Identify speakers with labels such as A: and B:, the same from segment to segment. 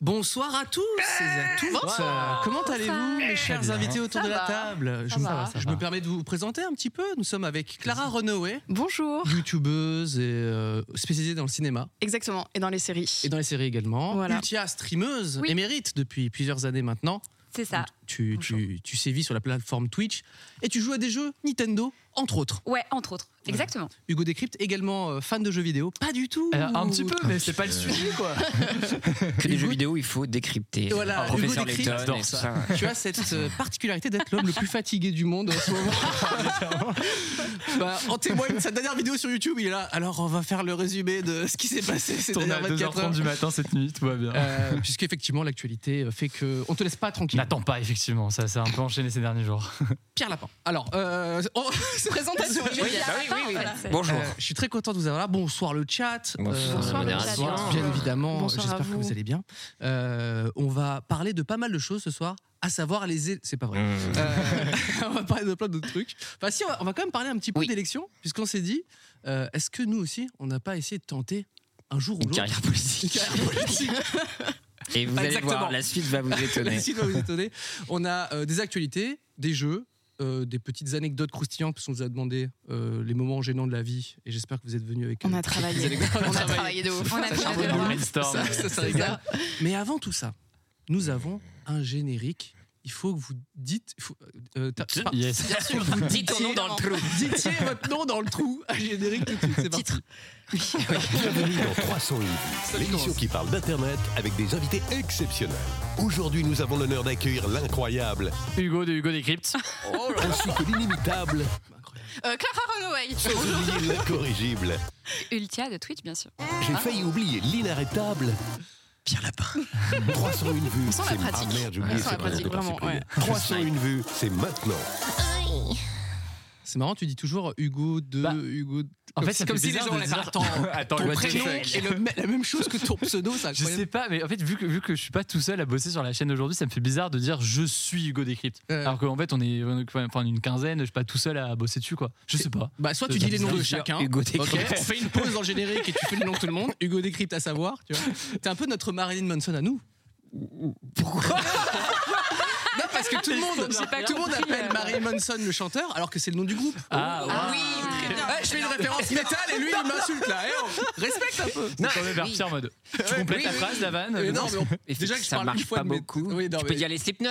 A: Bonsoir à tous et
B: Eh,
A: à toutes. Euh,
C: Bonsoir.
A: Comment allez-vous, mes chers
C: bien.
A: invités autour
B: Ça
A: de la
B: va.
A: table Je,
B: Ça
A: me,
B: va, ça
A: je
C: va.
A: me permets de vous présenter un petit peu. Nous sommes avec Clara Runaway,
B: Bonjour.
A: youtubeuse et euh, spécialisée dans le cinéma
B: Exactement, et dans les séries.
A: et dans les séries également.
B: Voilà.
A: Ultia, streameuse
D: Oui.
A: émérite depuis plusieurs années maintenant.
D: C'est ça.
A: Tu, tu, tu sévis sur la plateforme Twitch et tu joues à des jeux Nintendo, entre autres.
D: Ouais, entre autres. Exactement.
A: Hugo Décrypte, également euh, fan de jeux vidéo. Pas du tout.
C: Euh, un petit peu, mais c'est pas le sujet, quoi.
E: que des
A: Hugo-
E: jeux vidéo, il faut décrypter.
A: Voilà,
E: professeur
A: Hugo décrypte,
E: Layton
A: j'adore
E: et tout
A: ça.
E: ça.
A: Tu as cette euh, particularité d'être l'homme le plus fatigué du monde en ce moment. Bah, en témoigne sa dernière vidéo sur YouTube. Il est là. Alors, on va faire le résumé de ce qui s'est passé ces
C: Tourné à
A: dernières 24 heures.
C: 2h30 du matin cette nuit, tout va bien.
A: Euh, Puisqu'effectivement, l'actualité euh, fait que on te laisse pas tranquille.
C: N'attends pas, effectivement, ça s'est un peu enchaîné ces derniers jours.
A: Pierre Lapin. Alors, euh, on-
B: Présentation.
A: Oui,
B: Julia.
E: bah oui, oui, oui.
B: Voilà.
E: Bonjour.
A: Euh, je suis très content de vous avoir là. Bonsoir le chat. Euh,
E: Bonsoir,
B: Bonsoir, le
E: modération.
B: chat.
A: Bien évidemment,
B: Bonsoir à
A: j'espère que
B: vous.
A: vous allez bien. Euh, on va parler de pas mal de choses ce soir, à savoir les. é- C'est pas vrai.
E: Mmh.
A: Euh, on va parler de plein d'autres trucs. Enfin, si, on va, on va quand même parler un petit peu
E: Oui.
A: d'élections, puisqu'on s'est dit, euh, est-ce que nous aussi, on n'a pas essayé de tenter un jour ou
E: Une
A: l'autre
E: carrière politique.
A: carrière politique
E: Et vous allez
A: Exactement.
E: voir, la suite va vous
A: La
E: étonner.
A: suite va vous étonner. On a euh, des actualités, des jeux, euh, des petites anecdotes croustillantes, parce qu'on vous a demandé euh, les moments gênants de la vie, et j'espère que vous êtes venus avec.
B: On
A: euh,
B: a travaillé.
A: des anecdotes.
B: On a travaillé de ouf.
D: On a
B: Ça
D: travaillé
B: charbonne
D: de ouf.
B: de ouf.
C: Brainstorm.
A: Ça, ça, ça régale. Mais avant tout ça, nous avons un générique. Il faut que vous dites. il faut- euh, t'as-
E: Tiens,
A: par-
C: yes.
A: Bien sûr.
E: Dites ton nom dans le trou.
A: Ditiez votre nom dans le trou. Un générique tout de suite, c'est parti.
B: Titre.
F: Bienvenue dans 300 Yves,
A: Ça
F: l'émission
A: commence.
F: qui parle d'Internet avec des invités exceptionnels. Aujourd'hui, nous avons l'honneur d'accueillir l'incroyable,
C: Hugo de Hugo Décrypte.
A: Oh
F: ainsi que l'inimitable,
B: Euh, Clara Runaway.
A: Oh
F: sans oublier l'incorrigible.
D: Ultia de Twitch, bien sûr.
F: J'ai failli oublier l'inarrêtable.
A: Hein Pierre Lapin.
F: 301 vues,
B: sent la
F: c'est
B: pratique.
F: Ah merde, j'ai
B: On
F: oublié,
B: sent la
F: c'est vrai,
B: pratique,
F: on peut pas
B: vraiment,
F: supprimer.
B: ouais.
F: 301 vues, c'est maintenant.
A: C'est marrant, tu dis toujours Hugo de
C: Bah,
A: Hugo. de-
C: En
A: Comme
C: fait,
A: si-
C: ça
A: comme
C: fait
A: si les
C: bizarre
A: gens
C: de
A: allaient
C: dire-
A: faire, attends,
C: Attends,
A: ton
C: what the
A: prénom
C: fuck.
A: est le mê- la même chose que ton pseudo, ça.
C: Je sais pas, mais en fait, vu que, vu que je suis pas tout seul à bosser sur la chaîne aujourd'hui, ça me fait bizarre de dire je suis Hugo Décrypte.
A: Ouais.
C: Alors qu'en fait, on est on est- enfin, une quinzaine, je suis pas tout seul à bosser dessus, quoi. Je sais pas.
A: Bah, soit tu dis les noms de
G: hein.
A: chacun.
E: Hugo
A: Ok,
E: décrypte.
A: on fait une pause dans le générique et tu fais le nom de tout le monde. Hugo décrypte à savoir, tu vois. T'es un peu notre Marilyn Manson à nous.
E: Pourquoi
A: Non, parce que tout le monde,
B: J'ai pas
A: tout le monde
B: compris,
A: appelle
B: euh.
A: Marilyn Manson le chanteur, alors que c'est le nom du groupe.
C: Ah, ouais.
B: Ah oui, très bien.
A: Eh, je fais une référence métal et lui il m'insulte là. Eh, on respecte un peu.
C: C'est quand même vers Pierre en mode. Tu complètes
E: Oui,
C: la
E: oui.
C: phrase, la vanne.
A: Mais
C: le-
A: non, mais on-
E: Et
A: Déjà
E: fait
A: que je
E: ça
A: parle
E: marche
A: une fois
E: pas
A: de mes-
E: beaucoup.
A: Oui, non,
E: tu
A: mais-
E: peux y aller Slipknot.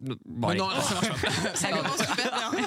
E: Bon,
A: Bah
E: allez.
A: non, ça marche pas.
B: Ça commence super bien.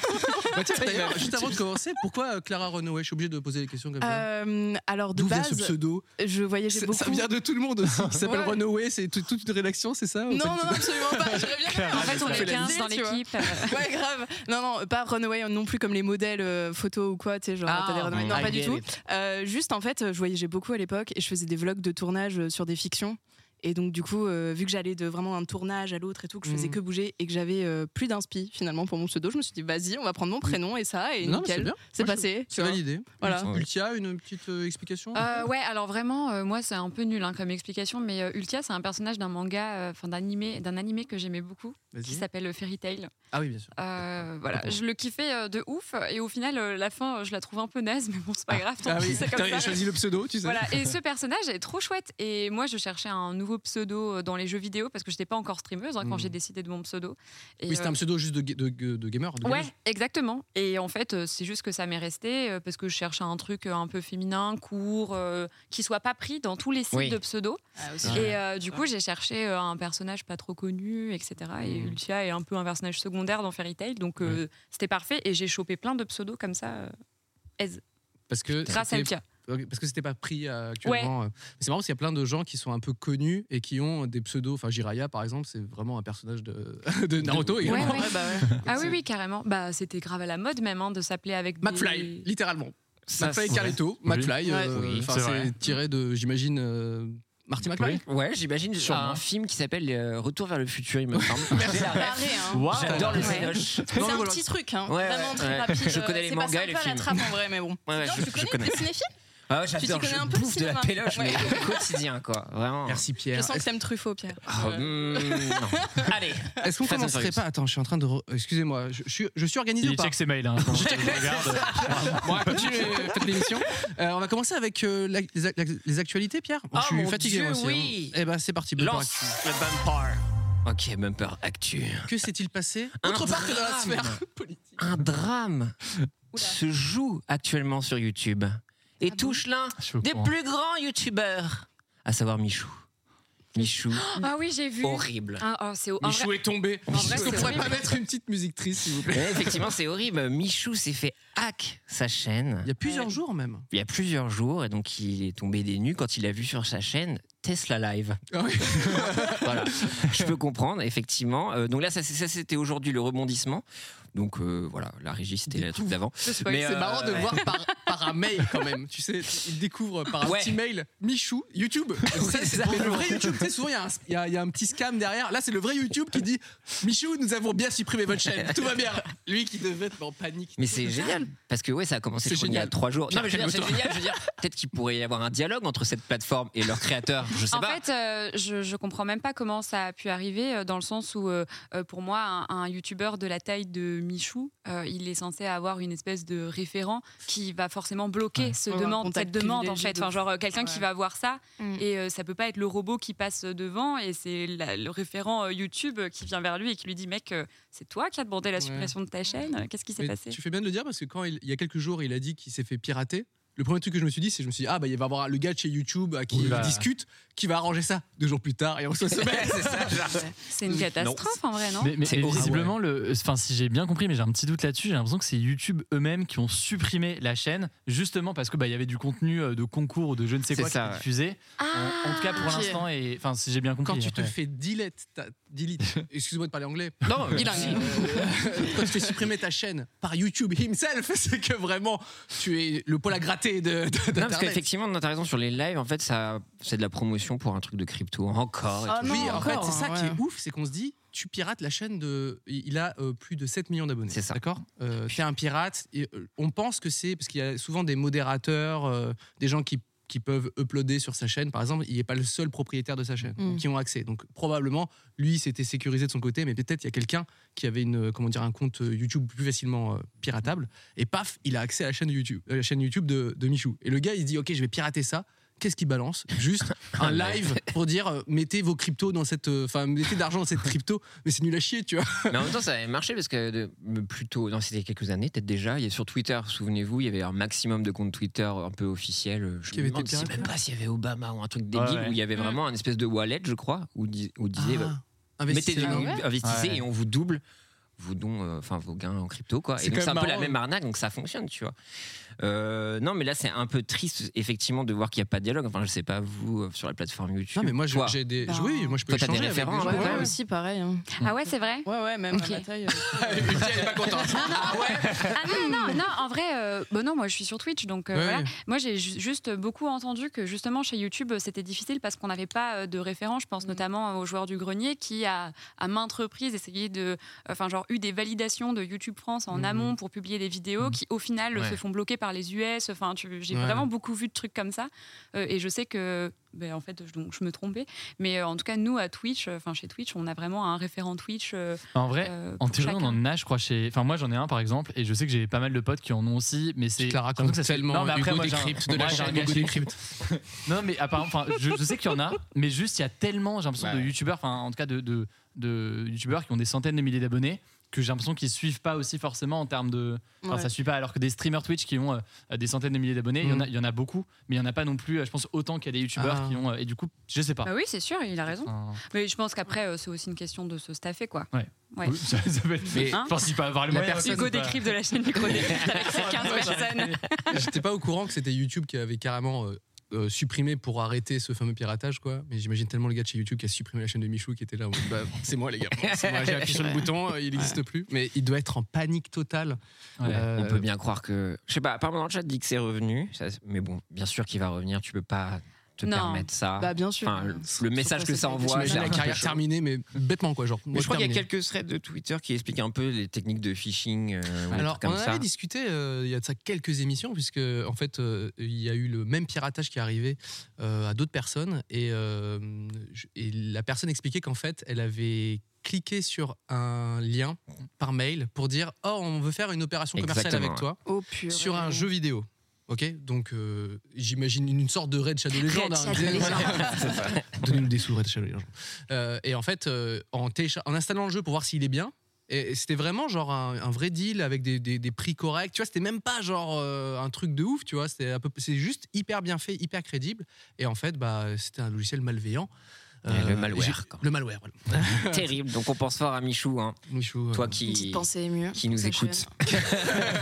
A: Bah, tiens, d'ailleurs, juste avant de commencer, pourquoi euh, Clara Runaway Je suis obligé de poser des questions comme ça.
B: Euh, alors de
A: D'où vient ce
B: base,
A: pseudo
B: je voyageais
A: Ça
B: beaucoup.
A: ça vient de tout le monde aussi. Qui s'appelle
B: Ouais.
A: Runaway, c'est tout- toute une rédaction, c'est ça ou
B: Non,
A: pas
B: non,
A: du tout
B: non, absolument pas. J'aurais bien aimé.
D: En fait, on
B: Fait
D: est
B: la
D: 15
B: liste,
D: dans
B: tu vois.
D: l'équipe. euh,
B: Ouais, grave. Non, non, pas Runaway non plus comme les modèles euh, photos ou quoi, tu sais, genre
A: Ah,
B: t'as des Runaway. Non,
A: I
B: pas du
A: get
B: tout.
A: it.
B: Euh, juste en fait, je voyageais beaucoup à l'époque et je faisais des vlogs de tournage euh, sur des fictions. Et donc du coup, euh, vu que j'allais de vraiment un tournage à l'autre et tout, que je faisais
A: Mhm.
B: que bouger et que j'avais euh, plus d'inspi finalement pour mon pseudo, je me suis dit vas-y, on va prendre mon prénom et ça et
A: Non, mais c'est
B: nickel,
A: bien.
B: c'est
A: Moi, je-
B: passé. tu
A: C'est
B: vois.
A: validé.
B: Voilà.
A: Ultia, une petite euh, explication
D: euh, ouais, alors vraiment, euh, moi, c'est un peu nul hein, comme explication, mais euh, Ultia, c'est un personnage d'un manga, euh, enfin d'un animé, d'un animé que j'aimais beaucoup, qui
A: Vas-y.
D: s'appelle euh, Fairy Tail.
A: Ah oui, bien sûr.
D: Euh, voilà, je le kiffais euh, de ouf, et au final, euh, la fin, euh, je la trouve un peu naze, mais bon, c'est pas grave, tant
A: Ah
D: pis,
A: oui,
D: c'est comme
A: t'as
D: ça.
A: choisi le pseudo, tu sais.
D: Voilà, et ce personnage est trop chouette. Et moi, je cherchais un nouveau pseudo euh, dans les jeux vidéo parce que j'étais pas encore streameuse hein, quand
A: Mm.
D: j'ai décidé de mon pseudo. Et,
A: Oui, c'était un
D: euh,
A: pseudo juste de, ga- de, de gamer. de
D: Ouais,
A: gameuse.
D: exactement. Et en fait, euh, c'est juste que ça m'est resté euh, parce que je cherche un truc euh, un peu féminin, court, euh, qui soit pas pris dans tous les sites
E: Oui.
D: de pseudo.
A: Ah,
D: Et euh, du coup, j'ai cherché euh, un personnage pas trop connu, etc. Et
A: Mm.
D: Ultia est un peu un personnage secondaire dans Fairy Tail, donc euh, c'était parfait. Et j'ai chopé plein de pseudos comme ça. euh,
A: Parce que
D: grâce à
A: c'était-
D: Ultia.
A: Ok, Parce que c'était pas pris euh, actuellement. euh. Mais C'est marrant parce qu'il y a plein de gens qui sont un peu connus et qui ont des pseudos. Enfin, Jiraya, par exemple, c'est vraiment un personnage de, de Naruto également.
D: Ouais, ouais.
A: Donc,
D: Ah
A: c'est-
D: oui, oui, carrément. Bah, c'était grave à la mode même hein, de s'appeler avec des-
A: McFly, littéralement.
C: Ça,
A: McFly et
C: c'est-
A: Carlito,
C: Oui.
A: McFly, euh,
C: Oui,
A: enfin,
C: c'est vrai.
A: c'est tiré de, j'imagine, euh, Marty McFly
C: Oui.
E: Ouais, j'imagine. j'ai
G: Ah.
C: Sûrement.
E: un film qui s'appelle euh, Retour vers le futur, il me semble. J'ai la ref.
G: Pareil, hein.
C: Waouh.
E: J'adore les
G: Ouais.
E: sénoches.
B: Non,
G: C'est un
B: voilà.
G: petit truc, hein.
E: Ouais,
G: vraiment
E: ouais,
G: très
E: ouais.
G: rapide.
B: euh,
E: Je connais les
G: C'est pas
E: mangas et les
G: sympa,
E: films.
G: la trappe en vrai, mais bon.
E: Ouais, ouais,
G: Non,
E: je-
G: tu
E: je
G: connais,
E: connais.
G: t'es cinéphile
E: Ah, ouais,
G: Tu t'y
E: j'adore.
G: connais
E: Je
G: un peu le
E: bouffe de
G: cinéma.
E: la péloche, mais
G: Ouais.
E: au quotidien, quoi.
C: Ah.
E: Vraiment.
A: Merci
B: Je
A: Pierre.
B: sens que t'aimes Truffaut, Pierre.
E: Ah,
B: Euh,
E: hum, non. Allez,
A: Est-ce qu'on
E: Fast and
A: commencerait
E: Furious.
A: pas Attends, je suis en train de. re- Excusez-moi, je, je suis- je suis organisé ou
C: Il
A: pas
C: check ses mails. Hein, quand je regarde.
A: Bon, on va continuer, euh, faites l'émission. Euh, on va commencer avec euh, la- les, ac- les actualités, Pierre.
E: Ah,
A: je suis
E: mon
A: fatigué
E: Dieu,
A: moi aussi.
E: oui.
A: Eh ben, c'est parti. Bumper Actu.
E: lance le bumper. Ok, bumper actu.
A: Que s'est-il passé
E: Un
A: Autre part que dans la
E: drame.
A: sphère politique.
E: Un drame
G: Oula.
E: se joue actuellement sur YouTube
G: Ah
E: et
G: bon
E: touche l'un
C: Je suis au
E: des
C: courant.
E: plus grands YouTubeurs, à savoir Michou. Michou,
D: Ah oui, j'ai vu.
E: horrible.
D: Ah, ah, c'est en vrai-
A: Michou est tombé.
D: En vrai,
A: Est-ce qu'on
D: c'est
A: pourrait pas
D: horrible.
A: mettre une petite musique triste, s'il vous plaît
E: Ouais, effectivement, c'est horrible. Michou s'est fait hack sa chaîne
A: Il y a plusieurs jours même.
E: il y a plusieurs jours et donc il est tombé des nues quand il a vu sur sa chaîne Tesla Live.
A: Ah oui.
E: voilà, je peux comprendre, effectivement. Euh, donc là, ça, c'est- ça, c'était aujourd'hui le rebondissement. Donc euh, voilà, la régie, c'était la truc d'avant.
D: ce spoil.
E: Mais,
A: C'est
E: euh,
A: marrant de
E: ouais.
A: voir par, par un mail quand même. Tu sais, il découvre par un
E: Ouais.
A: petit mail Michou, YouTube. Ça, c'est
E: ça.
A: mais le vrai YouTube. Tu sais, souvent, il y, a un- il y a- il y a un petit scam derrière. Là, c'est le vrai YouTube qui dit Michou, nous avons bien supprimé votre chaîne. Tout va bien. Lui qui devait être en panique.
E: Mais c'est génial parce que ouais, ça a commencé
A: C'est
E: je crois, il y a
A: génial.
E: trois jours. Non, mais je veux dire, c'est
A: Calme-toi.
E: génial. Je veux dire, peut-être qu'il pourrait y avoir un dialogue entre cette plateforme et leur créateur. Je sais
D: En
E: pas.
D: fait, euh, je, je comprends même pas comment ça a pu arriver, euh, dans le sens où, euh, euh, pour moi, un, un youtubeur de la taille de Michou, euh, il est censé avoir une espèce de référent qui va forcément bloquer ce
B: Ouais, un
D: demande,
B: contact
D: cette demande, en
B: privilégié
D: fait.
B: de
D: Enfin, genre, euh, quelqu'un
B: Ouais.
D: qui va voir ça,
G: Mm.
D: et euh, ça peut pas être le robot qui passe devant, et c'est la- le référent euh, YouTube qui vient vers lui et qui lui dit Mec, euh, c'est toi qui as demandé la
A: Ouais.
D: suppression de ta chaîne euh, Qu'est-ce qui s'est
A: Mais
D: passé
A: Tu fais bien de le dire parce que quand il, il y a quelques jours, il a dit qu'il s'est fait pirater. Le premier truc que je me suis dit, c'est je me suis dit, ah bah il va y avoir le gars de chez YouTube à qui
C: Oui,
A: il
C: bah.
A: discute, qui va arranger ça deux jours plus tard et on se mail.
E: C'est ça, genre.
D: C'est une catastrophe, en vrai, non
C: Mais, mais-
E: C'est
C: mais
E: horrible.
C: visiblement, le, enfin, si j'ai bien compris, mais j'ai un petit doute là-dessus, j'ai l'impression que c'est YouTube eux-mêmes qui ont supprimé la chaîne, justement parce que bah, il y avait du contenu euh, de concours ou de je ne sais
E: C'est
C: quoi qui
E: ça,
C: était
E: ouais.
C: diffusé. en, en tout cas, pour
B: ok.
C: l'instant, et enfin, si j'ai bien compris.
A: Quand tu te
C: après.
A: fais delete, ta- delete, excuse-moi de parler anglais,
E: Non,
A: Il a rien. Quand tu fais supprimer ta chaîne par YouTube himself, c'est que vraiment tu es le poil à gratter de, de-
E: Non, parce
A: d'Internet.
E: qu'effectivement, non, t'as raison sur les lives. En fait, ça, c'est de la promotion pour un truc de crypto encore. et
B: Ah
E: tout.
B: non,
A: oui, en fait,
B: encore,
A: c'est ça
B: hein,
A: qui
B: ouais.
A: est ouf, c'est qu'on se dit, tu pirates la chaîne de. Il a euh, plus de 7 millions d'abonnés.
E: C'est ça.
A: D'accord Euh, T'es un pirate. Et, euh, on pense que c'est. Parce qu'il y a souvent des modérateurs, euh, des gens qui, qui peuvent uploader sur sa chaîne. Par exemple, il n'est pas le seul propriétaire de sa chaîne
B: Mm.
A: qui ont accès. Donc probablement, lui, c'était sécurisé de son côté, mais peut-être il y a quelqu'un qui avait une, euh, comment dire, un compte euh, YouTube plus facilement euh, piratable. Et paf, il a accès à la chaîne YouTube, euh, la chaîne YouTube de, de Michou. Et le gars, il se dit, OK, je vais pirater ça. Qu'est-ce qu'il balance Juste un live pour dire euh, mettez vos cryptos dans cette. euh, Enfin, mettez d'argent dans cette crypto, mais c'est nul à chier, tu vois.
E: Mais en même temps, ça avait marché parce que de, mais plutôt, non, c'était quelques années, peut-être déjà. Il y a sur Twitter, souvenez-vous, il y avait un maximum de comptes Twitter un peu officiels. euh, Je
A: Qui
E: ne me
A: avait été
E: demande, je sais
A: piratés.
E: même pas s'il y avait Obama ou un truc débile
C: Ouais.
E: où il y avait
D: Mm.
E: vraiment un espèce de wallet, je crois, où, dis- où disait
A: Ah,
E: bah, mettez,
A: Investissez
E: des-
A: dans-
E: investissez
C: Ouais.
E: et on vous double vos dons, euh, enfin vos gains en crypto, quoi.
A: C'est
E: Et donc
A: quand
E: c'est un
A: même
E: peu la
A: marrant. hein.
E: même arnaque, donc ça fonctionne, tu vois. Euh, non, mais là c'est un peu triste, effectivement, de voir qu'il n'y a pas de dialogue. Enfin, je sais pas vous euh, sur la plateforme YouTube.
A: Non, mais moi, je-
E: toi.
A: j'ai des.
B: Ben,
A: Oui, moi, je peux
E: toi, t'as des
A: échanger avec
E: référents,
A: gens.
E: ouais,
B: Ouais,
E: ouais.
B: ouais, aussi, pareil. hein.
D: Ah ouais, c'est vrai
B: Ouais, ouais, même
D: Ok.
B: à la taille. euh,
A: Ulti, elle est pas contente.
D: Ah non, non, non, en vrai, euh, bon, non, moi je suis sur Twitch, donc euh,
A: Ouais.
D: voilà. Moi j'ai ju- juste beaucoup entendu que justement chez YouTube euh, c'était difficile parce qu'on n'avait pas euh, de référent. Je pense notamment aux joueurs du grenier qui, à, à maintes reprises, essayaient de. Enfin, genre, eu des validations de YouTube France en
C: Mmh.
A: Mhm.
D: amont pour publier des vidéos qui, au final,
E: Ouais.
D: se font bloquer par les US. Enfin, tu- j'ai
A: Ouais.
D: vraiment beaucoup vu de trucs comme ça. Euh, et je sais que. ben, en fait, je, donc, je me trompais. Mais euh, en tout cas, nous, à Twitch, euh, enfin chez Twitch, on a vraiment un référent Twitch. euh,
C: En vrai,
D: euh,
C: en
D: pour
C: théorie, on
D: chacun.
C: en a, je crois, chez. Enfin, moi, j'en ai un par exemple, et je sais que j'ai pas mal de potes qui en ont aussi, mais c'est.
A: Tu te la
C: surtout
A: racontes
C: que ça se-
A: tellement.
C: Non, mais après,
A: Hugo
C: moi, j'ai un-
A: décrypte de la
C: moi, j'ai un
A: chaîne
C: gars
A: Hugo
C: chez-
A: décrypte.
C: Non, mais apparemment, enfin, je, je sais qu'il y en a, mais juste il y a tellement, j'ai l'impression, de youtubeurs, enfin, en tout cas, de, de, de youtubeurs qui ont des centaines de milliers d'abonnés, que j'ai l'impression qu'ils suivent pas aussi forcément en termes de. Enfin,
B: ouais.
C: ça suit pas, alors que des streamers Twitch qui ont euh, des centaines de milliers d'abonnés, il y en a- il y, en a beaucoup, mais il y en a pas non plus, euh, je pense, autant qu'il y a des youtubeurs
A: Ah.
C: qui ont. euh, et du coup, je sais pas.
D: Bah oui, c'est sûr, il a raison.
C: Enfin,
D: Mais je pense qu'après, euh, c'est aussi une question de se staffer, quoi. Ouais.
C: oui, ça, ça peut être.
A: Mais-
C: Enfin, s'il peut avoir les
A: La
C: moyens.
A: personne-
C: c'est
D: Hugo
C: pas-
D: décrypte de la chaîne du grenier avec ses 15 personnes.
A: J'étais pas au courant que c'était YouTube qui avait carrément euh, euh, supprimer pour arrêter ce fameux piratage, quoi. Mais j'imagine tellement le gars de chez YouTube qui a supprimé la chaîne de Michou qui était là. en mode, bah, c'est moi, les gars. C'est moi, j'ai appuyé sur le bouton, euh, il n'existe plus. Mais il doit être en panique totale.
C: Ouais.
A: Euh,
E: On peut bien croire que. Je sais pas, apparemment dans le chat dit que c'est revenu. ça- mais bon, bien sûr qu'il va revenir. Tu peux pas te
D: Non.
E: permettre ça.
B: Bah, bien sûr.
E: Enfin, le- le message
B: pas
E: que
B: cette
E: ça envoie,
B: idée.
A: T'imagines
E: c'est
A: la
E: un
A: carrière
E: peu chaud.
A: terminée, mais bêtement, quoi. Genre,
E: Mais je crois qu'il y a
A: terminée.
E: quelques threads de Twitter qui expliquent un peu les techniques de phishing. euh, ou des
A: Alors,
E: trucs
A: on en
E: comme ça.
A: avait discuté euh, il y a de ça quelques émissions, puisque en fait, euh, il y a eu le même piratage qui est arrivé euh, à d'autres personnes. Et, euh, je- et la personne expliquait qu'en fait, elle avait cliqué sur un lien par mail pour dire Oh, on veut faire une opération commerciale
E: Exactement,
A: avec toi
B: Oh purée.
A: sur euh, un jeu vidéo. Ok, donc euh, j'imagine une sorte de Red Shadow Legends. hein.
D: Shadow Legends.
A: Voilà. Donnez-nous des sous Red Shadow Legends. Euh, et en fait, euh, en, télécha- en installant le jeu pour voir s'il est bien, et c'était vraiment genre un, un vrai deal avec des, des- des prix corrects. Tu vois, c'était même pas genre euh, un truc de ouf, tu vois. C'était à peu- C'est juste hyper bien fait, hyper crédible. Et en fait, bah, c'était un logiciel malveillant. Euh,
E: Et le malware,
A: j'ai-
E: quoi.
A: Le malware, voilà.
E: Terrible. Donc on pense fort à Michou, hein,
A: Michou, euh,
E: toi
B: Une petite
E: qui,
B: pensée émue.
E: qui nous
B: Sachez.
E: écoutes.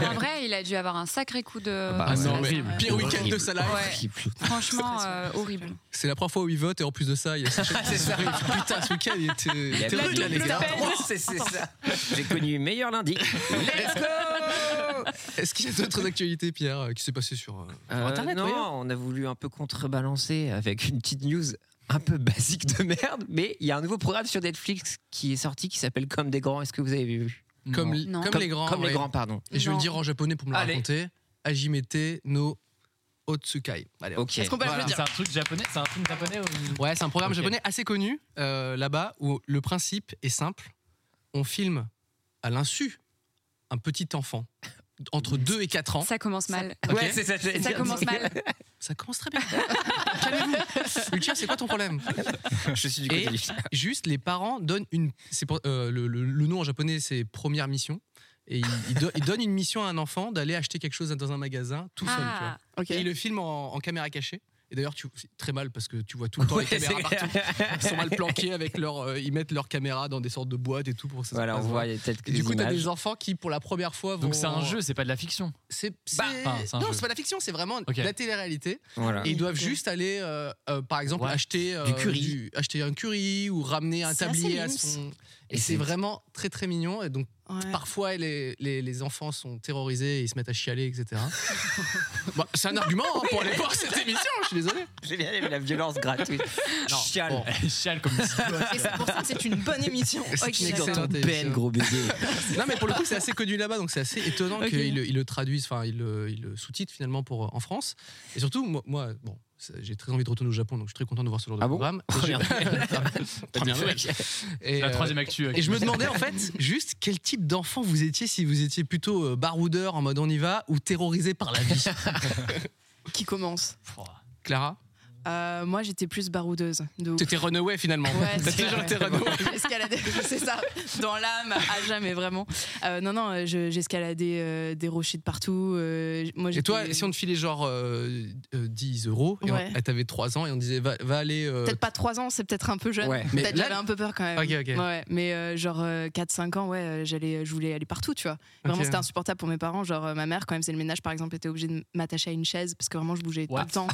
D: En vrai, il a dû avoir un sacré coup de.
E: bah,
A: Ah
E: ouais.
A: non, mais
D: Horrible.
A: pire
E: Horrible.
A: week-end de sa life.
E: Horrible.
D: Franchement, euh, horrible.
A: C'est la première fois où il vote et en plus de ça, il y a ce Putain, ce week-end, il était, il
E: Il y a
A: était
E: pas
A: rude, là, les
E: de-
A: gars.
E: C'est c'est ça. J'ai connu meilleur lundi. Let's go.
A: Est-ce qu'il y a d'autres actualités, Pierre, euh, qui s'est passé sur, euh, sur
E: Euh,
A: Internet
E: non,
A: voyons.
E: on a voulu un peu contrebalancer avec une petite news un peu basique de merde, mais il y a un nouveau programme sur Netflix qui est sorti qui s'appelle Comme des grands. Est-ce que vous avez vu
A: comme,
C: Non.
A: comme,
D: Non.
A: les grands.
E: Comme
A: ouais.
E: les grands, pardon.
A: Et je vais le
D: Non.
A: dire en japonais pour me le
E: Allez.
A: raconter. Hajimete no Otsukai. Allez,
E: Ok.
B: Est-ce qu'on peut
A: Voilà.
B: le dire
C: C'est un truc japonais, c'est un film japonais ou-
A: Ouais, c'est un programme
E: Ok.
A: japonais assez connu euh, là-bas où le principe est simple. On filme à l'insu un petit enfant entre 2 et 4 ans.
D: Ça commence mal.
A: Ok.
E: Ouais, c'est ça. j'allais
D: Ça
E: dire.
D: commence mal.
A: Ça commence très bien. Calmez-vous. Lucien, c'est quoi ton problème
E: Je suis du côté
A: Et-
E: du film.
A: Juste, les parents donnent une. c'est pour- euh, le, le- le nom en japonais, c'est première mission. Et ils, ils do- ils donnent une mission à un enfant d'aller acheter quelque chose dans un magasin tout seul. tu vois.
D: Ah,
B: Ok.
A: Et ils le filment en, en caméra cachée. Et d'ailleurs, tu c'est très mal parce que tu vois tout le temps les
E: Ouais,
A: caméras
E: c'est-
A: partout. Ils sont mal planqués avec leur. euh, ils mettent leurs caméras dans des sortes de boîtes et tout pour que ça. se
E: Voilà, on
A: passe
E: voit
A: bien.
E: peut-être que
A: Et du coup, t'as
E: images.
A: des enfants qui, pour la première fois, vont.
C: Donc c'est un jeu, c'est pas de la fiction.
A: C'est. c'est-
C: Bah, enfin, c'est un
A: non,
C: jeu.
A: c'est pas la fiction, c'est vraiment
C: Ok.
A: de la télé-réalité.
E: Voilà.
A: Et ils doivent
B: Ok.
A: juste aller, euh, euh, par exemple,
C: Ouais.
A: acheter, euh,
E: Ah. Du curry.
A: acheter un curry ou ramener un
B: C'est
A: tablier à
B: assez mince.
A: son. Et,
E: Et
A: c'est
E: c'est-
A: vraiment très très mignon. Et donc
B: Ouais.
A: parfois les, les, les enfants sont terrorisés et ils se mettent à chialer, etc. Bah, c'est un argument hein, pour aller voir cette émission. Je suis désolé.
E: J'ai bien aimé la violence gratuite.
A: Non,
E: Chiale.
A: bon.
C: Chial comme ça.
D: Ah.
B: Et c'est pour ça que c'est une bonne émission.
A: C'est
B: Ok,
A: une
B: d'accord.
A: excellente
E: Ben,
A: émission.
E: gros baiser.
A: Non mais pour le coup c'est assez connu là-bas donc c'est assez étonnant
B: Ok.
A: qu'ils le- ils le traduisent, enfin ils le, ils le sous-titrent finalement pour euh, en France. Et surtout moi, moi, bon ça- j'ai très envie de retourner au Japon donc je suis très content de voir ce genre de
E: Ah bon
A: programme. Et je-
E: Première Noël.
A: Première Noël. Et,
C: La
A: euh,
C: troisième actu.
A: Et je me demandais en fait juste quel type d'enfant vous étiez, si vous étiez plutôt euh, baroudeur en mode on y va ou terrorisé par la vie.
B: Qui commence
A: Clara
B: Euh, Moi, j'étais plus baroudeuse. De ouf.
A: T'étais runaway finalement.
B: Ouais,
A: T'as
B: c'est
A: toujours
B: vrai.
A: été runaway.
B: Escalader, c'est ça, dans l'âme, à jamais vraiment. Euh, non, non, euh, je- j'escaladais euh, des rochers de partout. euh, moi,
A: Et
B: j'étais-
A: toi, si on te filait genre euh, euh, 10 euros, et on-
B: Ouais.
A: et t'avais 3 ans et on disait va, va aller. euh,
B: Peut-être pas 3 ans, c'est peut-être un peu jeune.
E: Ouais.
A: Mais
B: Peut-être
A: là-
B: j'avais un peu peur quand même.
A: Ok, ok.
B: Ouais, mais euh, genre 4-5 ans, ouais, euh, j'allais, je voulais aller partout, tu vois. Vraiment,
A: Ok.
B: c'était insupportable pour mes parents. Genre, euh, ma mère, quand elle faisait le ménage, par exemple, était obligée de m'attacher à une chaise parce que vraiment, je bougeais
C: What
B: tout le temps.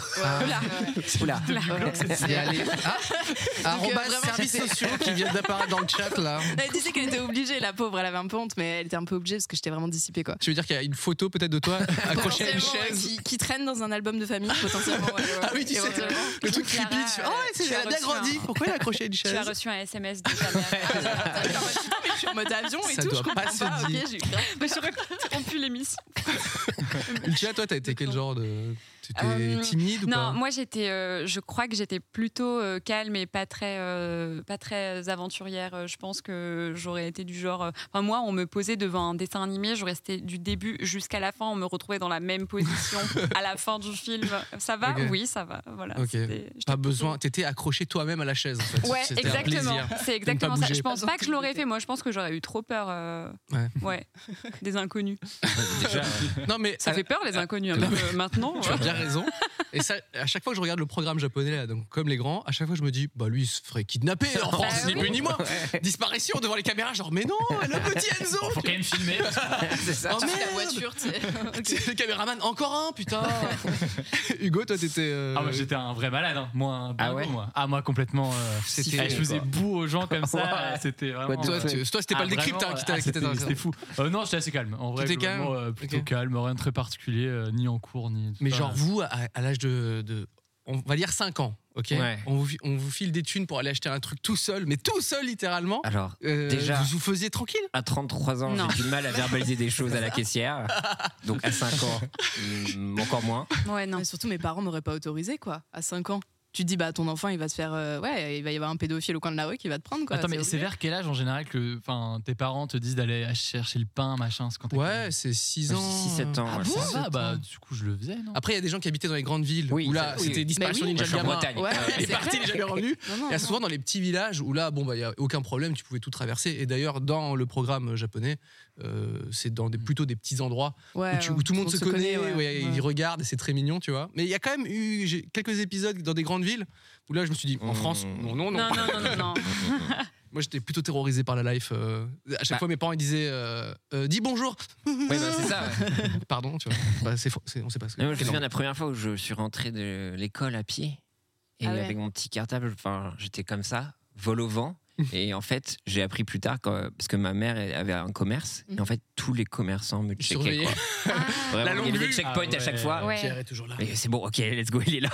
D: Oula.
E: Oula.
B: Ouais.
A: Et aller. Ah
B: Donc, euh,
A: Arrobas
B: vraiment,
A: services
B: j'étais-
A: sociaux qui viennent d'apparaître dans le chat là.
B: Elle disait qu'elle était obligée, la pauvre, elle avait un peu honte, mais elle était un peu obligée parce que j'étais vraiment dissipée, quoi.
A: Tu veux dire qu'il y a une photo peut-être de toi accrochée à une
B: Potentiellement,
A: chaise
B: ouais, qui, qui traîne dans un album de famille, potentiellement. ouais, ouais,
A: Ah oui, tu sais,
B: éventuellement.
A: Le truc
D: Clara,
A: creepy, tu fais,
D: euh,
A: Ah ouais, c'est
D: tu as
A: elle a bien
D: reçu un-
A: grandi. Pourquoi elle est accrochée à une
D: Tu as
A: chaise
D: reçu un SMS de ta mère. Ah,
A: Ah,
B: Genre, putain, mais je suis en mode avion et
A: Ça
B: tout, je
A: doit
B: comprends
A: pas
B: pas.
A: se
B: ok,
A: dire.
B: j'ai eu-
D: Mais j'aurais rompu l'émission.
A: Lucia, toi, t'as été quel genre de. T'étais
D: Euh,
A: timide ou
D: Non,
A: pas
D: moi j'étais, euh, je crois que j'étais plutôt euh, calme et pas très, euh, pas très aventurière. Euh, Je pense que j'aurais été du genre. euh, Enfin, moi, on me posait devant un dessin animé, je restais du début jusqu'à la fin, on me retrouvait dans la même position à la fin du film. Ça va
A: Ok.
D: Oui, ça va. Voilà.
A: Ok.
D: c'était- j'étais
A: Pas
D: plutôt-
A: besoin. T'étais accroché toi-même à la chaise en fait.
D: Ouais,
A: C'était un
D: exactement.
A: plaisir.
D: C'est exactement ça.
A: bouger.
D: Je pense
B: Pas
D: pas que je l'aurais
B: d'ambiguïté.
D: fait. Moi, je pense que j'aurais eu trop peur. euh,
A: Ouais.
D: ouais. Des inconnus.
A: Non mais
C: euh,
D: Ça fait peur les inconnus un
A: Non,
D: peu, maintenant. euh.
A: Tu as bien raison. Et ça, à chaque fois que je regarde le programme japonais, là, donc comme les grands, à chaque fois je me dis, bah lui, il se ferait kidnapper
C: Bah
A: en France, ni
D: oui.
A: plus ni moins. Disparition devant les caméras, genre, mais non, le petit Enzo
C: Bon, faut quand même filmer. parce que-
E: C'est ça.
A: Oh,
B: Sous la
A: merde.
B: voiture, tu sais.
A: C'est le caméraman, encore un, putain Hugo, toi, t'étais. euh,
C: Ah, moi, j'étais un vrai malade, hein. moi, un
E: Ah
C: dingo,
E: ouais
C: moi. Ah, moi, complètement. euh,
A: C'était-
C: ah, je faisais
E: quoi.
C: boue aux gens comme ça.
E: Ouais.
C: C'était vraiment.
E: What the
A: toi,
C: euh,
E: fuck.
A: tu- toi, c'était pas
C: ah,
A: le décrypte hein,
C: vraiment,
A: qui
C: ah,
A: t'a- qui
C: c'était- C'était
A: t'intéressait.
C: fou. Euh, non, j'étais assez calme. En vrai,
A: T'étais
C: globalement, euh, plutôt
A: Ok.
C: calme, rien de très particulier, euh, ni en cours, ni.
A: Mais
C: pas-
A: genre, vous, à, à l'âge de, de- On va dire 5 ans, ok
E: Ouais.
A: on, vous, on vous file des thunes pour aller acheter un truc tout seul, mais tout seul, littéralement.
E: Alors,
A: Euh,
E: déjà-
A: Vous vous faisiez tranquille
E: à 33 ans,
D: Non.
E: j'ai du mal à verbaliser des choses à la caissière. Donc à 5 ans, hmm, encore moins.
D: Ouais, non.
B: Mais surtout, mes parents m'auraient pas autorisé, quoi, à 5 ans. Tu te dis, bah, ton enfant, il va se faire. euh, ouais, il va y avoir un pédophile au coin de la rue qui va te prendre, quoi.
C: Attends, mais c'est
B: horrible.
C: vers quel âge en général que enfin, tes parents te disent d'aller ach- chercher le pain, machin, ce quand
A: Ouais, c'est 6 ans.
E: 6-7 ans.
A: Ah
E: ouais,
A: bon
E: ça.
C: Ça va, bah, du coup, je le faisais, non
A: Après, il y a des gens qui habitaient dans les grandes villes
E: Oui,
A: où là,
E: ça- oui.
A: c'était
E: Bah
A: disparition
B: oui.
A: ninja
E: Moi, je suis
A: le
E: en
A: gamin.
E: Bretagne.
B: Ouais,
E: Ah
A: Il est
B: c'est
E: ouais.
B: vrai.
A: parti, il est jamais revenu.
B: Non, non,
A: Il y a
B: non.
A: souvent dans les petits villages où là, bon, bah, il n'y a aucun problème, tu pouvais tout traverser. Et d'ailleurs, dans le programme japonais, euh, c'est dans des,
E: Mm.
A: plutôt des petits endroits
B: Ouais,
A: où, tu-
B: ouais,
A: où tout le monde se connaît,
B: ouais,
A: ouais,
B: ouais.
A: ils regardent et c'est très mignon, tu vois. Mais il y a quand même eu j'ai- quelques épisodes dans des grandes villes où là, je me suis dit, en
E: Mmh.
A: France, non, non, non.
D: Non, non, non, non, non.
A: Moi, j'étais plutôt terrorisé par la life. euh. à chaque
E: Bah.
A: fois, mes parents, ils disaient, euh, Euh, dis bonjour.
E: Ouais, bah, c'est ça. ouais.
A: Pardon, tu vois. Bah, c'est faux, c'est- on sait pas ce que
E: Moi, je me souviens de la première fois où je suis rentré de l'école à pied. Et
B: Ah ouais.
E: avec mon petit cartable, enfin, j'étais comme ça, vol au vent. Et en fait, j'ai appris plus tard, quand- parce que ma mère elle avait un commerce, et en fait, tous les commerçants me checkaient.
A: Surveillé.
E: Quoi. Vraiment,
A: La longue
E: il y avait
A: vue.
E: des checkpoints
C: Ah
E: à chaque
C: ouais.
E: fois.
D: Ouais.
A: Pierre est toujours là.
E: Et c'est bon, ok, let's go, il est là.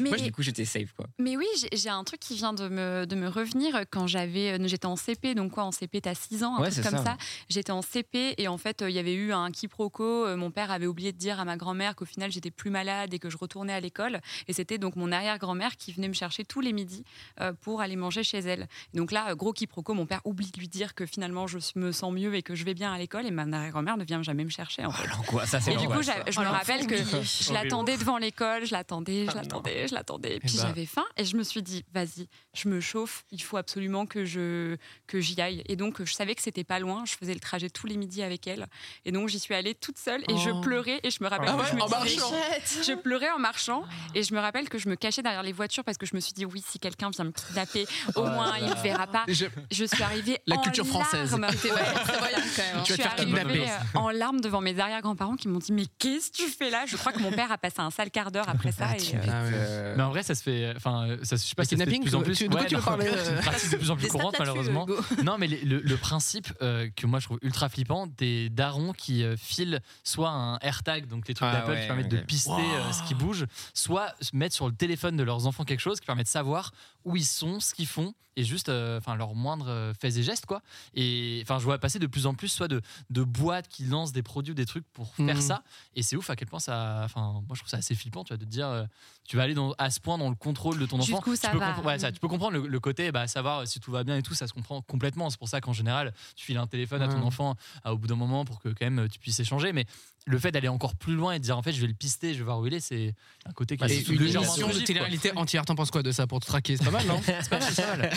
D: Mais,
E: Moi, du coup, j'étais safe, quoi.
D: mais oui, j'ai- j'ai un truc qui vient de me, de me revenir quand j'avais, euh, j'étais en CP, donc quoi, en CP, t'as 6 ans, un
E: Ouais,
D: truc
E: c'est
D: comme ça.
E: ça.
D: J'étais en CP et en fait, euh, il y avait eu un quiproquo. Euh, Mon père avait oublié de dire à ma grand-mère qu'au final, j'étais plus malade et que je retournais à l'école. Et c'était donc mon arrière-grand-mère qui venait me chercher tous les midis euh, pour aller manger chez elle. Donc là, euh, gros quiproquo, mon père oublie de lui dire que finalement, je me sens mieux et que je vais bien à l'école et ma arrière-grand-mère ne vient jamais me chercher. en fait.
E: Oh, l'angoisse, ça, c'est
D: Et du coup,
E: l'angoisse.
D: j'a-
A: Oh,
D: je me
B: l'enfant
D: rappelle que
B: oublié.
D: je l'attendais devant l'école, je l'attendais, je
E: Ah,
D: l'attendais, je l'attendais. Puis
A: bah.
D: j'avais faim et je me suis dit, vas-y, je me chauffe, il faut absolument que je que j'y aille. Et donc, je savais que c'était pas loin, je faisais le trajet tous les midis avec elle. Et donc, j'y suis allée toute seule et je
A: Oh.
D: pleurais et je me rappelle
A: Ah
D: que
A: ouais,
D: je me
A: en
D: disais-
A: marchant. Ah.
D: je pleurais en marchant et je me rappelle que je me cachais derrière les voitures parce que je me suis dit oui si quelqu'un vient me kidnapper au moins il ne verra pas
A: Et je-
D: je suis arrivée
A: Oh La
D: en
A: culture française.
D: larmes.
B: T'es- ouais, c'est voyant, quand même. hein.
A: Tu
D: Je
A: vas te
D: suis
A: faire
D: arrivée
A: kidnapper.
D: euh, en larmes devant mes arrière-grands-parents qui m'ont dit Mais qu'est-ce que tu fais là Je crois que mon père a passé un sale quart d'heure après ça. et, euh,
A: Ah ouais.
E: Euh,
C: Mais en vrai, ça se fait. Enfin, euh, ça se, je sais pas,
A: Le
C: ça se fait de
A: kidnapping,
C: plus en
A: tu-
C: plus.
A: tu- de quoi tu veux
C: non,
A: parler, euh
C: c'est une pratique de plus en plus
B: Des stats
C: courante,
B: là-dessus,
C: malheureusement.
B: Hugo.
C: Non, mais les- le, le principe euh, que moi je trouve ultra flippant, des darons qui euh, filent soit un AirTag, donc les trucs
E: Ah
C: d'Apple
E: ouais,
C: qui permettent de
E: ok.
C: pister
A: Wow.
C: euh, ce qui bouge, soit se mettre sur le téléphone de leurs enfants quelque chose qui permet de savoir où ils sont, ce qu'ils font, et juste, euh, enfin, leurs moindres euh, faits et gestes, quoi. Et enfin, je vois passer de plus en plus, soit de, de boîtes qui lancent des produits ou des trucs pour faire
A: Mhm.
C: ça, et c'est ouf à quel point ça. Enfin, moi je trouve ça assez flippant, tu vois, de te dire. euh, tu vas aller dans- à ce point dans le contrôle de ton enfant.
D: Jusqu'où ça
C: tu peux
D: va. mm.
C: compre- ouais, ça, tu peux comprendre le, le côté, bah, savoir si tout va bien et tout, ça se comprend complètement. C'est pour ça qu'en général, tu files un téléphone à ton
A: Ouais.
C: enfant à- au bout d'un moment pour que quand même tu puisses échanger. Mais le fait d'aller encore plus loin et de dire en fait, je vais le pister, je vais voir où il est, c'est un côté qui
A: Et
C: est
A: Bah, une
C: légèrement
A: émission de
C: intrusif, quoi.
A: télé-réalité entière, t'en penses quoi de ça pour te traquer C'est pas mal, non
C: C'est pas mal, c'est pas mal.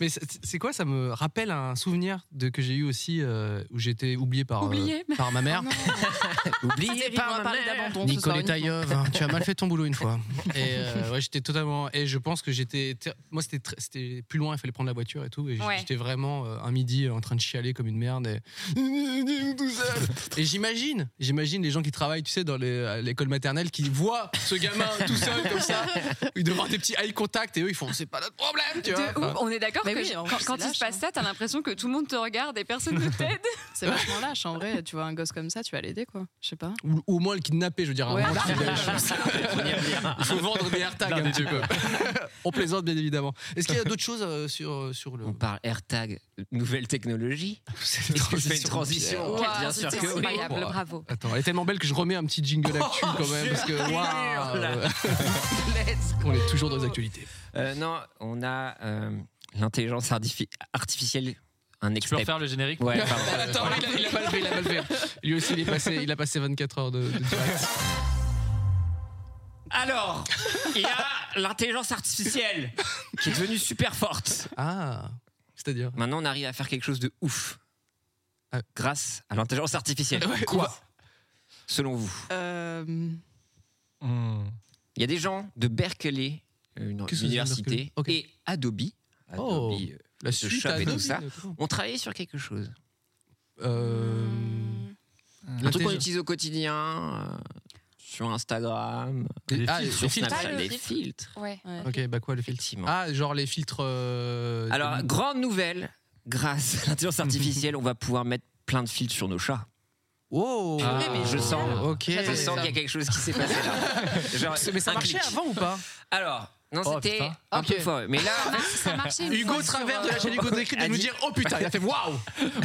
A: Mais c'est c'est quoi Ça me rappelle un souvenir de, que j'ai eu aussi euh, où j'étais oublié par, euh,
D: Oublié
A: par ma
B: hein.
A: mère.
E: Oubliez
B: Cyril, on
E: pas
B: va
E: ma
B: parler
E: mère.
B: d'abandon ce
A: Nicolas
B: soir, uniquement.
A: Taillov, hein, tu as mal fait ton boulot une fois. Et euh, ouais, j'étais totalement. Et je pense que j'étais. ter- Moi, c'était tr- c'était plus loin, il fallait prendre la voiture et tout. Et j-
D: Ouais.
A: j'étais vraiment euh, un midi euh, en train de chialer comme une merde. Et, tout seul. Et j'imagine, j'imagine les gens qui travaillent, tu sais, dans les- à l'école maternelle, qui voient ce gamin tout seul comme ça. Ils doivent avoir des petits eye contact et eux, ils font c'est pas notre problème, tu
D: de
A: vois.
D: ouf,
A: Enfin,
D: on est d'accord
B: Mais
D: que
B: oui,
D: je-
B: en
D: quand,
B: plus,
D: quand
B: c'est
D: il
B: lâche,
D: se passe
B: hein.
D: ça, t'as l'impression que tout le monde te regarde et personne ne t'aide.
B: C'est vachement lâche, en vrai. Tu vois un gosse comme ça, tu vas l'aider, quoi. Je sais pas.
A: ou, ou au moins le kidnapper, je veux dire. un
B: Ouais.
A: bon petit déj. Il faut vendre des AirTags un petit peu. On plaisante bien évidemment. Est-ce qu'il y a d'autres choses euh, sur, sur le.
E: On parle AirTag, nouvelle technologie.
A: C'est
E: Est-ce que je fais une transition
B: Pierre.
E: Bien
B: Wow,
E: sûr
B: c'était
E: que oui.
D: incroyable,
A: Bon,
D: bravo.
A: Attends, elle est tellement belle que je remets un petit jingle
E: Oh,
A: actu quand même parce que waouh,
E: là.
A: on est toujours dans les actualités.
E: Euh, non, on a euh, l'intelligence artifi- artificielle, un
C: Tu peux
E: expert.
C: refaire le générique
E: Ouais, pardon.
A: Attends, il a, il a mal fait, il a mal fait. Lui aussi, il est passé, il a passé 24 heures de, de direct.
E: Alors, il y a l'intelligence artificielle qui est devenue super forte.
A: Ah, c'est-à-dire
E: Maintenant, on arrive à faire quelque chose de ouf
A: Ah.
E: grâce à l'intelligence
A: bah.
E: artificielle.
A: Ouais.
E: Quoi Selon vous
B: Euh,
C: Hmm.
E: Il y a des gens de Berkeley, euh, une
A: Qu'est-ce que c'est, Berkeley
E: université,
A: Ok.
E: et Adobe,
A: Oh.
E: Adobe, euh,
A: La
E: de
A: suite
E: shop
A: à
E: et tout
A: Adobe,
E: ça.
A: d'accord.
E: ont travaillé sur quelque chose.
A: Euh,
E: Un truc
A: thèse.
E: qu'on utilise au quotidien, euh, sur Instagram,
A: Des- ah,
C: filtres,
A: les
E: sur
A: filtres.
D: Ah,
E: Snapchat,
D: le
E: des
D: filtre.
E: filtres.
D: Ouais.
A: Ok, bah quoi les filtres
E: Effectivement.
A: Ah, genre les filtres. euh,
E: Alors, grande nouvelle, grâce à l'intelligence artificielle, on va pouvoir mettre plein de filtres sur nos chats.
A: Wow
E: Ah, mais je sens-
A: Ok.
B: Ah,
E: Je sens qu'il y a quelque chose qui s'est passé là. Genre,
A: Mais ça
E: un
A: marchait
E: clic.
A: avant ou pas
E: Alors, non,
C: Oh,
E: c'était
C: putain.
E: un peu
A: Ok.
E: fort. Mais là,
D: Ah, si, ça marchait une
A: Hugo
D: fois sur,
A: Travers de
D: euh,
A: la chaîne Hugo Décrypte
E: a
A: de nous
E: dit-
A: dire Oh putain, il a fait waouh
E: Donc,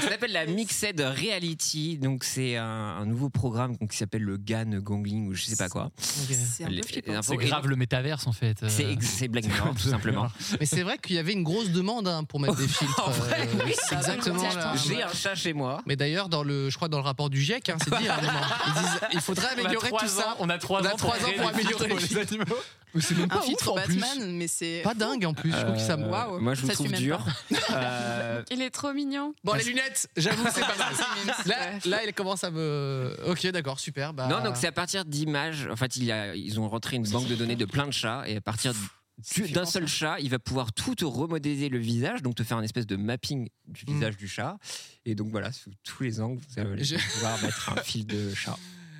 E: ça s'appelle la Mixed Reality. Donc, c'est un, un nouveau programme donc, qui s'appelle le GAN Gongling ou je sais pas quoi.
B: C'est un
E: Les-
B: peu flippant.
E: les infos-
C: C'est grave le métaverse en fait. euh.
E: C'est ex- c'est Black Mirror, tout simplement.
A: Mais c'est vrai qu'il y avait une grosse demande hein, pour mettre des filtres.
E: En vrai,
A: euh,
E: oui.
A: c'est exactement
B: Ah,
D: J'ai-
A: là.
E: J'ai un chat chez moi.
A: Mais d'ailleurs, dans le, je crois dans le rapport du GIEC, hein, c'est dit à un moment. Ils disent il faudrait
C: On a
A: améliorer
C: trois
A: tout
C: ans-
A: ça.
C: On a trois
A: On a
C: ans pour
A: trois ans
C: créer
A: pour
C: des filtres
A: améliorer les
C: pour les
A: filtres.
C: animaux.
A: Mais C'est même
B: Un
A: pas ouf
B: filtre
A: en plus.
B: Batman, mais c'est.
A: Pas dingue en plus. Je trouve que ça me.
E: Euh,
B: Waouh.
E: Moi, je vous
B: Ça
E: trouve
B: suit même
E: dur. Euh,
D: Il est trop mignon.
A: Bon, les lunettes, j'avoue, c'est pas mal.
B: C'est
A: Là, là, il commence à me. Ok, d'accord, super. Bah...
E: Non, donc c'est à partir d'images. En fait, il y a- ils ont rentré une banque de données de plein de chats et à partir du- d'un seul chat, il va pouvoir tout te remodéliser le visage, donc te faire un espèce de mapping du
A: Mm.
E: visage du chat. Et donc voilà, sous tous les angles, vous allez
A: Je-
E: pouvoir mettre un fil de chat.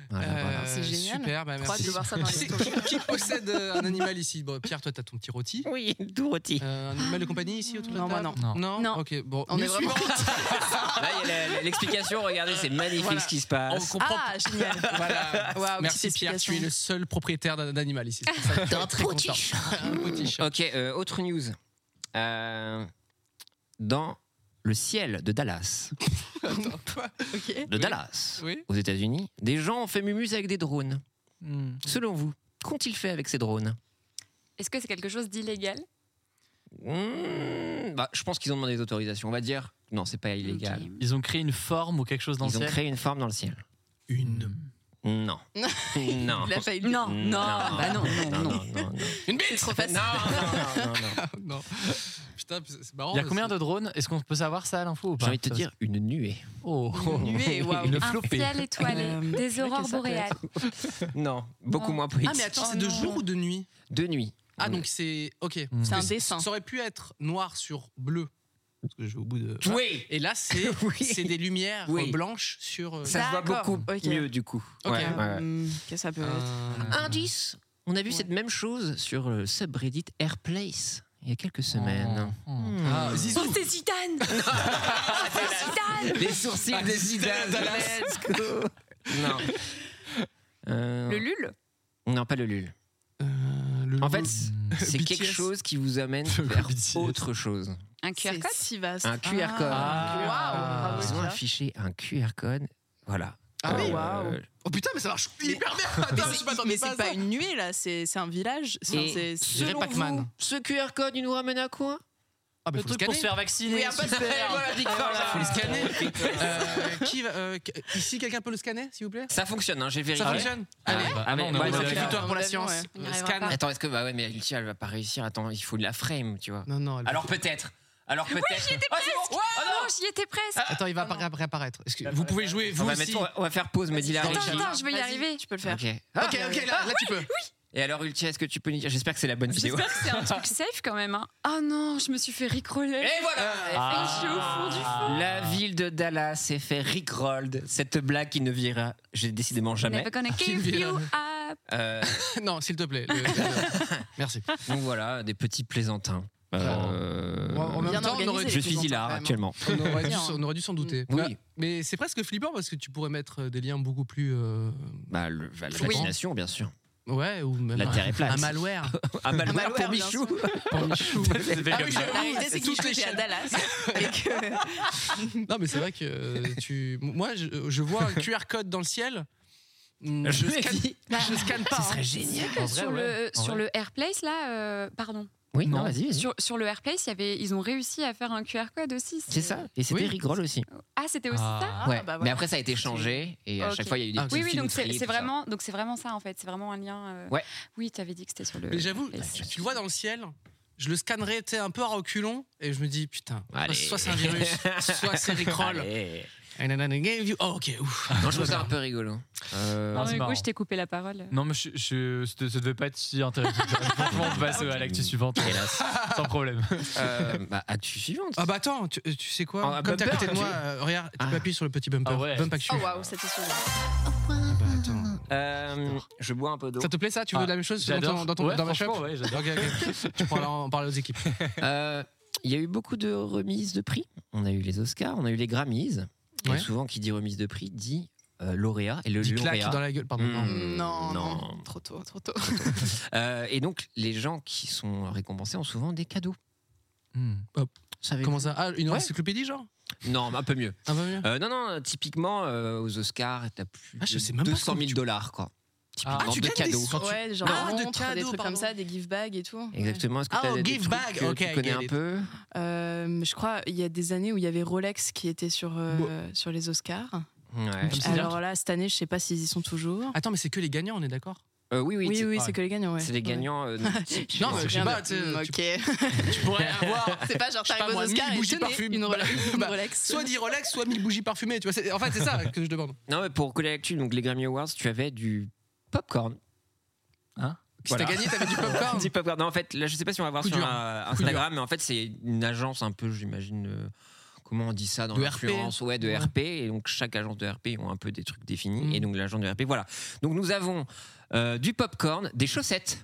E: Voilà,
A: Euh,
E: voilà.
B: C'est génial.
A: Super, bah,
B: Trop hâte
A: merci.
B: de voir ça dans les
A: C'est-
B: photos.
A: qui, qui possède euh, un animal ici Bon, Pierre, toi, t'as ton petit rôti.
E: Oui, Dorothy.
A: Euh, un animal de compagnie ici autour de la
B: Non, moi,
A: table
C: non.
A: Non.
D: Non.
A: Ok, bon.
B: On est
A: News
B: vraiment-
A: suivante.
E: Là, il y a la- l'explication. Regardez, c'est magnifique
A: Voilà.
E: ce qui se
A: On
E: passe.
A: comprend.
B: Ah, génial.
A: Voilà.
B: Waouh,
A: Merci
B: petite
A: Pierre, tu es
B: explication.
A: le seul propriétaire d'un d'un animal ici. C'est pour ça que je suis très content. Un petit chat.
E: Ok, euh, autre news. Euh, dans le ciel de Dallas,
A: Attends, quoi
B: Ok.
E: de Dallas,
A: Oui.
E: aux États-Unis, des gens ont fait mumuse avec des drones. Selon vous, qu'ont-ils fait avec ces drones
D: Est-ce que c'est quelque chose d'illégal
E: Mmh, bah, Je pense qu'ils ont demandé des autorisations. On va dire, non, c'est pas illégal.
D: Ok.
C: Ils ont créé une forme ou quelque chose dans
E: Ils
C: le
E: ont
C: ciel.
E: créé une forme dans le ciel.
A: Une.
E: Non. non.
B: Il a failli.
D: Non,
E: Non,
D: non. Bah non, non,
E: non,
D: non.
E: non, non, non.
A: Une bite
B: trop facile.
E: Non, non, non, non.
A: Non. Putain, c'est marrant.
C: Il y a
A: parce
C: combien
A: que-
C: de drones Est-ce qu'on peut savoir ça à l'info ou pas
E: J'ai envie de te dire une nuée.
C: Oh.
B: Une nuée, waouh.
C: Une
D: Un
C: flopée.
D: ciel étoilé,
B: Euh,
D: des aurores
B: ça peut
D: boréales.
E: Non, beaucoup moins poétique.
A: Ah, mais attends, c'est
D: Oh
A: de
D: non.
A: jour ou de nuit
E: De nuit.
A: Ah, donc c'est. Ok.
C: Mm.
B: C'est un
A: Parce que
B: dessin.
A: Ça aurait pu être noir sur bleu. Parce que je vais au bout de.
E: Oui
A: Et là, c'est
E: Oui.
A: c'est des lumières
E: Oui.
A: euh, blanches sur. euh,
E: Ça se voit
B: D'accord,
E: beaucoup
B: ok.
E: mieux du coup.
A: Ok.
E: Ouais, ouais, ouais.
B: Hum, Qu'est-ce que ça peut être
A: un-
E: Mm. Indice On a vu
B: Ouais.
E: cette même chose sur le subreddit Airplace il y a quelques semaines.
C: Oh.
E: Hmm.
A: Ah, Zizou.
D: Oh, c'est Zidane C'est Zidane
E: Les sourcils des Zidane. Let's go. Non. Euh,
D: Le Lul
E: non, pas le lul.
A: Euh, le
E: En fait,
A: loup.
E: c'est
A: BTS.
E: quelque chose qui vous amène
C: Le
E: vers
C: BTS.
E: autre chose.
D: Un QR code
B: C'est si vaste.
E: Un QR code.
C: Ah.
B: Ah,
E: Ils ont affiché un QR code. Voilà.
A: Ah oui.
E: Euh,
A: Oh putain, mais ça marche hyper bien. Attends, je
B: Bravo,
A: m'attendais
B: Mais
A: pas à
B: c'est pas
A: ça.
B: une nuée là, c'est c'est un village. Enfin,
E: Et
B: c'est-
A: Je dirais
E: selon
A: Pac-Man.
E: vous, Ce QR code, il nous ramène à quoi
A: Ah, mais
C: Le
A: faut le
C: truc pour
A: scanner.
C: se faire vacciner.
E: Oui, un peu-
C: super.
E: voilà, Big Four, là.
A: Faut le scanner. Euh, qui va- euh, qu- ici, quelqu'un peut le scanner, s'il vous plaît
E: Ça fonctionne, hein, j'ai vérifié.
A: Ça fonctionne Allez.
C: Ah, bah,
E: Ah, mais
C: non,
E: moi,
C: on est
E: j'ai
C: au-
E: fait
A: Victoire pour la
B: Ouais.
A: science.
B: On
D: y
A: Euh,
D: arrivera
A: Scan.
D: pas.
E: Attends, est-ce que bah ouais, mais Ulti, elle va pas réussir. Attends, il faut de la frame, tu vois.
A: Non, non. elle-
E: Alors peut-être. Alors peut-être. Ah, c'est bon. Ouais,
D: Oh non, j'y étais presque
A: Attends, il va appara- réapparaître. Est-ce que vous pouvez jouer vous
E: on, va
A: aussi
E: mettre- on va- on va faire pause, me dit la
A: Attends,
E: régie.
D: Attends, attends, je vais y
B: Vas-y,
D: arriver.
B: Tu peux le faire.
E: Ok. Ah,
A: Ok, ok, là, là, tu peux.
E: Et alors, Ulti, est-ce que tu peux nous dire J'espère que c'est la bonne vidéo.
D: J'espère que c'est un truc safe quand même. hein. Oh non, je me suis fait rickroller.
A: Eh,
E: Et voilà
D: Ah.
A: euh,
D: je suis au fond du fond.
E: La ville de Dallas s'est fait Rickrolled. Cette blague qui ne vira, j'ai décidément jamais.
D: Never gonna
A: Aucune
D: give you
A: virale.
D: up.
E: Euh,
A: Non, s'il te plaît. le- Merci.
E: donc voilà, des petits plaisantins. Euh,
A: Ouais, en même
B: Bien
A: temps, on aurait,
B: organisé.
E: je suis là
B: Vraiment.
E: actuellement.
A: on aurait dû,
B: Bien.
A: on aurait dû s'en douter.
E: Oui.
A: Bah, mais c'est presque flippant parce que tu pourrais mettre euh, des liens beaucoup plus. euh,
E: Bah, le, la
A: Oui.
E: vaccination, bien sûr.
A: Ouais, ou même
E: La
A: un-
E: Terre est plate.
A: un malware.
E: Ah, malware
B: malware,
E: pour
B: bien
E: Michou.
A: Pour Michou. Ah oui,
B: La réalité, c'est que
A: Toutes
B: je
A: les
B: suis à
A: chaînes.
B: Dallas et que
A: Non, mais c'est vrai que euh, tu. Moi, je, je vois un QR code dans le ciel. Mm,
E: Je
A: Je
E: l'ai
A: scanne,
E: dit.
A: je scanne pas.
E: Ce
A: hein.
E: serait génial.
C: En vrai,
D: Sur,
C: ouais.
D: le,
C: En
D: sur
C: vrai.
D: le Airplace, là, euh, pardon.
E: Oui, non,
C: Non.
E: vas-y, vas-y.
D: Sur, sur le Airplace, il y avait, ils ont réussi à faire un QR code aussi.
E: C'est ça. Et c'était
A: Oui.
E: Rickroll aussi.
D: Ah, c'était aussi
C: Ah.
D: ça
E: ouais.
B: bah voilà.
E: Mais après, ça a été changé. Et à
D: Ok.
E: chaque fois, il y a eu des
A: Ah,
E: petits
D: Oui, oui, donc
E: filtres et
D: c'est c'est
E: tout ça.
D: vraiment, donc c'est vraiment ça en fait. C'est vraiment un lien. euh,
E: Ouais.
D: Oui, tu avais dit que c'était sur le.
A: Mais j'avoue,
D: Airplace.
A: tu le vois dans le ciel. Je le scannerais tu sais, un peu à reculons et je me dis putain,
E: Allez.
A: soit c'est un virus, soit c'est Rickroll.
E: Allez.
A: And then I gave you- Oh, ok, ouf.
E: Moi, je trouve ça un peu rigolo. Euh,
C: Non,
D: Non,
C: c'est
D: Hugo,
C: marrant.
D: je t'ai coupé la parole.
C: Non, mais je, je- c'était- ça devait pas être si intéressant. Franchement, on passe à l'actu suivante. Sans problème.
E: euh, bah, actu suivante.
A: Ah bah attends, tu, tu sais quoi
E: Ah,
A: Comme t'es à côté
E: bumper,
A: de
E: tu-
A: moi, euh, regarde, tu
E: Ah.
A: peux appuyer sur le petit bumper.
C: Ah ouais.
A: Bump action.
B: Oh waouh, c'était sûr.
A: Ah bah attends.
E: Euh, je bois un peu d'eau.
A: Ça te plaît ça Tu veux
C: Ah,
A: de la même chose dans
C: J'adore.
A: ton, dans ton
C: Ouais,
A: dans ma shop
C: franchement, ouais, j'adore.
A: Ok, ok. Tu pourras en parler aux équipes.
E: Euh, Il y a eu beaucoup de remises de prix. On a eu les Oscars, on a eu les Grammys. Et
A: Ouais.
E: souvent, qui dit remise de prix dit euh, lauréat. Et le
A: Dis claque
E: lauréat.
A: dans la gueule, pardon. non.
E: Hmm,
B: Non, non, trop tôt, trop tôt.
E: Euh, et donc, les gens qui sont récompensés ont souvent des cadeaux. Hum.
A: Hop.
E: Savez-vous
A: Comment ça Ah, une
E: Ouais.
A: encyclopédie genre
E: Non, mais un peu mieux.
A: Ah bah mieux.
E: Euh, non, non, typiquement, euh, aux Oscars, t'as plus
A: Ah, je
E: de
A: sais même pas
E: 200 000
A: comment tu-
E: dollars, quoi. Typiquement,
C: Ah,
A: tu
E: de
A: gagnes des
E: cadeaux.
A: sous. Quand tu-
B: Ouais, genre
A: Ah, de
B: des montres,
A: cadeaux,
B: des trucs
A: pardon.
B: comme ça, des gift bags et tout.
E: Exactement. Est-ce que
A: Ah,
E: t'as des
A: give
E: trucs
A: back,
E: que
A: ok,
E: tu
A: I
E: connais
A: get
E: un
A: it.
E: peu
B: Euh, je crois il y a des années où il y avait Rolex qui était sur, euh, sur les Oscars.
E: Ouais.
C: Comme ça.
B: Alors là, cette année, je sais pas s'ils y sont toujours.
A: Attends, mais c'est que les gagnants, on est d'accord
E: Euh, oui, oui.
B: oui, oui,
E: c'est-
B: c'est que les gagnants, ouais.
E: C'est les gagnants. euh,
A: Non, mais je sais pas, tu sais,
B: Hmm,
A: tu-
B: Ok.
A: Tu pourrais avoir
B: c'est pas genre
A: sais pas,
B: t'arrives aux
A: moi,
B: Oscars
A: mille
B: et
A: bougies
B: tenez,
A: parfumées.
B: une, Rolex- une
A: Bah,
B: Rolex.
A: soit 10 Rolex, soit 1000 bougies parfumées. Tu vois, c'est- en fait, c'est ça que je demande.
E: Non, mais pour coller l'actu, donc les Grammy Awards, tu avais du popcorn.
A: Si
E: Voilà.
A: t'as gagné, t'avais du popcorn.
E: Du popcorn. Non, en fait, là, je sais pas si on va voir
A: Coup
E: sur
A: dur.
E: euh,
A: Coup
E: Instagram, mais en fait, c'est une agence un peu, j'imagine. euh, Comment on dit ça dans
A: De RP.
E: l'influence Ouais, de
A: Ouais.
E: RP. Et donc, chaque agence de RP ont un peu des trucs définis.
A: Mm.
E: Et donc, l'agent de RP, voilà. Donc, nous avons euh, du popcorn, des chaussettes.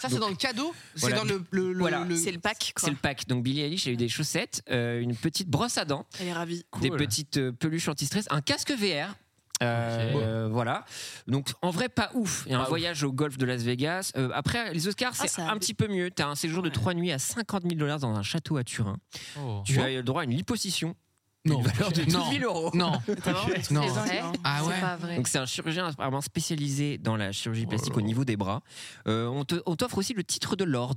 A: Ça, c'est dans le cadeau. C'est
E: Voilà.
A: dans le. le, le-
E: Voilà.
A: le-
B: C'est le pack, quoi.
E: C'est le pack. Donc Billie Eilish a eu des chaussettes, euh, une petite brosse à dents,
B: Elle est ravie.
C: Cool.
E: des petites euh, peluches anti-stress, un casque VR. Euh, Voilà. Donc en vrai pas ouf. Il y a un
C: Pas
E: voyage au golf de Las Vegas. Euh, après les Oscars c'est
B: Ah, ça a-
E: un petit peu mieux. T'as un séjour de trois nuits à 50 000 dollars dans un château à Turin.
C: Oh.
E: Tu as eu le droit à une liposuction.
A: Non.
E: Une valeur de 12
A: Non.
E: 000 euros.
A: Non. Non.
B: C'est dingue,
D: Ouais.
B: hein.
A: Ah ouais.
D: C'est pas vrai.
E: Donc c'est un chirurgien apparemment spécialisé dans la chirurgie plastique au niveau des bras. Euh, on te- on t'offre aussi le titre de Lord.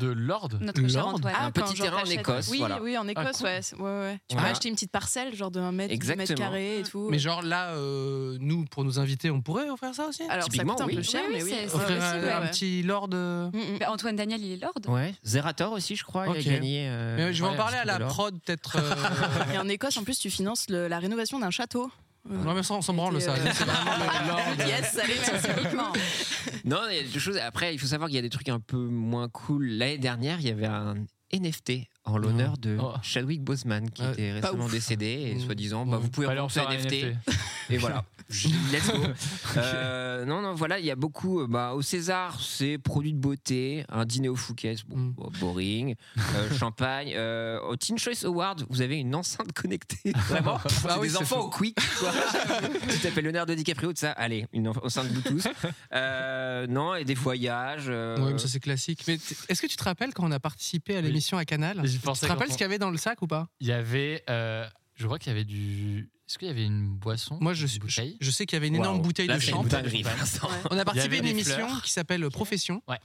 C: De l'ordre
D: Notre cher
A: Lord.
D: Antoine.
E: Un petit
B: Ah, quand genre
E: terrain en
B: t'achètes-
E: Écosse,
B: Oui,
E: voilà.
B: oui, en Écosse,
C: cool.
B: ouais. c'est- ouais, ouais. Tu
E: Voilà.
B: peux acheter une petite parcelle, genre de 1 mètre, 10 mètres
E: Exactement.
B: carré et tout.
A: Mais genre là, euh, nous, pour nous inviter, on pourrait offrir ça aussi
B: Alors, ça
E: typiquement,
B: coûte un
E: oui.
B: peu cher,
D: Oui, oui,
B: mais oui.
D: c'est- c'est
A: Offrir
D: possible,
A: un, un
B: ouais.
A: petit lord. euh,
B: Mm, mm.
D: Bah, Antoine Daniel, il est lord.
E: Ouais. Zerator aussi je crois. il a
A: Ok.
E: gagné. euh,
A: Mais je vais en
E: ouais,
A: parler
E: le
A: à
E: titre
A: la
E: de Lord.
A: prod, peut-être. euh,
B: Et en Écosse, en plus, tu finances le- la rénovation d'un château.
A: Non, mais ça, on s'en
E: Oh,
A: branle, ça.
B: Et, euh,
A: C'est vraiment le lord.
B: Yes, allez, merci beaucoup.
E: Non, il y a des choses. Après, il faut savoir qu'il y a des trucs un peu moins cool. L'année dernière, il y avait un NFT en
A: Ah.
E: l'honneur de
C: Oh.
E: Chadwick Boseman qui
A: Ouais,
E: était récemment
A: Ah, ouf.
E: décédé et
A: Mm.
E: soi-disant, bah,
A: Ouais.
E: vous pouvez
C: Fallait en
E: relancer
C: faire un
E: NFT.
C: NFT.
E: Et voilà. Let's go. Euh, non, non, voilà, il y a beaucoup. euh, Bah, au César, c'est produits de beauté, un dîner au Fouquet, bon,
A: Mm.
E: bon, boring, euh, champagne. euh, au Teen Choice Award, vous avez une enceinte connectée. Vraiment, c'est
A: Ah oui,
E: des
A: c'est
E: enfants
A: fou.
E: au quick. quoi. tu t'appelles Leonardo DiCaprio, de ça. Allez, une en- enceinte Bluetooth. Euh, non, et des voyages. euh,
A: Ouais, mais ça, c'est classique. Mais t- est-ce que tu te rappelles quand on a participé à
C: Oui.
A: l'émission à Canal
C: J'y
A: Tu te
C: pensais
A: rappelles
C: quand
A: ce qu'il y avait dans le sac ou pas
C: Il y avait. euh, je crois qu'il y avait du. Est-ce qu'il y avait une boisson
A: Moi, je,
C: Une
A: je-
C: bouteille
A: je sais qu'il y avait une énorme
E: waouh.
A: bouteille
E: Là,
A: de
E: c'est une
A: champ.
E: dinguerie, Vincent.
B: Ouais.
A: On a participé
C: avait
A: à une
C: des
A: émission
C: fleurs.
A: qui s'appelle Profession.
C: Ouais.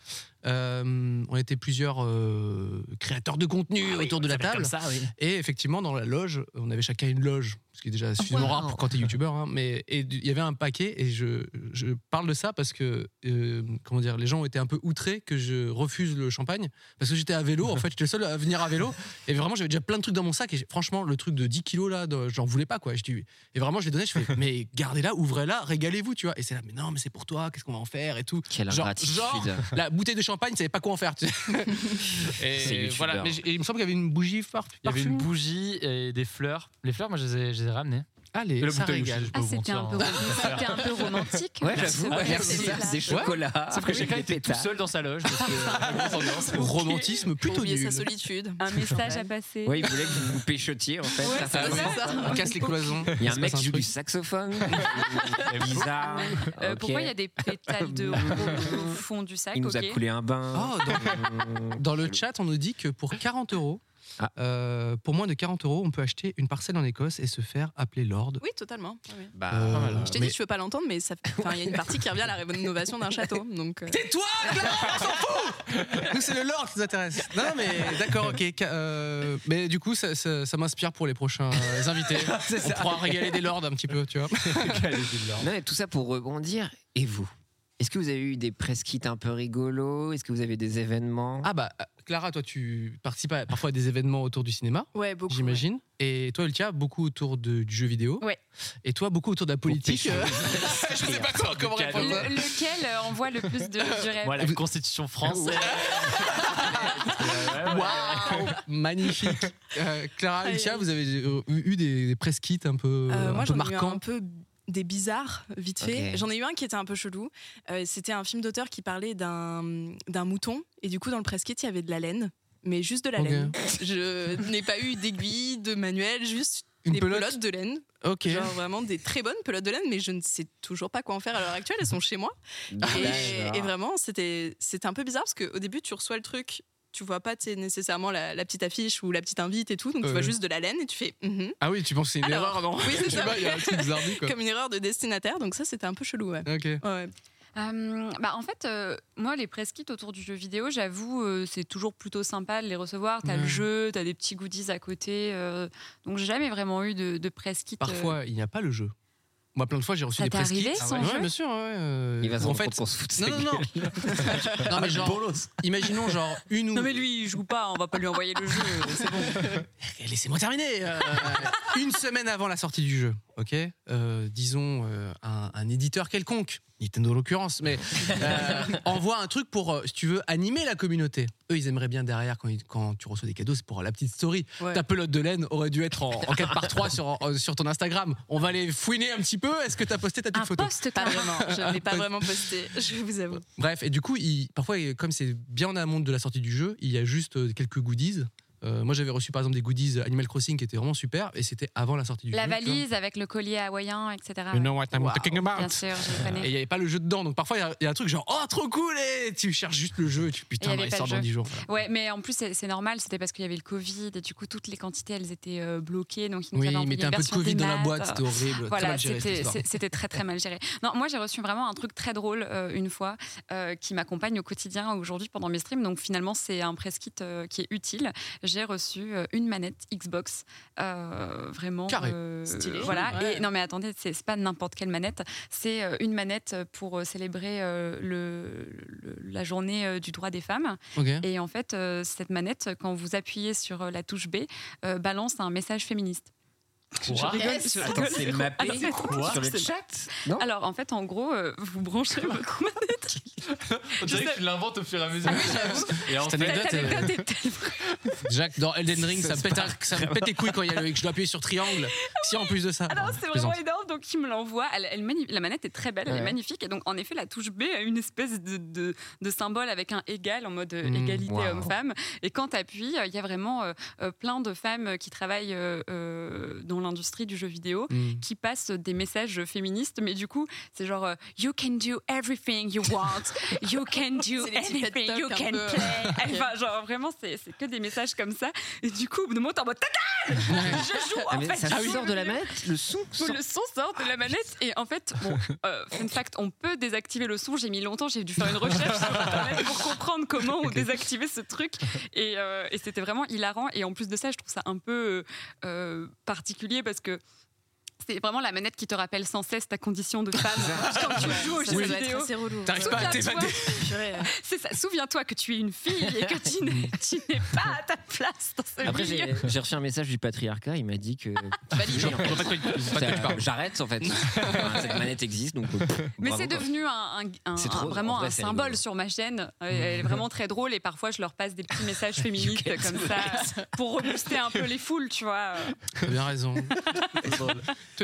A: Euh, on était plusieurs euh, créateurs de contenu
C: Ah oui,
A: autour de
C: ça
A: la
C: fait comme
A: table.
C: ça, oui.
A: Et effectivement, dans la loge, on avait chacun une loge, ce qui est déjà suffisamment rare pour quand t'es youtubeur. hein, mais et du- il y avait un paquet, et je, je parle de ça parce que euh, comment dire, les gens ont été un peu outrés que je refuse le champagne parce que j'étais à vélo. En fait, j'étais le seul à venir à vélo, et vraiment j'avais déjà plein de trucs dans mon sac. Et j'ai- franchement, le truc de 10 kilos là, de- j'en voulais pas quoi. Je dis, et vraiment, je l'ai donné. Je fais, mais gardez-la, ouvrez-la, régalez-vous, tu vois. Et c'est là, mais non, mais c'est pour toi. Qu'est-ce qu'on va en faire et tout.
E: Quelle
A: Genre-
E: ingratitude.
A: genre- La bouteille de champagne, savait pas quoi en faire. tu sais.
E: C'est
A: et
E: youtubeur.
A: voilà. Mais j- et il me semble qu'il y avait une bougie par-
C: hein. Il y avait
A: parfumée.
C: une bougie et des fleurs. Les fleurs, moi, je les ai, je les ai ramenées.
A: Allez,
C: Et la
A: ça
C: bouteille aussi,
A: régale.
C: je peux
D: Ah,
C: vous
D: c'était un, peu
C: mentir, hein.
D: c'était un peu romantique.
E: Ouais, j'avoue,
C: Ah,
E: ouais,
C: merci.
E: merci.
D: Merci.
E: Des chocolats.
A: Ah,
C: Sauf que chacun était tout seul dans sa loge. donc,
D: Ah,
C: euh, grosse ambiance.
A: romantisme plutôt
B: oublier
A: nul.
B: sa solitude.
D: Un message à passer.
E: Ouais, il voulait que vous vous péchotiez en fait.
B: Ouais,
E: Ça,
B: c'est
E: ça,
B: ça.
A: On Ah, casse les cloisons.
E: Il y a un
A: se
E: mec
A: passe
E: qui joue
A: truc.
E: du saxophone. Bizarre.
D: Euh,
E: Ok.
D: Pourquoi il y a des pétales de rose au fond du sac
E: Il nous
D: ok.
E: a coulé un bain. Euh,
A: Oh, Dans le chat, on nous dit que pour 40 euros,
E: Ah.
A: euh, pour moins de 40 euros, on peut acheter une parcelle en Écosse et se faire appeler Lord.
B: Oui, totalement. ouais, ouais.
E: Bah,
A: Euh,
E: pas mal.
B: Je t'ai
A: mais-
B: dit, je peux pas l'entendre, mais ça- enfin, il y a une partie qui revient à la rénovation d'un château. Donc, euh,
A: Tais-toi, Lord, on s'en fout Nous, c'est le Lord qui nous intéresse. Non, non, mais d'accord, ok. ca- euh, mais du coup, ça, ça- ça m'inspire pour les prochains euh, invités.
E: C'est
A: on pourra régaler des Lords un petit peu, tu vois.
C: Allez, c'est de l'or.
E: Non, mais tout ça pour rebondir. Et vous Est-ce que vous avez eu des press kits un peu rigolos Est-ce que vous avez des événements
A: Ah bah, euh, Clara, toi, tu participes à- parfois à des événements autour du cinéma,
B: Ouais, beaucoup.
A: j'imagine. Et toi, Ultia, beaucoup autour de- du jeu vidéo.
D: Ouais.
A: Et toi, beaucoup autour de la politique.
E: pécho.
A: euh, Je sais pas comment- comment
C: cadeau.
A: répondre.
D: Le- lequel euh, envoie le plus de du rêve
C: Moi, la Constitution française. Ouais, ouais, ouais.
A: Waouh Magnifique Euh, Clara,
B: Aïe,
A: Ultia,
B: aïe.
A: vous avez euh, eu, eu des, des press kits un peu,
B: Euh,
A: un
B: moi,
A: peu
B: j'en ai eu
A: marquants
B: un peu des bizarres, vite fait.
E: Ok.
B: J'en ai eu un qui était un peu chelou. Euh, C'était un film d'auteur qui parlait d'un d'un mouton. Et du coup, dans le press kit, il y avait de la laine. Mais juste de la
A: Ok.
B: laine. Je n'ai pas eu d'aiguille, de manuel, juste
A: Une
B: des
A: pelote
B: pelotes de laine.
A: Ok.
B: Genre vraiment des très bonnes pelotes de laine, mais je ne sais toujours pas quoi en faire à l'heure actuelle. Elles sont chez moi.
A: Ah,
B: Et, et vraiment, c'était c'était un peu bizarre parce qu'au début, tu reçois le truc, tu vois pas tu sais, nécessairement la, la petite affiche ou la petite invite et tout, donc tu
A: Euh.
B: vois juste de la laine et tu fais mhm.
A: Ah oui, tu penses que c'est une
B: Alors,
A: erreur, non
B: oui, c'est
A: Je sais
B: ça.
A: pas, il y a un truc bizarre quoi.
B: comme une erreur de destinataire, donc ça c'était un peu chelou. Ouais.
A: Ok.
B: Ouais.
D: Euh, bah, en fait, euh, moi, les press kits autour du jeu vidéo, j'avoue, euh, c'est toujours plutôt sympa de les recevoir. T'as
A: Ouais.
E: Hmm.
D: le jeu, t'as des petits goodies à côté. euh, donc, j'ai jamais vraiment eu de, de press kit. euh,
A: Parfois, il n'y a pas le jeu. Moi, plein de fois, j'ai reçu
D: Ça
A: des
D: t'est
A: press kits.
D: arrivé, sans
A: ouais,
D: jeu
A: bien sûr, ouais. euh,
E: Il va se
A: en
E: rendre
A: fait,
E: compte qu'on se fout de sa
A: non, non, non. non, mais genre, imaginons genre une ou
D: Non, mais lui, il joue pas, on va pas lui envoyer le jeu. C'est bon.
A: Eh, Laissez-moi terminer. euh, une semaine avant la sortie du jeu, ok. Euh, disons euh, un, un éditeur quelconque, Nintendo en l'occurrence, mais euh, envoie un truc pour, euh, si tu veux, animer la communauté. Eux, ils aimeraient bien derrière quand, ils- quand tu reçois des cadeaux, c'est pour la petite story.
B: Ouais.
A: Ta pelote de laine aurait dû être en, 4 par 3 sur, en- sur ton Instagram. On va aller fouiner un petit peu. Est-ce que t'as posté ta petite
D: Un hein.
A: photo
D: poste,
B: Pas
D: quand même.
B: vraiment, je n'ai pas vraiment posté, je vous avoue.
A: Bref, et du coup, il- parfois, il- comme c'est bien en amont de la sortie du jeu, il y a juste euh, quelques goodies. Euh, moi, j'avais reçu par exemple des goodies Animal Crossing qui étaient vraiment super, et c'était avant la sortie du jeu.
D: La
A: tu vois.
D: valise avec le collier hawaïen, etc.
A: You know what I'm
D: Wow.
A: talking about.
D: Bien sûr, je le
A: Et
D: connais.
A: il n'y avait pas le jeu dedans, donc parfois il y a- il y, a un truc genre oh trop cool et tu cherches juste le jeu, et tu
D: Et il
A: putain
D: y
A: bah,
D: avait
A: il
D: pas
A: sort
D: le
A: dans
D: jeu.
A: 10 jours. voilà.
D: Ouais, mais en plus, c'est c'est normal, c'était parce qu'il y avait le Covid et du coup, toutes les quantités, elles étaient euh, bloquées. Donc, ils nous
A: Oui,
D: avaient
A: ils
D: envoyé
A: mettaient un
D: une
A: peu de
D: version des
A: Covid dans la
D: maths.
A: boîte, c'était horrible, très
D: Voilà,
A: mal géré cette
D: c'était
A: histoire.
D: c'est- c'était très très mal géré. Non, moi j'ai reçu vraiment un truc très drôle euh, une fois euh, qui m'accompagne au quotidien aujourd'hui pendant mes streams. Donc finalement c'est un press kit euh, qui est utile. J'ai reçu euh, une manette Xbox euh, vraiment
A: Carré.
D: euh,
B: Stylé.
D: Voilà.
A: Ouais.
D: Et non mais attendez, c'est c'est pas n'importe quelle manette. C'est euh, une manette pour euh, célébrer euh, le, le- la journée euh, du droit des femmes.
A: Ok.
D: Et en fait euh, cette manette quand vous appuyez sur euh, la touche B euh, balance un message féministe.
C: Quoi
E: Attends, c'est
C: Ah,
E: mappé
D: Alors,
C: Quoi
E: sur le
D: Ah, c'est-
E: chat Non
D: Alors en fait en gros euh, vous branchez votre manette. Ah
C: On dirait que tu l'inventes au fur et à mesure. Et en
A: Cette
C: fait,
A: anecdote,
D: Cette
A: euh,
D: anecdote est telle vraie.
A: Jacques, dans Elden Ring,
E: Ça
A: ça,
E: se
A: pète, un- ça me pète les couilles quand il y a le, je dois appuyer sur triangle. Si en plus de ça.
D: Alors
A: Non,
D: Ah c'est
A: je
D: vraiment
A: plaisante.
D: énorme, donc il me l'envoie. Elle, elle mani- la manette est très belle, elle
E: Ouais.
D: est magnifique. Et donc en effet, la touche B a une espèce de, de- de symbole avec un égal en mode euh,
A: Mmh,
D: égalité
E: wow.
D: homme-femme. Et quand tu appuies, il y a vraiment euh, euh, plein de femmes qui travaillent euh, euh, dans l'industrie du jeu vidéo
A: Mm.
D: qui passent des messages féministes, mais du coup, c'est genre euh, You can do everything you want, you can do
B: C'est les petits pep
D: anything,
B: talk
D: you
B: un
D: can
B: peu.
D: play. Enfin, genre vraiment, c'est c'est que des messages comme ça. Et du coup, au bout d'un moment, t'es en mode Ta gueule Je joue
E: Ah,
D: en
E: mais
D: fait
E: ça
D: je
E: sort
D: veux
E: de la
D: mieux.
E: manette Le son sort-
D: Le son sort
B: Ah,
D: de la manette et en fait, bon, euh, fun fact, on peut désactiver le son. J'ai mis longtemps, j'ai dû faire une recherche sur internet pour comprendre comment on désactivait ce truc et, euh, et c'était vraiment hilarant. Et en plus de ça, je trouve ça un peu euh, euh, particulier parce que. C'est vraiment la manette qui te rappelle sans cesse ta condition de femme. Quand tu joues aux
B: Ça,
D: jeux
B: ça doit être
D: vidéo,
B: assez relou.
A: T'arrives pas à
D: souviens-toi-
A: t'évader.
B: Purée, euh,
D: c'est ça. Souviens-toi que tu es une fille et que tu n'es tu n'es pas à ta place dans ce
E: Après,
D: milieu.
E: j'ai j'ai reçu un message du patriarcat, il m'a dit que.
C: genre, je vois pas de quoi il- je vois pas de quoi il
E: Ça-
C: parle.
E: J'arrête en fait. Enfin, Cette manette existe donc. euh,
D: Mais
E: bravo,
D: c'est
E: quoi.
D: devenu un, un- un-
E: C'est trop-
D: un- vraiment
E: en vrai,
D: un
E: c'est
D: symbole
E: rigolo. Mm-hmm.
D: sur ma chaîne. Euh, Elle est vraiment très drôle et parfois je leur passe des petits messages féministes comme ça euh, pour rebooster un peu les foules, tu vois.
A: T'as bien raison. Toi,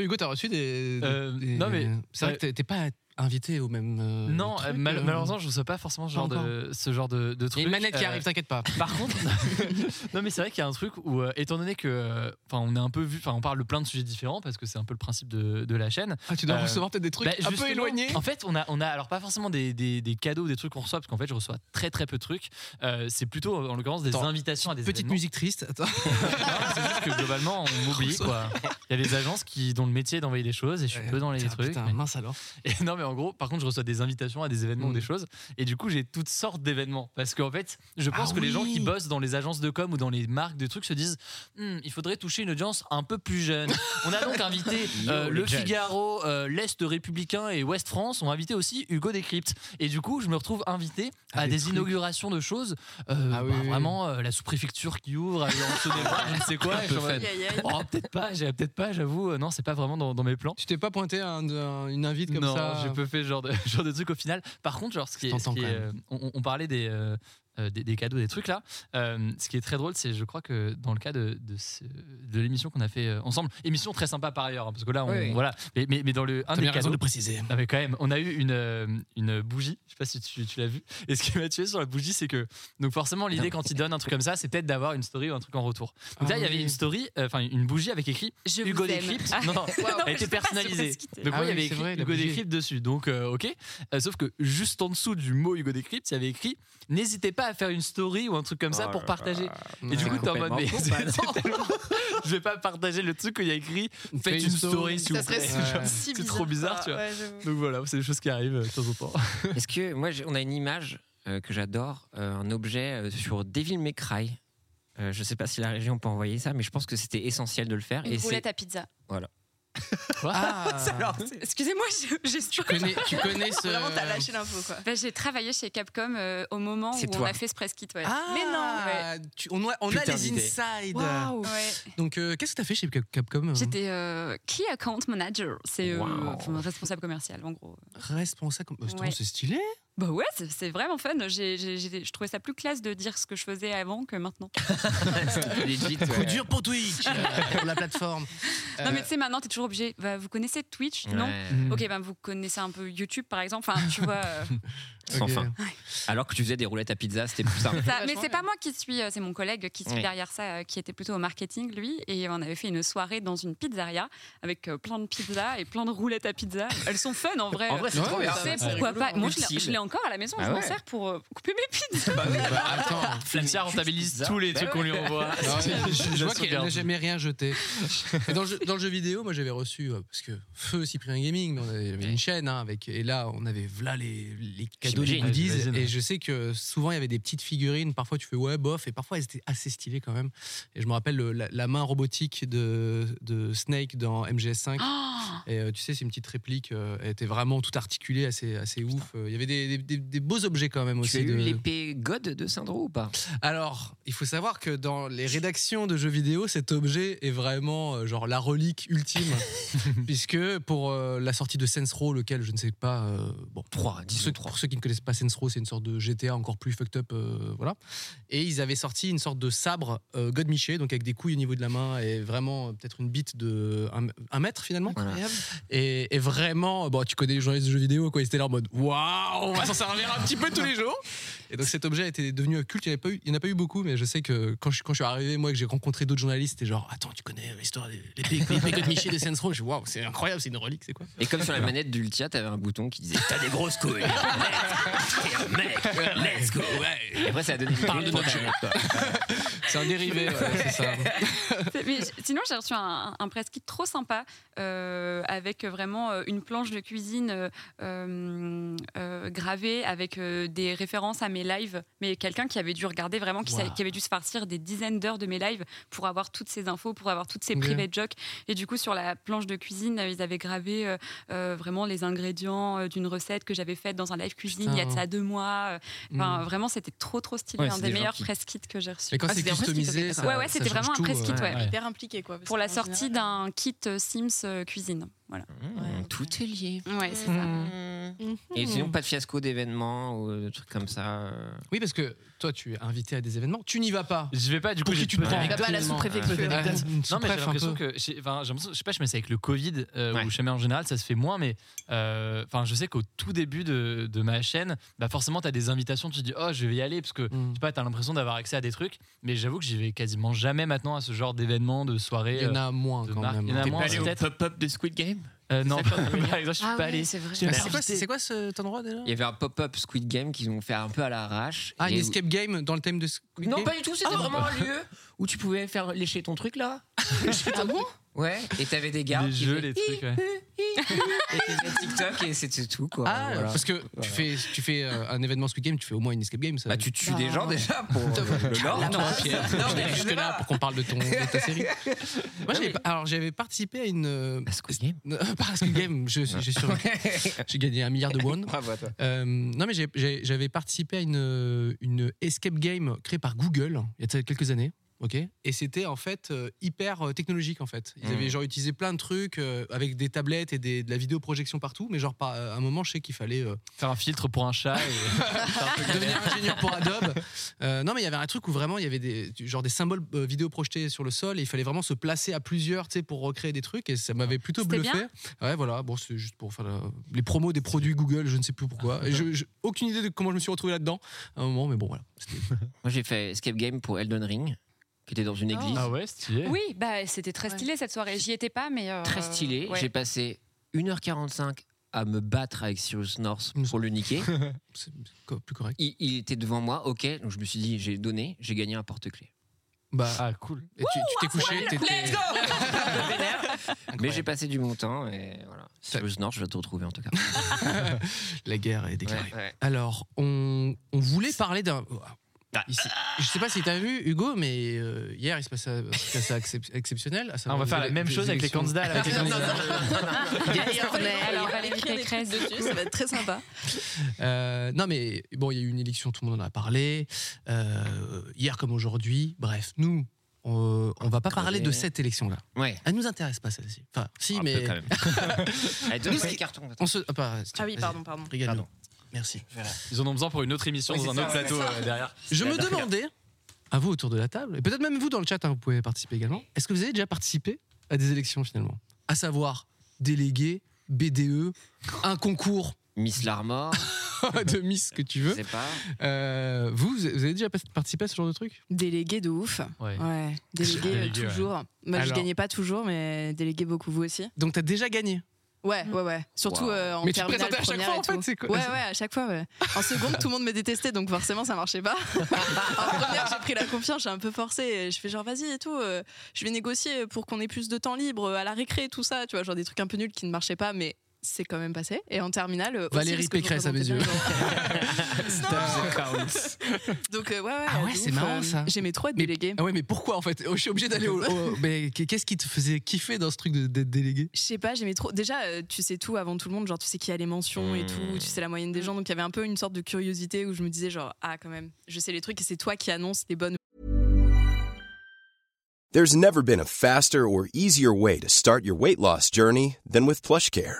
A: Hugo, t'as reçu des.
C: Euh,
A: des-
C: non, mais- euh,
A: C'est vrai que t'es- t'es pas invité au même. euh,
C: Non,
A: truc,
C: euh, mal-
A: euh,
C: malheureusement, je ne sais pas forcément ce genre
A: Pas
C: de, ce genre de, de
A: Il y
C: truc.
A: a une manette qui
C: Euh,
A: arrive, t'inquiète pas.
C: Par contre, non mais c'est vrai qu'il y a un truc où, euh, étant donné que, euh, enfin, on est un peu vu, enfin, on parle de plein de sujets différents parce que c'est un peu le principe de, de la chaîne.
A: Ah, tu dois
C: euh,
A: recevoir peut-être des trucs
C: Bah,
A: un peu
C: justement,
A: éloignés.
C: En fait, on a, on a alors pas forcément des, des, des cadeaux, des trucs qu'on reçoit parce qu'en fait, je reçois très très peu de trucs. Euh, c'est plutôt, en l'occurrence, des
A: Attends,
C: invitations à des
A: Petite
C: événements.
A: musique triste. Attends.
C: Non, c'est juste que globalement, on m'oublie quoi. Il y a des agences qui dont le métier est d'envoyer des choses et je suis
A: Ouais,
C: peu dans les
A: Putain,
C: trucs.
A: putain,
C: mais-
A: mince alors.
C: Et non, mais mais en gros, par contre, je reçois des invitations à des événements ou des
A: Mm.
C: choses. Et du coup, j'ai toutes sortes d'événements. Parce qu'en fait, je pense
A: Ah
C: que les gens
A: oui.
C: qui bossent dans les agences de com ou dans les marques de trucs se disent Hmm, il faudrait toucher une audience un peu plus jeune. On a donc invité euh,
E: Yo,
C: Le
E: les jeunes.
C: Figaro, euh, l'Est républicain et Ouest France. On a invité aussi Hugo Décrypte. Et du coup, je me retrouve invité
A: Ah,
C: à
A: des
C: des,
A: trucs.
C: inaugurations de choses.
A: Ah
C: Euh, bah,
A: oui, oui, oui.
C: Vraiment, euh, la sous-préfecture qui ouvre, euh, en Saône-et-Loire, je ne sais quoi. Et je suis en mode,
B: Aïe, aïe, aïe.
C: Oh, peut-être pas, j'ai- peut-être pas, j'avoue. Euh, Non, c'est pas vraiment dans, dans mes plans.
A: Tu t'es pas pointé à un- un- une invite comme
C: non,
A: ça
C: j'ai peu fait ce genre de, genre de truc au final. Par contre, genre, ce qui
A: Je
C: est, ce
A: t'entends
C: qui
A: quand
C: est,
A: même.
C: euh, on, on parlait des, euh, euh, des, des cadeaux, des trucs là. Euh, ce qui est très drôle, c'est je crois que dans le cas de, de, ce- de l'émission qu'on a fait euh, ensemble, émission très sympa par ailleurs, hein, parce que là, on,
E: Oui, oui.
C: voilà. Mais, mais, mais dans le un
A: T'as
C: des
A: bien raison
C: cadeaux,
A: de le préciser.
C: non, mais quand même, on a eu une, euh, une bougie, je sais pas si tu, tu l'as vu. Et ce qui m'a tué sur la bougie, c'est que. Donc, forcément, l'idée quand il donne un truc comme ça, c'est peut-être d'avoir une story ou un truc en retour. Donc, là,
A: Ah
C: il y avait
A: oui.
C: une story, euh, enfin, une bougie avec écrit
B: Je vous
C: Hugo
B: aime.
C: Décrypte.
B: Ah.
C: Non, non,
B: Waouh.
C: elle était
B: Je peux pas, je peux pas
C: personnalisée.
B: se quitter.
C: Donc,
A: Ah
C: moi, il y
A: oui,
C: avait
A: c'est
C: écrit
A: vrai, la
C: Hugo
A: bougie.
C: Décrypte dessus. Donc, euh, ok. Euh, sauf que juste en dessous du mot Hugo Décrypte, il y avait écrit N'hésitez pas à faire une story ou un truc comme ça pour partager.
A: Ah,
C: Et du coup, t'es en mode, mais c'est tellement- je vais pas partager le truc où il y a écrit Faites une story, s'il
B: Ça
C: vous
B: serait
C: plaît.
A: Ouais.
C: Genre,
B: Si
C: C'est trop bizarre,
B: quoi.
C: tu vois.
B: Ouais, j'avoue.
C: Donc voilà, c'est des choses qui arrivent euh, de temps en temps.
E: Est-ce que moi, j'ai- on a une image euh, que j'adore, euh, un objet euh, sur Devil May Cry. Euh, je sais pas si la région peut envoyer ça, mais je pense que c'était essentiel de le faire.
D: Une
E: et c'est
D: boulette à pizza.
A: Ah,
D: Excusez-moi, j'ai- j'ai
A: tu connais, tu connais ce.
B: Vraiment, t'as lâché l'info, quoi.
D: Ben, j'ai travaillé chez Capcom euh, au moment
E: C'est
D: où on
E: toi.
D: a fait ce press kit. ouais.
A: Ah,
D: Mais non
A: tu- on a, on a
E: Putain
A: les
E: d'idée.
A: insides.
D: ouais. Ouais.
A: Donc, euh, qu'est-ce que t'as fait chez Cap- Capcom
E: Mm-hmm.
A: euh,
D: J'étais euh, Key Account Manager, c'est euh,
E: Wow.
D: enfin, responsable commercial en gros.
A: Responsable. comme- Oh, putain,
D: Ouais.
A: C'est stylé.
D: Bah ouais, c'est- c'est vraiment fun. J'ai- j'ai- j'ai- je trouvais ça plus classe de dire ce que je faisais avant que maintenant.
E: legit, ouais.
A: Coup dur pour Twitch, euh, pour la plateforme.
D: Non mais
A: Euh,
D: tu sais, maintenant t'es toujours obligé. Bah, vous connaissez Twitch,
E: Ouais.
D: non Ok, ben vous connaissez un peu YouTube par exemple. Enfin, tu vois. euh,
E: Sans
A: ok.
E: fin. Alors que tu faisais des roulettes à pizza, c'était plus simple.
D: ça. Mais c'est pas moi qui suis, euh, c'est mon collègue qui suis
E: Ouais.
D: derrière ça, euh, qui était plutôt au marketing lui. Et on avait fait une soirée dans une pizzeria avec euh, plein de pizzas et plein de roulettes à pizza. Elles sont fun en vrai.
E: En vrai, c'est
A: Ouais,
E: trop bien.
A: Ah,
D: Tu sais,
A: ouais, c'est
D: pourquoi pas Moi, je l'ai-
E: Utile.
D: je l'ai encore à la maison,
E: Bah
D: je m'en
E: ouais.
D: sers pour euh, couper mes pizzas.
A: Bah, attends.
C: Flamsia rentabilise tous
A: Bah
C: les trucs qu'on lui envoie.
A: Non, mais Ah je, je vois
C: Bien sûr,
A: qu'elle n'a jamais rien jeté. Et dans, le jeu, dans le jeu vidéo, moi j'avais reçu, euh, parce que Feu Cyprien Gaming, on avait une chaîne, hein, avec, et là on avait là les, les cadeaux, les
E: J'imagine,
A: goodies.
C: j'imagine.
A: Et je sais que souvent il y avait des petites figurines, parfois tu fais ouais, bof, et parfois elles étaient assez stylées quand même. Et je me rappelle le- la, la main robotique de, de Snake dans MGS5.
D: Ah. Oh
A: Et euh, tu sais, c'est une petite réplique, euh, elle était vraiment tout articulée, assez, assez ouf. Euh, Il y avait des, des- des- des beaux objets quand même
E: Tu as
A: aussi.
E: eu
A: de-
E: l'épée God de Syndro ou pas
A: alors, il faut savoir que dans les rédactions de jeux vidéo, cet objet est vraiment euh, genre la relique ultime, puisque pour euh, la sortie de Sensro, lequel je ne sais pas, euh, bon,
E: 3,
A: pour ceux, pour ceux qui ne connaissent pas Sensro, c'est une sorte de GTA encore plus fucked up, euh, voilà. Et ils avaient sorti une sorte de sabre euh, God Miché, donc avec des couilles au niveau de la main et vraiment euh, peut-être une bite de un, un mètre finalement.
E: Incroyable.
A: Et, et vraiment, bon, tu connais les journalistes de jeux vidéo, quoi, ils étaient là en mode waouh, on va s'en servir un petit peu tous les jours. Et donc cet objet était devenu culte. Il n'y en a pas eu- il y en a pas eu beaucoup, mais je sais que quand je, quand je suis arrivé, moi, que j'ai rencontré d'autres journalistes, c'était genre attends, tu connais l'histoire des l'épée l'épée God Miché de Sensro Je dis waouh, c'est incroyable, c'est une relique, c'est quoi
E: Et comme sur la manette d'Ultia, t'avais un bouton qui disait T'as des grosses couilles T'es un mec Let's go ouais. Et après, ça a donné une parle de notre
A: C'est un dérivé, ouais, c'est ça.
D: Mais j- sinon, j'ai reçu un, un press kit trop sympa euh, avec vraiment euh, une planche de cuisine euh, euh, euh, gravée avec euh, des références à mes lives. Mais quelqu'un qui avait dû regarder vraiment, qui, savait-
A: Wow.
D: qui avait dû se farcir des dizaines d'heures de mes lives pour avoir toutes ces infos, pour avoir toutes ces
A: Ok.
D: private jokes. Et du coup, sur la planche de cuisine, euh, ils avaient gravé euh, euh, vraiment les ingrédients euh, d'une recette que j'avais faite dans un live cuisine il y a de
A: Putain. Hmm.
D: ça deux mois.
A: euh,
D: Enfin, Vraiment, c'était trop, trop stylé.
E: Ouais,
D: un
E: c'est
D: des,
E: des gens
D: meilleurs
E: qui-
D: press kits que j'ai reçu.
A: Et quand
E: Ah,
A: c'est
E: c'était un press kit,
A: customisé,
E: ok,
A: ça,
E: d'accord.
D: ouais, ouais,
A: ça
D: c'était
A: change
D: vraiment un
A: tout,
D: press kit.
A: ouais.
D: ouais.
C: Ouais.
B: Hyper impliqué, quoi. parce
D: Pour la
B: qu'en général,
D: sortie d'un kit euh, Sims euh, cuisine. Voilà.
E: Mmh.
D: Mm.
E: Tout est lié.
D: Ouais, c'est
E: Et sinon, pas de fiasco d'événements ou de trucs comme ça. euh.
A: Oui, parce que toi, tu es invité à des événements, tu n'y vas pas.
C: Je vais pas du coup.
A: Pour qui
C: j'ai
A: tu
C: peu
A: prends
C: d'anecdotes.
A: Toi, la
E: sous-préfecture.
A: Ouais, Ah, une
C: Non mais j'ai
A: sous-préf un
C: l'impression
A: peu.
C: que, j'ai- enfin, j'ai l'impression- je sais pas, je mets ça avec le Covid euh,
E: Ouais.
C: ou jamais en général, ça se fait moins, mais euh, enfin, je sais qu'au tout début de, de ma chaîne, bah forcément, t'as des invitations, tu te dis, oh, je vais y aller parce que
A: Mm.
C: je sais pas, t'as l'impression d'avoir accès à des trucs, mais j'avoue que j'y vais quasiment jamais maintenant à ce genre d'événements, de soirées.
A: Il y en
C: euh,
A: a moins
C: de
A: quand
C: marque. Il y en a
A: même.
C: T'es moins. pas allé au
E: pop-up de Squid Game
C: euh, non,
E: C'est ça, quand même.
C: par exemple, je suis pas allé.
D: c'est vrai. Bah,
C: J'ai
A: Ah,
C: pas
A: C'est quoi,
C: invité.
A: c'est quoi cet endroit déjà
E: Il y avait un pop-up Squid Game qu'ils ont fait un peu à l'arrache.
A: Ah, une
E: Et-
A: escape game dans le thème de Squid
E: Non,
A: Game
E: pas du tout, c'était vraiment un lieu où tu pouvais faire lécher ton truc là. ah bon Ouais, et t'avais des gars.
C: Les
E: qui
C: jeux,
E: faisaient
C: les trucs,
E: hi,
C: ouais.
E: hi, hi, Et tu fais TikTok et c'est tout, quoi.
A: Ah,
E: Voilà.
A: parce que tu fais, tu fais euh, un événement Squid Game, tu fais au moins une escape game. Ça.
E: Bah, tu tues des
D: Ah.
E: gens déjà pour euh, le Nord.
A: Attends, Oh, Pierre,
E: Non,
A: je
E: mais
A: vais
E: je sais
A: jusque-là
E: pas.
A: pour qu'on parle de, ton, de ta série. Moi, j'avais
E: mais-
A: pas- alors, j'avais participé à une. euh,
E: Bah, Squid Game.
A: euh, pas à Squid Game, je- j'ai survécu. J'ai gagné un milliard de won.
E: Bravo à toi.
A: Euh, non, mais j'ai- j'ai- j'avais participé à une, une escape game créée par Google il y a quelques années. ok et c'était en fait euh, hyper euh, technologique en fait. Ils
E: Mm.
A: avaient genre utilisé plein de trucs euh, avec des tablettes et des, de la vidéoprojection partout, mais genre par, à un moment je sais qu'il fallait euh,
C: Faire un filtre pour un chat.
A: devenir ingénieur pour Adobe. Euh, non, mais il y avait un truc où vraiment il y avait des du- genre des symboles euh, vidéo projetés sur le sol et il fallait vraiment se placer à plusieurs, tu sais, pour recréer des trucs et ça m'avait plutôt
D: C'était
A: bluffé. Ouais, voilà. Bon, c'est juste pour faire la- les promos des produits Google, je ne sais plus pourquoi. Et je, je- aucune idée de comment je me suis retrouvé là-dedans. À un moment, mais bon, voilà.
E: Moi, j'ai fait Escape Game pour Elden Ring, qui était dans une
D: Oh.
E: église.
D: Ah
C: ouais, stylé.
D: Oui, bah, c'était très
B: Ouais.
D: stylé cette soirée. J'y étais pas, mais. euh,
E: Très stylé.
D: ouais.
E: J'ai passé 1h45 à me battre avec Sirius North pour le niquer.
A: C'est co- plus correct.
E: Il, il était devant moi, ok. Donc je me suis dit, j'ai donné, j'ai gagné un porte-clé.
A: Bah,
C: Ah, cool.
A: et tu tu t'es couché, t'étais.
E: Mais j'ai passé du bon temps et voilà.
A: Ça-
E: Sirius North, je vais te retrouver en tout cas.
A: La guerre est déclarée.
E: Ouais, ouais.
A: Alors, on, on voulait parler d'un.
C: Ah.
A: Il s'est- Je sais pas si t'as vu Hugo, mais euh, hier il se passait un truc assez accep- exceptionnel. à
C: Ah,
A: savoir
C: on va
A: les
C: faire la
A: éle-
C: même
A: les
C: chose avec les
A: élections.
C: candidats. là, avec les candidats.
D: Alors,
B: Alors,
D: Valérie
B: écrire des
D: Pécresse.
B: trucs dessus, ça va être très sympa.
A: Euh, non, mais bon, il y a eu une élection, tout le monde en a parlé. Euh, hier comme aujourd'hui. Bref, nous, on, on va pas
C: Ah,
A: parler de cette élection-là.
E: Ouais.
A: Elle nous intéresse pas celle-ci. Enfin, si,
C: Ah,
E: Un peu
A: mais
E: quand même. Allez,
A: Nous,
E: donne-moi
A: ce
E: les
A: qui-
E: cartons. attends.
A: on se. Ah, pas-
B: Ah oui,
A: vas-y,
B: pardon, pardon.
A: régale-nous.
E: Pardon.
A: Merci.
C: Ils en ont besoin pour une autre émission
E: Oui,
C: dans un
E: c'est
C: autre
E: ça,
C: plateau euh, derrière.
A: Je
E: la
A: me
E: dernière.
A: demandais, à vous autour de la table, et peut-être même vous dans le chat, hein, vous pouvez participer également, est-ce que vous avez déjà participé à des élections finalement À savoir délégué, BDE, un concours
E: Miss Larmor,
A: de Miss que tu
E: je
A: veux.
E: sais pas.
A: Euh, vous, vous avez déjà pas- participé à ce genre de truc
B: Délégué de ouf.
C: Ouais.
B: Ouais, délégué euh,
C: Délégué, ouais.
B: toujours. Moi, je
A: Alors-
B: gagnais pas toujours, mais délégué beaucoup, vous aussi.
A: Donc t'as déjà gagné.
B: Ouais, ouais, ouais. Surtout
E: Wow.
B: euh, en
A: Mais tu te
B: terminale,
A: présentais à chaque
B: première
A: fois en
B: et tout.
A: fait, c'est quoi
B: Ouais, ouais, à chaque fois, ouais. En seconde, tout le monde me détestait, donc forcément, ça marchait pas. en première, j'ai pris la confiance, j'ai un peu forcé. et Je fais genre, vas-y et tout, euh, je vais négocier pour qu'on ait plus de temps libre euh, à la récré, tout ça, tu vois, genre des trucs un peu nuls qui ne marchaient pas, mais c'est quand même passé. Et en terminale, euh, aussi,
A: Valérie
B: parce que je
A: Pécresse à mes yeux.
B: représentais pas les gens. Non. Donc, euh, ouais, ouais.
A: Ah ouais,
B: de
A: c'est
B: ouf,
A: marrant,
B: euh,
A: ça.
B: J'aimais trop être
A: Mais-
B: déléguée.
A: Ah ouais, mais pourquoi en fait Oh, Je suis obligé d'aller au. au- mais qu'est-ce qui te faisait kiffer dans ce truc de- d'être délégué
B: Je sais pas, j'aimais trop. Déjà, euh, tu sais tout avant tout le monde, genre tu sais qui a les mentions et
A: Mmh.
B: tout, tu sais la moyenne des gens, donc il y avait un peu une sorte de curiosité où je me disais genre ah quand même, je sais les trucs et c'est toi qui annonces les bonnes
G: There's never been a faster or easier way to start your weight loss journey than with PlushCare.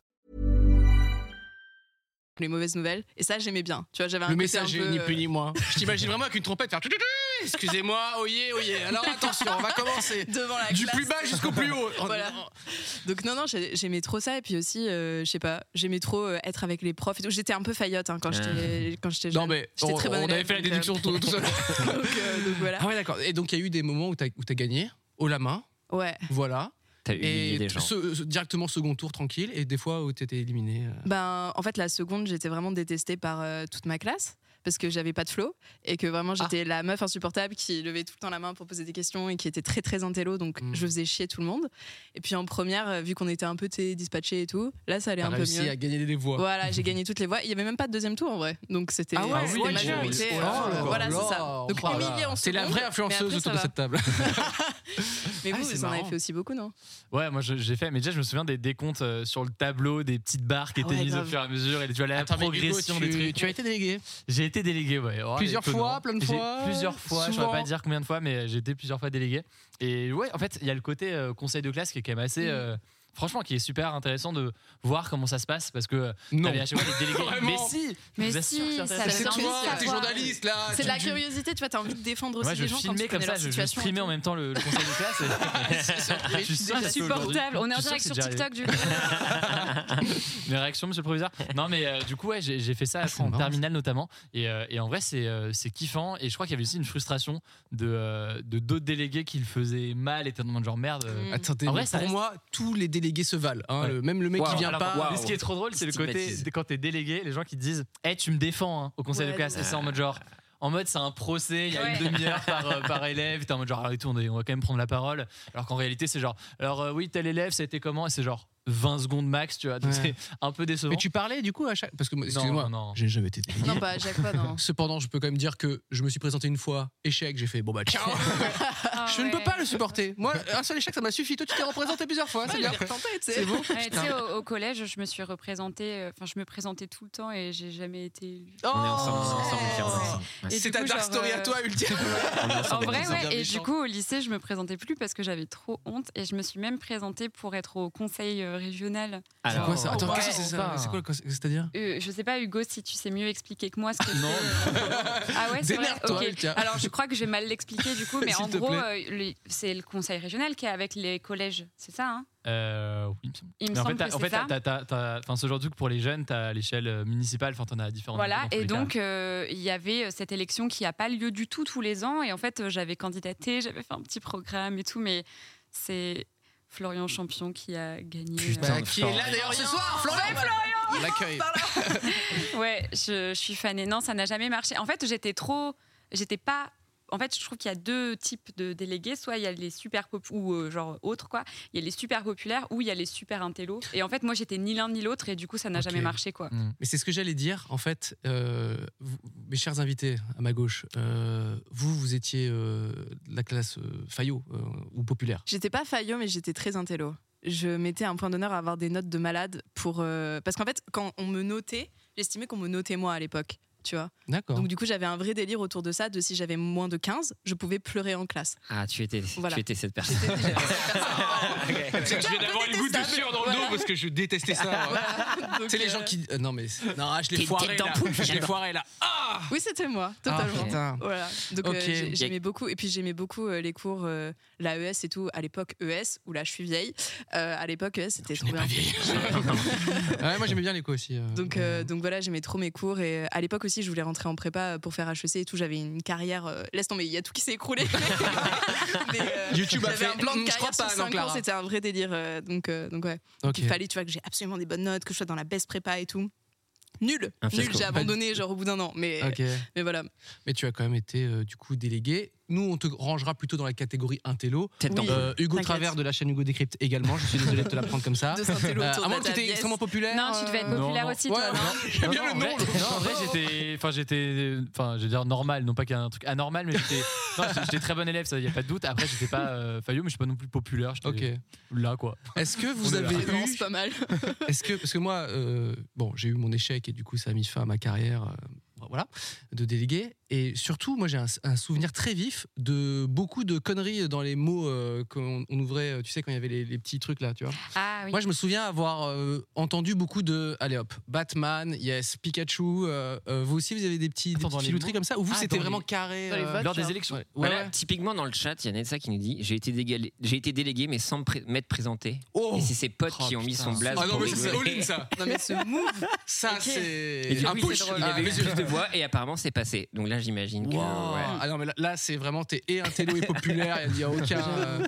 B: les mauvaises nouvelles et ça j'aimais bien. Tu vois, j'avais un
A: Le
B: côté
A: message
B: un
A: est
B: peu,
A: ni
B: euh,
A: plus ni moins. Je t'imagine vraiment avec une trompette faire. tututu, Excusez-moi, oh oyez, oyez. Alors attention, on va commencer.
B: devant la
A: Du
B: classe.
A: plus bas jusqu'au plus haut. Oh,
B: Voilà.
A: non.
B: Donc non non, j'ai- j'aimais trop ça et puis aussi euh, je sais pas, j'aimais trop euh, être avec les profs et tout. J'étais un peu faillotte hein, quand j'étais quand j'étais jeune.
A: Ah. Non, mais
B: J'étais
A: on,
B: très bonne
A: on avait
B: élève,
A: fait la
B: donc, euh,
A: déduction tout, tout seul.
B: donc, euh, donc voilà.
A: Ah ouais, d'accord. Et donc, il y a eu des moments où t'as où t'as gagné, haut la main,
B: Ouais.
A: voilà.
E: T'as humilié
A: Et
E: des gens.
A: ce- ce- directement second tour tranquille, et des fois où t'étais éliminé. euh.
B: Ben, en fait, la seconde, j'étais vraiment détestée par euh, toute ma classe parce que j'avais pas de flow et que vraiment
A: Ah.
B: j'étais la meuf insupportable qui levait tout le temps la main pour poser des questions et qui était très très intello donc
A: Mm.
B: je faisais chier tout le monde. Et puis en première, euh, vu qu'on était un peu t- dispatchés et tout, là ça allait
A: T'as
B: un peu
A: réussi
B: mieux.
A: à gagner des voix.
B: Voilà, j'ai gagné toutes les voix. Il y avait même pas de deuxième tour en vrai. Donc c'était
A: Ah ouais,
B: c'était
A: ouais,
B: majorité.
A: ouais.
B: euh,
A: Oh là
B: voilà,
A: là.
B: c'est ça. Donc
A: Oh là là.
B: humiliée en
A: C'est la
B: seconde,
A: vraie
B: mais
A: influenceuse
B: après,
A: autour
B: ça
A: de
B: va.
A: cette table.
B: Mais
A: Ah,
B: vous,
A: c'est
B: vous en avez
A: marrant.
B: fait aussi beaucoup, non
C: Ouais, moi je- j'ai fait, mais déjà je me souviens des décomptes euh, sur le tableau, des petites barres qui
B: Ah
C: étaient
B: ouais,
C: mises au
B: grave.
C: fur et à mesure, et tu vois la
A: Attends, mais Hugo,
C: progression
A: tu,
C: des trucs.
A: tu as été délégué.
C: J'ai été délégué, ouais. Oh,
A: Plusieurs
C: étonnant.
A: fois, plein de
C: J'ai-
A: fois,
C: Plusieurs fois, je ne
A: souvent.
C: saurais pas dire combien de fois, mais j'ai été plusieurs fois délégué. Et ouais, en fait, il y a le côté euh, conseil de classe qui est quand même assez. euh, franchement, qui est super intéressant de voir comment ça se passe parce que euh,
A: Non.
C: t'avais à chaque fois des délégués.
A: Vraiment. Ah,
C: mais si je
D: Mais
C: vous assure que
D: si,
C: c'est
D: ça
C: intéressant.
D: donne
B: C'est
D: envie de
B: toi, t'es
D: savoir.
A: journaliste là
B: C'est de
A: tu-
B: la
A: Ah, tu-
B: curiosité, tu vois, t'as envie de défendre aussi
C: Moi, je
B: les gens quand tu
C: filmais comme
B: connais
C: ça,
B: leur
C: je, je
B: situation. et
C: streamais en
B: tout.
C: même temps le, le conseil de classe. et- je suis sûr que ça se fait aujourd'hui.
D: Insupportable. On est en
C: Je suis sûr
D: direct
C: que
D: sur
C: c'est déjà
D: TikTok du coup.
C: Mes réactions, monsieur le proviseur Non, mais euh, du coup, ouais, j'ai j'ai fait ça
A: Ah, c'est
C: en
A: marrant,
C: terminale notamment. Et, euh, et en vrai, c'est euh, c'est kiffant. Et je crois qu'il y avait aussi une frustration de euh, de d'autres délégués qui le faisaient mal et tellement de genre merde. euh,
B: Mm.
A: Attendez,
C: En vrai,
A: mais
C: ça
A: pour
C: reste-
A: moi, tous les délégués se valent. hein,
C: Ouais.
A: le- même le mec qui
E: Waouh,
A: vient
C: alors,
A: pas.
E: waouh.
C: mais ce qui est trop drôle, c'est le côté
E: Stigmatise.
C: de- quand t'es délégué, les gens qui te disent Eh, tu me défends hein, au conseil
B: Ouais,
C: de classe.
B: non,
C: Et c'est en mode genre. En mode, c'est un procès, il y a une
D: Ouais.
C: demi-heure par, euh, par élève, t'es en mode genre, allez, tout, on, est- on va quand même prendre la parole. Alors qu'en réalité, c'est genre, alors euh, oui, tel élève, ça a été comment Et c'est genre 20 secondes max, tu vois, donc
A: Ouais.
C: c'est un peu décevant.
A: Mais tu parlais du coup à chaque. Parce que, excusez-moi,
C: non, non.
A: j'ai jamais été délégué.
B: Non, bah, Jacques, pas, non.
A: Cependant, je peux quand même dire que je me suis présenté une fois, échec, j'ai fait bon bah ciao
D: Ah
A: Je ne peux pas le supporter. Moi, un seul échec, ça m'a suffi. Toi, tu t'es représenté plusieurs fois, c'est
B: Ouais,
A: bien.
B: il est retenté, tu sais.
A: C'est bon
D: Ouais, tu sais, au, au collège, je me suis représentée, euh, enfin, je me présentais tout le temps et j'ai jamais été élue.
A: Oh.
E: On est ensemble, on est ensemble,
B: ouais.
E: Pierre, on est ensemble.
D: Et
A: C'est
D: du
A: ta
D: coup,
A: dark
D: genre,
A: story à
D: euh,
A: toi, Ultime.
E: On est
D: En
E: ensemble, on est
D: vrai,
E: ensemble.
D: ouais. Et
A: méchant.
D: du coup, au lycée, je me présentais plus parce que j'avais trop honte et je me suis même présentée pour être au conseil euh, régional.
A: C'est
E: Alors,
A: quoi ça Attends,
C: ouais.
A: qu'est-ce que c'est ça
C: Ouais.
A: C'est quoi le conseil C'est-à-dire
D: Euh, je sais pas, Hugo, si tu sais mieux expliquer que moi ce que c'est. Ah ouais, c'est vrai.
A: Démerde-toi,
D: Ok.
A: Elka.
D: Alors, je crois que j'ai mal l'expliqué du coup, mais
A: S'il
D: en
A: te
D: gros,
A: plaît.
D: euh, le- c'est le conseil régional qui est avec les collèges, c'est ça hein
C: Euh, oui, il me semble.
D: Il me
C: Mais en fait,
D: semble
C: t'as-
D: que
C: en
D: c'est
C: fait,
D: ça.
C: t'as- t'as- t'as- t'as- enfin, ce genre de truc pour les jeunes, t'as l'échelle euh, municipale, enfin, t'en as différentes.
D: Voilà, et donc euh, il y avait euh, cette élection qui n'a pas lieu du tout tous les ans, et en fait euh, j'avais candidaté, j'avais fait un petit programme et tout, mais c'est Florian Champion qui a gagné.
E: Putain,
A: Bah, Qui est là d'ailleurs ce soir Florian On l'accueille.
D: Euh, Ouais, je, je suis fanée. Non, ça n'a jamais marché. En fait, j'étais trop, j'étais pas. En fait, je trouve qu'il y a deux types de délégués. Soit il y a les super pop ou euh, genre autres quoi. Il y a les super populaires ou il y a les super intellos. Et en fait, moi, j'étais ni l'un ni l'autre et du coup, ça n'a
A: Ok.
D: jamais marché quoi.
A: Mais c'est ce que j'allais dire. En fait, euh, vous- mes chers invités à ma gauche, euh, vous, vous étiez euh, de la classe euh, Fayot euh, ou populaire.
B: J'étais pas faillot, mais j'étais très intello. Je mettais un point d'honneur à avoir des notes de malade pour. euh, Parce qu'en fait, quand on me notait, j'estimais qu'on me notait moi à l'époque, tu vois.
A: D'accord.
B: Donc, du coup, j'avais un vrai délire autour de ça, de si j'avais moins de 15, je pouvais pleurer en classe.
E: Ah, tu étais,
B: Voilà.
E: tu étais cette personne.
A: C'est que je viens d'avoir une goutte de sueur dans le dos parce que je détestais ça. hein.
B: Donc,
A: C'est les
B: euh,
A: gens qui. euh, non, mais. Non, ah, je l'ai
E: T'es une
A: foiré
E: tête
A: là.
E: d'ampoule,
A: Je l'ai
E: j'adore.
A: foiré là.
B: Oui, c'était moi,
A: Ah,
B: totalement.
A: putain.
B: Voilà. Donc
A: Ok.
B: euh, j'ai-
E: Y a-
B: j'aimais beaucoup et puis j'aimais beaucoup euh, les cours euh, la ES et tout à l'époque ES où là je suis vieille. Euh, à l'époque ES c'était
A: Je
B: trop
A: n'ai
B: bien.
A: pas vieilli. Ouais, moi, j'aimais bien les coups aussi. euh,
B: Donc euh, donc voilà, j'aimais trop mes cours et euh, à l'époque aussi je voulais rentrer en prépa euh, pour faire HEC et tout, j'avais une carrière euh, laisse tomber, il y a tout qui s'est écroulé. Mais, euh,
A: YouTube a
B: j'avais
A: fait.
B: un plan
A: "Hum,
B: de
A: je crois
B: carrière sur
A: pas, non,
B: 5 ans,
A: Clara.
B: c'était un vrai délire euh, donc euh, donc ouais.
A: Ok.
B: Il fallait tu vois que j'ai absolument des bonnes notes, que je sois dans la baisse prépa et tout. Nul,
E: Un
B: nul,
E: fiasco.
B: j'ai abandonné genre au bout d'un an mais
A: Ok.
B: mais voilà.
A: Mais tu as quand même été euh, du coup délégué. Nous, on te rangera plutôt dans la catégorie intello.
E: Tête
B: Oui.
E: d'ampoule.
A: Euh, Hugo
B: T'inquiète.
A: Travers de la chaîne Hugo Décrypte également. Je suis désolé de te la prendre comme ça.
B: De Saint-Élo
A: Euh,
B: autour
A: à
B: de
A: moins que tu
B: la
A: étais
B: tablette.
A: extrêmement populaire.
D: Non, tu devais
A: euh,
D: être
C: non,
D: populaire
C: non.
D: aussi,
A: Ouais,
D: toi. non
A: non, j'aime bien le nom.
C: Non, en vrai, j'étais. Enfin, j'étais. Enfin, je veux dire normal, non pas qu'il y a un truc anormal, mais j'étais. non, j'étais- j'étais très bon élève, ça, y a pas de doute. Après, j'étais pas euh, faillot, mais je suis pas non plus populaire. J'étais
A: Ok.
C: là, quoi.
A: euh, Est-ce que vous
C: On est là.
A: avez
B: Mais non, c'est
A: eu
B: pas mal.
A: Est-ce que parce que moi, euh, bon, j'ai eu mon échec et du coup ça a mis fin à ma carrière, euh, voilà, de délégué. Et surtout, moi j'ai un, un souvenir très vif de beaucoup de conneries dans les mots euh, qu'on on ouvrait. euh, Tu sais quand il y avait les, les petits trucs là, tu vois.
D: Ah oui.
A: Moi je me souviens avoir euh, entendu beaucoup de, allez hop, Batman, yes, Pikachu. euh, euh, vous aussi vous avez des petits, des
C: Attends, dans
A: petites
C: les
A: filouteries
C: mots
A: comme ça ou vous
C: Ah,
A: c'était
C: dans
A: vraiment
C: les-
A: carré euh,
B: dans les votes,
C: Euh, Lors
B: genre.
C: des élections.
A: ouais.
E: Voilà,
A: ouais.
E: typiquement dans le chat, il y en a de ça qui nous dit J'ai été, dégalé- j'ai été délégué, mais sans pré- m'être présenté.
A: Oh.
E: Et c'est ses potes
C: Oh,
E: qui ont mis
C: putain.
E: son blaze.
A: Ah non
E: pour
A: mais
E: le
A: c'est
E: jouer.
A: all-in, ça.
B: Non mais ce move
A: Ça
B: Ok.
E: Et
A: c'est
E: du
A: un
E: coup, il
A: push.
E: s'est- il
A: Ah,
E: avait eu
A: mais je-
E: plus de voix et apparemment c'est passé. Donc là, j'imagine que.
A: Wow.
E: ouais.
A: Ah non mais là, là, c'est vraiment t'es et intello et populaire et il y a aucun. euh,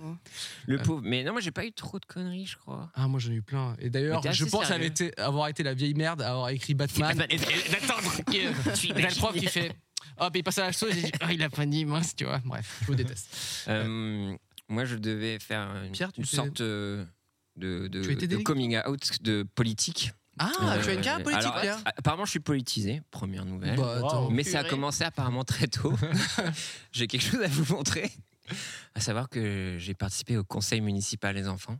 E: Le pauvre. Mais non, moi j'ai pas eu trop de conneries, je crois.
A: Ah, moi j'en ai eu plein. Et d'ailleurs,
E: Mais t'es
A: je
E: assez
A: pense
E: sérieux.
A: avoir été, avoir été la vieille merde à avoir écrit Batman.
E: Batman, Bah, et- et- d'attendre que- tu
A: Et t'as le prof
E: imagines.
A: qui fait Hop, il passe à la chose. et il dit, Ah, il a pas dit, mince, tu vois. Bref, je vous déteste.
E: Euh, moi, je devais faire une,
A: Pierre, tu
E: une
A: t'es-
E: sorte euh, de, de-
A: Tu étais
E: de
A: délégué
E: coming out de politique.
A: Ah, tu as une carrière
E: Euh,
A: politique,
E: alors,
A: Pierre
E: Apparemment, je suis politisé, première nouvelle.
A: Bah, attends.
E: Mais ça a
B: purée.
E: commencé apparemment très tôt. j'ai quelque chose à vous montrer. À savoir que j'ai participé au conseil municipal des enfants.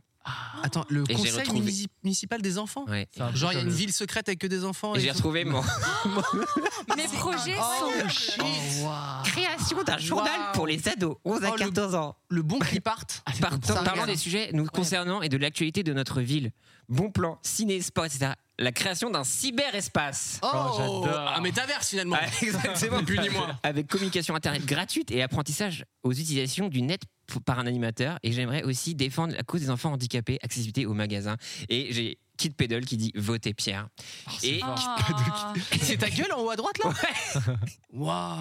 A: Attends, le
E: Et j'ai
A: conseil
E: retrouvé-
A: munisi- municipal des enfants
E: Ouais.
C: C'est un peu
A: Genre, il y a une
C: comme-
A: ville secrète avec que des Oh, enfants.
E: Et
A: et
E: j'ai
A: ils sont-
E: retrouvé mon
H: Mes projets
E: Oh,
H: sont.
C: Oh, waouh.
E: création d'un journal pour les ados 11 à
A: Oh, le-
E: 14 ans.
A: Le bon qui parte.
E: Par-
A: ça,
E: parlant
A: regarde.
E: des sujets nous concernant et de l'actualité de notre ville. Bon plan, ciné, sport, etc. La création d'un cyberespace.
A: Oh,
C: j'adore.
A: un métaverse finalement.
E: Ah, exactement.
A: Ni plus ni moins.
E: Avec communication internet gratuite et apprentissage aux utilisations du net p- par un animateur. Et j'aimerais aussi défendre la cause des enfants handicapés, accessibilité aux magasins. Et j'ai Kid Pedal qui dit votez Pierre.
A: Oh,
E: et
D: Ah.
A: C'est ta gueule en haut à droite là Waouh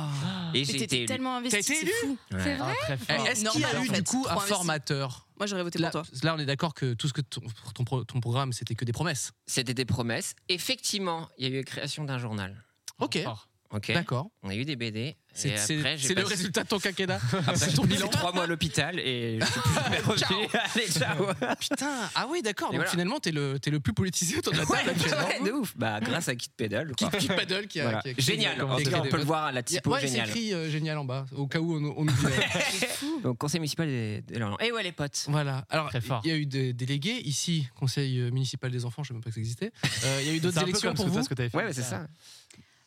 E: et
B: Mais
E: j'ai
B: t'étais
E: été
B: tellement investi.
A: été
B: c'est
A: élu
B: fou.
D: C'est
E: Ouais.
D: Ah, vrai
C: Ah, Très
A: Eh,
C: fort.
A: Est-ce qu'il y a
B: Normal,
A: eu
B: en
A: du
B: fait.
A: coup un
B: Trois investis.
A: formateur
B: Moi, j'aurais voté
A: Là,
B: pour toi.
A: là, on est d'accord que tout ce que ton, ton pro- ton programme, c'était que des promesses.
E: C'était des promesses. Effectivement, il y a eu la création d'un journal.
A: Ok,
C: Fort.
E: Ok.
A: d'accord.
E: On a eu des BD.
A: Bah. C'est
E: et
A: c'est-
E: après, j'ai
A: c'est le
E: passé-
A: résultat de ton quinquennat.
E: après,
A: c'est
E: j'ai
A: ton
E: passé
A: bilan.
E: trois mois à l'hôpital et je suis plus jamais revenu. Allez, ciao.
A: Putain, ah oui, d'accord.
E: Et
A: Donc
E: voilà.
A: finalement, t'es le, t'es le plus politisé autour de la table actuellement.
E: Ouais, de ouf. Bah, grâce à Kid Pedal. je
A: Qui,
E: crois.
A: qui paddle, qui a.
E: Voilà.
A: qui a- qui a-
E: Génial.
A: qui a-
E: En tout
A: qui a-
E: cas, on
A: des
E: peut le
A: votes.
E: voir à la
A: Il y a-
E: typo
A: ouais, c'est
E: génial.
A: écrit euh, génial en bas, au cas où on, on oublie.
E: Donc, conseil municipal de, de Lorient. Et ouais, les potes.
A: Voilà. Alors,
C: Très fort.
A: il y a eu des délégués ici, Conseil euh, municipal des enfants, je ne sais même pas que ça existait. Euh, Il y a eu
C: C'est
A: d'autres
C: un peu
A: élections
C: comme
A: pour
C: ce que-
A: vous.
C: ce que t'avais fait.
E: Ouais, ouais, c'est ça.
D: Euh,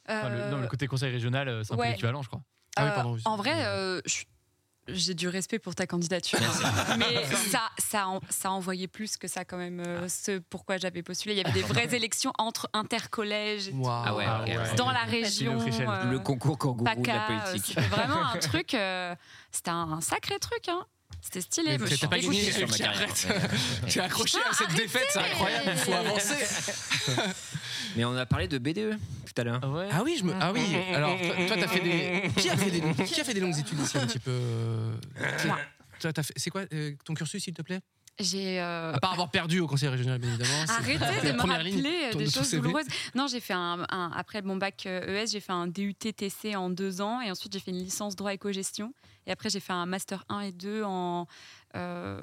C: Enfin, Ah, le, non, le côté conseil régional, euh, c'est un
D: ouais.
C: peu l'équivalent, je crois.
A: Ah oui,
D: euh,
A: pardon, oui,
D: en
A: c'est-
D: vrai, euh, je suis- j'ai du respect pour ta candidature, hein. mais ça, ça, en- ça envoyait plus que ça quand même. euh, ce pourquoi j'avais postulé, il y avait
A: Ah.
D: des vraies élections entre intercollèges et tout,
A: Waouh.
E: Ah ouais,
C: Ah
E: ok,
C: ouais.
E: ouais.
D: dans la
C: Chine
D: région.
C: autrichienne.
D: euh,
E: Le concours kangourou de la
D: PACA, euh,
E: politique.
D: c'était vraiment un truc. euh, c'était un sacré truc, hein. C'était stylé.
A: Mais
D: moi, je
A: t'as
D: suis
A: pas
D: dégoûtée.
A: gagné.
E: Sur ma carrière.
A: Tu es accroché à cette défaite, c'est incroyable, il faut avancer.
E: Mais on a parlé de BDE tout à l'heure.
C: Ouais.
A: Ah oui, je me. Ah oui. Alors, toi, toi, t'as fait des. Qui a fait des, qui a fait des longues études ici un petit peu euh,
D: Moi.
A: toi, t'as fait... C'est quoi euh, ton cursus, s'il te plaît
D: J'ai euh,
A: À part avoir perdu au Conseil régional, bien évidemment. Ah, c'est-
D: Arrêtez
A: la
D: de me
A: première ligne
D: rappeler euh,
A: ton- de
D: des
A: ton
D: choses
A: CV.
D: douloureuses. Non, j'ai fait un, un- après mon bac euh, ES, j'ai fait un DUT-TC en deux ans et ensuite j'ai fait une licence droit éco-gestion. Et après, j'ai fait un master 1 et 2 en euh,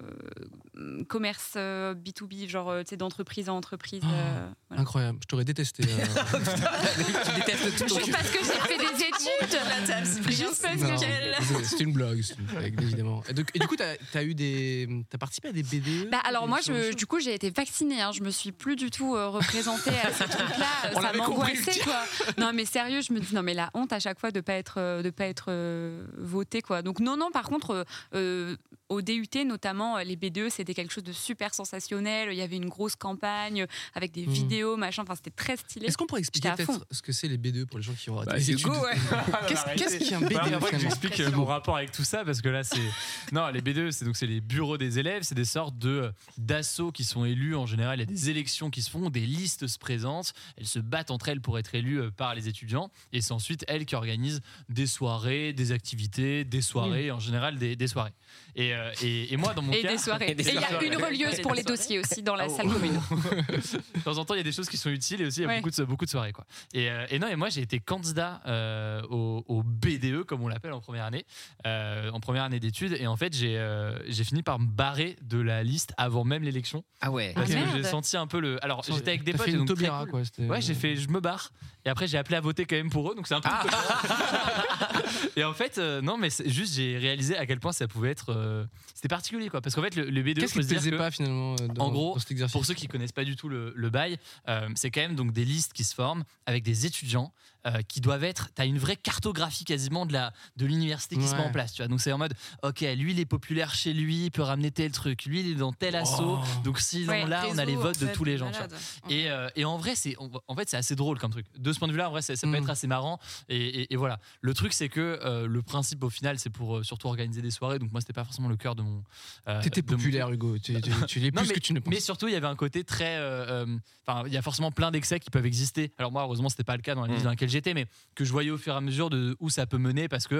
D: commerce euh, B2B, genre euh, tu sais, d'entreprise en entreprise.
A: Oh,
D: euh, voilà.
A: Incroyable, je t'aurais détesté.
D: Oh,
A: euh.
E: Tu détestes tout.
D: Juste parce que j'ai fait des études.
B: La table, c'est
D: Juste parce
A: Non,
D: que j'ai.
A: c'est- c'est une blague, c'est une blague, évidemment. Et, donc- et du coup, t'as as eu des, t'as participé à des BDE
D: Bah, alors
A: des
D: moi,
A: ce genre de
D: je,
A: choses
D: du coup, j'ai été vaccinée. Hein. Je me suis plus du tout euh, représentée à ce truc-là.
A: On
D: ça
A: l'avait compris,
D: m'angoissait, quoi. Non, mais sérieux, je me dis non, mais la honte à chaque fois de pas être, euh, de pas être euh, votée, quoi. Donc non, non. Par contre, euh, euh, au DUT notamment, euh, les BDE, c'était quelque chose de super sensationnel. Il y avait une grosse campagne euh, avec des
A: Mhm.
D: vidéos, machin. Enfin, c'était très stylé.
A: Est-ce qu'on pourrait expliquer
D: J'étais à
A: peut-être ce que c'est les BDE pour les gens qui ont raté
E: Bah,
A: les
E: Hugo,
A: études
E: ouais.
A: Qu'est-ce qu'est-ce qu'un BDE
C: Bah, faudrait que
A: finalement
C: j'explique euh, mon rapport avec tout ça parce que là c'est non les B2 c'est donc c'est les bureaux des élèves c'est des sortes de euh, d'assauts qui sont élus en général il y a des élections qui se font des listes se présentent elles se battent entre elles pour être élues euh, par les étudiants et c'est ensuite elles qui organisent des soirées des activités des soirées en général des, des soirées et, euh, et, et moi dans mon
D: Et
C: cas
D: des soirées.
E: Et des
D: Et il y a
E: soirées.
D: une relieuse pour les dossiers aussi dans la salle commune.
C: de temps en temps, il y a des choses qui sont utiles et aussi il y a
D: Ouais.
C: beaucoup, de, beaucoup de soirées. Quoi. Et, euh, et non, et moi j'ai été candidat euh, au, au BDE, comme on l'appelle en première année, euh, en première année d'études. Et en fait, j'ai euh, j'ai fini par me barrer de la liste avant même l'élection.
E: Ah ouais.
C: Parce
D: Ah,
C: que
D: merde.
C: j'ai senti un peu le. Alors j'étais avec des
A: T'as
C: potes.
A: fait
C: et
A: une
C: donc très
A: Taubira,
C: cool.
A: quoi, c'était-
C: Ouais, j'ai fait je me barre. Et après, j'ai appelé à voter quand même pour eux, donc c'est un peu.
A: Ah.
C: et en fait, euh, non, mais c'est juste j'ai réalisé à quel point ça pouvait être. euh, C'était particulier, quoi. Parce qu'en fait, le, le BDE,
A: Qu'est-ce
C: faut
A: qui
C: se
A: te
C: dire
A: plaisait
C: que-
A: pas finalement euh, dans,
C: En gros,
A: dans cet exercice
C: pour ceux qui connaissent pas du tout le, le bail, euh, c'est quand même donc des listes qui se forment avec des étudiants euh, qui doivent être. Tu as une vraie cartographie quasiment de la de l'université qui se met
A: Ouais.
C: en place. Tu vois, donc c'est en mode, ok, lui il est populaire chez lui, il peut ramener tel truc. Lui il est dans tel assaut.
A: Oh.
C: Donc si
D: Ouais,
C: là, on a les
B: Réseau,
C: votes de
B: en
C: tous les gens. tu vois.
B: malade.
C: Et, euh, et en vrai, c'est on- en fait c'est assez drôle comme truc. De ce point de vue-là, en vrai, ça, ça peut
A: Mm.
C: être assez marrant. Et, et- et voilà. Le truc, c'est que euh, le principe au final, c'est pour euh, surtout organiser des soirées. Donc moi, c'était pas forcément le cœur de mon. euh,
A: T'étais
C: de mon-
A: populaire, Hugo. Tu, tu- tu l'es
C: Non,
A: plus que tu ne penses.
C: mais surtout, il y avait un côté très. euh, euh, Enfin, il y a forcément plein d'excès qui peuvent exister. Alors, moi, heureusement, c'était pas le cas dans la liste
E: Mm.
C: dans laquelle j'étais, mais que je voyais au fur et à mesure de où ça peut mener parce que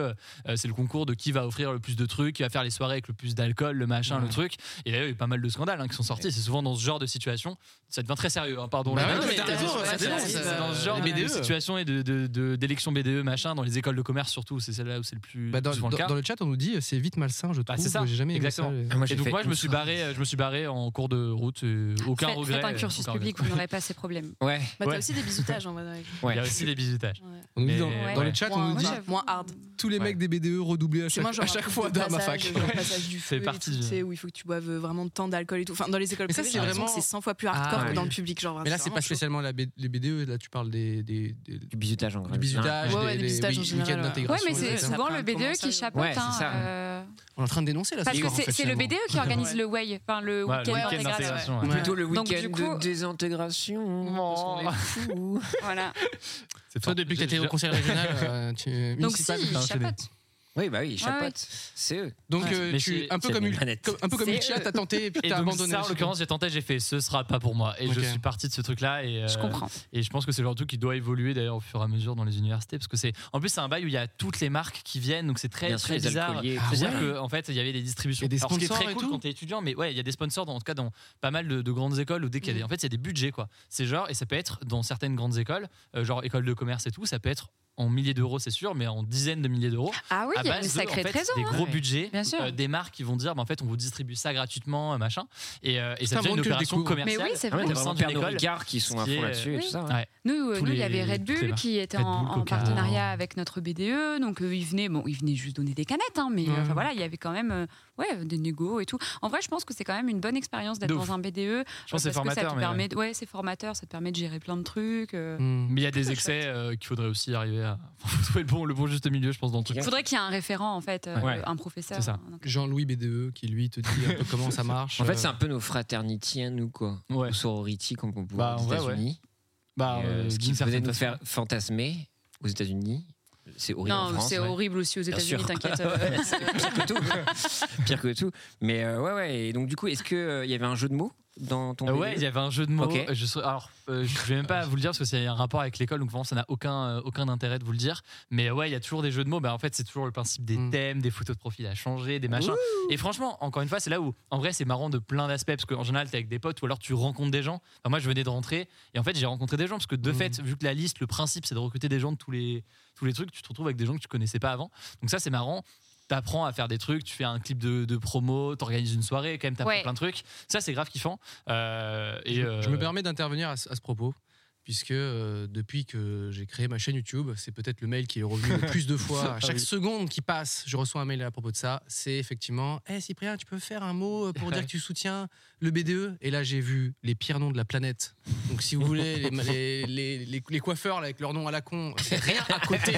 C: euh, c'est le concours de qui va offrir le plus de trucs, qui va faire les soirées avec le plus d'alcool, le machin, le truc. Et d'ailleurs, il y a eu pas mal de scandales hein, qui sont sortis. C'est souvent dans ce genre de situation. Ça devient très sérieux, hein, pardon.
A: Bah
C: La-
A: ouais,
B: mais t'as raison,
C: c'est-
B: ça
C: c'est-
B: dénonce,
C: c'est
B: euh,
C: dans ce genre
A: les
C: de
A: BDE.
C: situation et d'élections de, d'élections BDE, E, machin, dans les écoles de commerce surtout. C'est celle-là où c'est le plus
A: Bah, dans,
C: souvent le
A: dans-
C: cas.
A: dans le chat, on nous dit euh, c'est vite malsain, je
C: Bah,
A: trouve.
C: c'est ça,
A: J'ai jamais aimé ça.
C: exactement.
A: Euh,
E: Ah, moi, j'ai
C: et donc
E: fait
C: moi je me
E: une
C: suis
E: phrase.
C: barré, euh, je me suis barré en cours de route, euh, aucun
D: Faites-
C: regret.
D: Faites
C: euh,
D: un cursus
C: aucun regret.
D: public, vous n'aurez pas ces problèmes.
E: Ouais.
B: Bah,
C: Ouais.
B: T'as aussi des bisoutages en vrai.
C: Il y a aussi des bisous étage.
A: On nous dit dans,
C: Mais-
A: dans
C: ouais.
A: les chats, on nous dit
I: moins hard.
A: tous les
C: Ouais.
A: mecs des BDE redoublés à
I: C'est
A: chaque,
I: moi, genre,
A: à chaque
I: un truc
A: fois
I: de
A: dans ma fac.
I: passage, genre, passage du
C: Fait
I: feu et
C: partie
I: tout,
C: du-
I: tu sais, où il faut que tu boives vraiment tant d'alcool et tout. Enfin, dans les écoles
A: Mais ça,
I: privées,
A: c'est
I: j'ai l'impression
A: vraiment-
I: que c'est 100 fois plus hardcore
A: Ah,
I: que dans
A: oui.
I: le public. Genre,
A: Mais là,
I: c'est
A: c'est pas
I: vraiment chaud.
A: spécialement la B- les BDE, là, tu parles des, des, des-
E: Du bisutage en gros.
A: du bisutage,
I: Ouais, ouais,
A: des,
I: des bisutages en
A: week-
I: général,
A: week-ends
I: ouais.
D: Ouais,
A: d'intégration.
D: mais
A: etc.
D: c'est
I: ça
D: souvent
I: prend
D: le
I: comment
D: BDE
I: ça,
D: qui
I: le-
D: chapeaute.
E: Ouais, c'est
D: hein,
E: ça.
D: euh,
A: On est en train de dénoncer là.
D: Parce que c'est c'est le BDE qui organise
I: Ouais.
D: le WAY, enfin le
C: Ouais, le
D: week-end
C: week-end
D: d'intégration.
C: d'intégration. ouais.
A: Ouais.
E: Plutôt le
D: Donc,
E: week-end
D: du coup-
E: de désintégration. hein, parce qu'on est fous.
D: Voilà.
C: C'est
A: Toi,
C: fort.
A: depuis que
C: J'ai-
A: t'étais au
C: j'ai-
A: conseil régional, euh, tu,
D: Donc si,
A: municipal,
D: il
C: c'est des-
D: chapote.
E: Oui, bah oui,
D: Ouais, ouais.
E: chapote. C'est eux.
A: donc
C: Ouais.
A: euh,
C: Mais
A: tu,
C: c'est-
A: un peu
E: c'est
A: comme,
E: les
A: Ul-
E: manettes.
A: comme- un peu comme
D: C'est
A: Ultia,
D: eux.
A: t'as tenté et puis
C: Et
A: t'as
C: donc
A: abandonné.
C: ça, en
A: aussi.
C: l'occurrence, j'ai tenté, j'ai fait ce sera pas pour moi. Et je
A: Ok.
C: suis parti de ce truc-là. Et,
D: Je
C: euh,
D: comprends.
C: Et je pense que c'est le genre de truc qui doit évoluer d'ailleurs au fur et à mesure dans les universités parce que c'est en plus c'est un bail où il y a toutes les marques qui viennent donc c'est très
E: Bien sûr,
C: très
E: les
C: bizarre.
E: alcooliers.
A: Ah
C: C'est-à-dire
A: ouais.
C: que en fait il y avait des distributions.
A: Et des
C: Alors, ce qui est
A: sponsors
C: très
A: et
C: cool
A: tout
C: quand t'es étudiant, mais ouais il y a des sponsors dans, en tout cas dans pas mal de, de grandes écoles où dès
D: Mm.
C: qu'il y a des, en fait il y a des budgets quoi. C'est genre et ça peut être dans certaines grandes écoles euh, genre école de commerce et tout ça peut être en milliers d'euros c'est sûr mais en dizaines de milliers d'euros
D: Ah oui,
C: à
D: il y a une
C: base de, bah, en
D: sacrée
C: fait,
D: trésor.
C: des
D: hein.
C: gros
E: Ouais.
C: budgets
D: Bien sûr.
C: euh, des marques qui vont dire bah, en fait on vous distribue ça gratuitement euh, machin et, euh, et ça
A: Putain, bon
C: devient une
A: que je
C: opération
A: découvre.
D: Mais
C: commerciale
D: oui, c'est
E: Ah ouais,
D: vrai.
C: Au
E: t'as
C: sein
E: vraiment
C: d'une
E: Pernod
C: école,
E: Ricard qui sont à
C: ce qui
E: fond
C: est-
E: là-dessus et
D: oui.
E: tout ça. ouais.
C: Ouais.
D: Nous, euh,
C: Tous
D: nous, il y
C: les-
D: avait Red
C: toutes les
D: Bull
C: marques.
D: qui était
C: Red
D: en,
C: Bull,
D: en
C: Coca.
D: partenariat avec notre BDE, donc euh, ils venaient, bon, ils venaient juste donner des canettes, hein, mais
A: Ouais.
D: enfin voilà, il y avait quand même, euh, ouais, des négos et tout. En vrai, je pense que c'est quand même une bonne expérience d'être
C: De ouf.
D: dans un BDE.
C: je pense que
D: euh,
C: c'est
D: parce que ça
C: formateur
D: te
C: mais euh,
D: permet, de- ouais, c'est formateur, ça te permet de gérer plein de trucs. euh.
A: Hmm.
C: Mais il y a des excès euh, qu'il faudrait aussi arriver à faut trouver le bon, le bon juste milieu, je pense, dans le truc.
D: Il faudrait qu'il y ait un référent en fait, euh,
C: Ouais.
D: un professeur.
C: C'est ça.
D: un-
A: Jean-Louis BDE qui lui te dit un peu comment ça marche.
E: En
A: euh,
E: fait, c'est un peu nos fraternités à nous, quoi.
C: Ouais.
E: Ou sorority, comme on pouvait
C: Bah, en
E: aux
C: vrai, ouais.
E: États-Unis.
C: Bah,
E: Et, euh,
C: euh,
E: ce qui
C: d'une
E: faisait
C: certaine
E: nous
C: façon.
E: faire fantasmer aux États-Unis. C'est horrible en
D: Non,
E: France.
D: c'est
E: ouais.
D: horrible aussi aux États-Unis,
E: sûr.
D: t'inquiète. euh, c'est-
E: Pire que tout. Pire que tout. Mais euh, ouais, ouais. Et donc, du coup, est-ce qu'il il y avait un jeu de mots dans ton
C: Euh,
E: BD?
C: ouais, il y avait un jeu de mots.
E: Ok.
C: euh, Je, saurais- alors, euh, je vais même pas vous le dire parce que c'est un rapport avec l'école, donc vraiment ça n'a aucun, euh, aucun intérêt de vous le dire. Mais ouais, il y a toujours des jeux de mots. Bah, en fait, c'est toujours le principe des
E: Hmm.
A: Mm.
C: thèmes, des photos de profil à changer, des machins. Et franchement, encore une fois, c'est là où, en vrai, c'est marrant de plein d'aspects parce qu'en général, t'es avec des potes ou alors tu rencontres des gens. Enfin, moi, je venais de rentrer et en fait, j'ai rencontré des gens parce que de
E: Hmm.
A: Mm.
C: fait, vu que la liste, le principe, c'est de recruter des gens de tous les, tous les trucs, tu te retrouves avec des gens que tu connaissais pas avant. Donc ça, c'est marrant. T'apprends à faire des trucs, tu fais un clip de, de promo, t'organises une soirée, quand même t'apprends
D: Ouais.
C: plein de trucs. Ça, c'est grave kiffant. Euh, et,
A: je,
C: euh,
A: je me permets d'intervenir à, ce à ce propos, puisque euh, depuis que j'ai créé ma chaîne YouTube, c'est peut-être le mail qui est revenu le plus de fois. À chaque seconde qui passe, je reçois un mail à propos de ça. C'est effectivement Hé Cyprien, tu peux faire un mot euh, pour dire que tu soutiens le BDE Et là, j'ai vu les pires noms de la planète. Donc, si vous voulez, les, les- les- les- les coiffeurs là, avec leur nom à la con, c'est rien à côté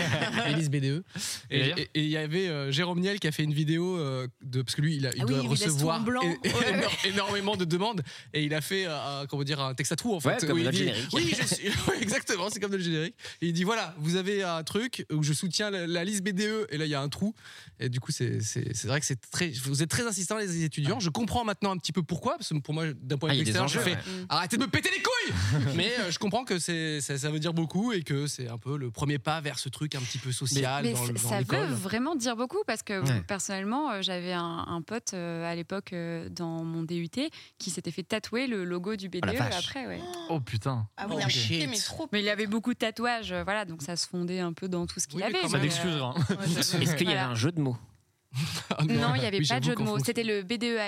A: d'Élise BDE. E. Et
C: Et d'ailleurs-
A: et- et il y avait euh, Jérôme Niel qui a fait une vidéo euh, de. Parce que lui, il, a- il
I: Ah oui,
A: doit
I: il laisse tout en
A: recevoir
I: blanc.
A: é- é-
I: Ouais.
A: éno- énormément de demandes et il a fait euh, un- comment dire un texte à tout en fait
E: Ouais, comme
A: où il
E: notre
A: dit-
E: générique.
A: oui je suis- ouais, exactement c'est comme dans le générique et il dit voilà vous avez un truc où je soutiens la, la liste BDE et là il y a un trou et du coup c'est c'est- c'est vrai que c'est très vous êtes très insistants les étudiants je comprends maintenant un petit peu pourquoi parce que pour moi d'un point
E: Ah,
A: de
E: il y
A: vue
E: a des
A: extérieur je
E: enjeux.
A: fais
E: ouais.
A: arrêtez de me péter les couilles mais euh, je comprends que c'est ça, ça veut dire beaucoup et que c'est un peu le premier pas vers ce truc un petit peu social
D: Mais
A: dans, le-
D: c-
A: dans
D: ça veut
A: l'école
D: vraiment dire beaucoup parce que
E: Ouais.
D: personnellement, euh, j'avais un, un pote euh, à l'époque euh, dans mon DUT qui s'était fait tatouer le logo du BDE
E: vache.
D: après. ouais.
C: Oh putain.
I: Ah
A: Oh,
I: oui,
A: shit.
I: arrêtez, mais trop.
D: Mais il avait beaucoup de tatouages, euh, voilà, donc ça se fondait un peu dans tout ce qu'il
A: Oui, mais
D: avait.
A: quand
C: Ça
A: même.
D: mais, euh,
C: n'excuse rien.
E: Est-ce qu'il y avait
D: Voilà.
E: un jeu de mots
A: Ah
D: Non, il n'y avait
A: Oui,
D: pas
A: j'avoue
D: de jeu de
A: qu'en Mmh.
D: mots.
A: fonction-
D: C'était le E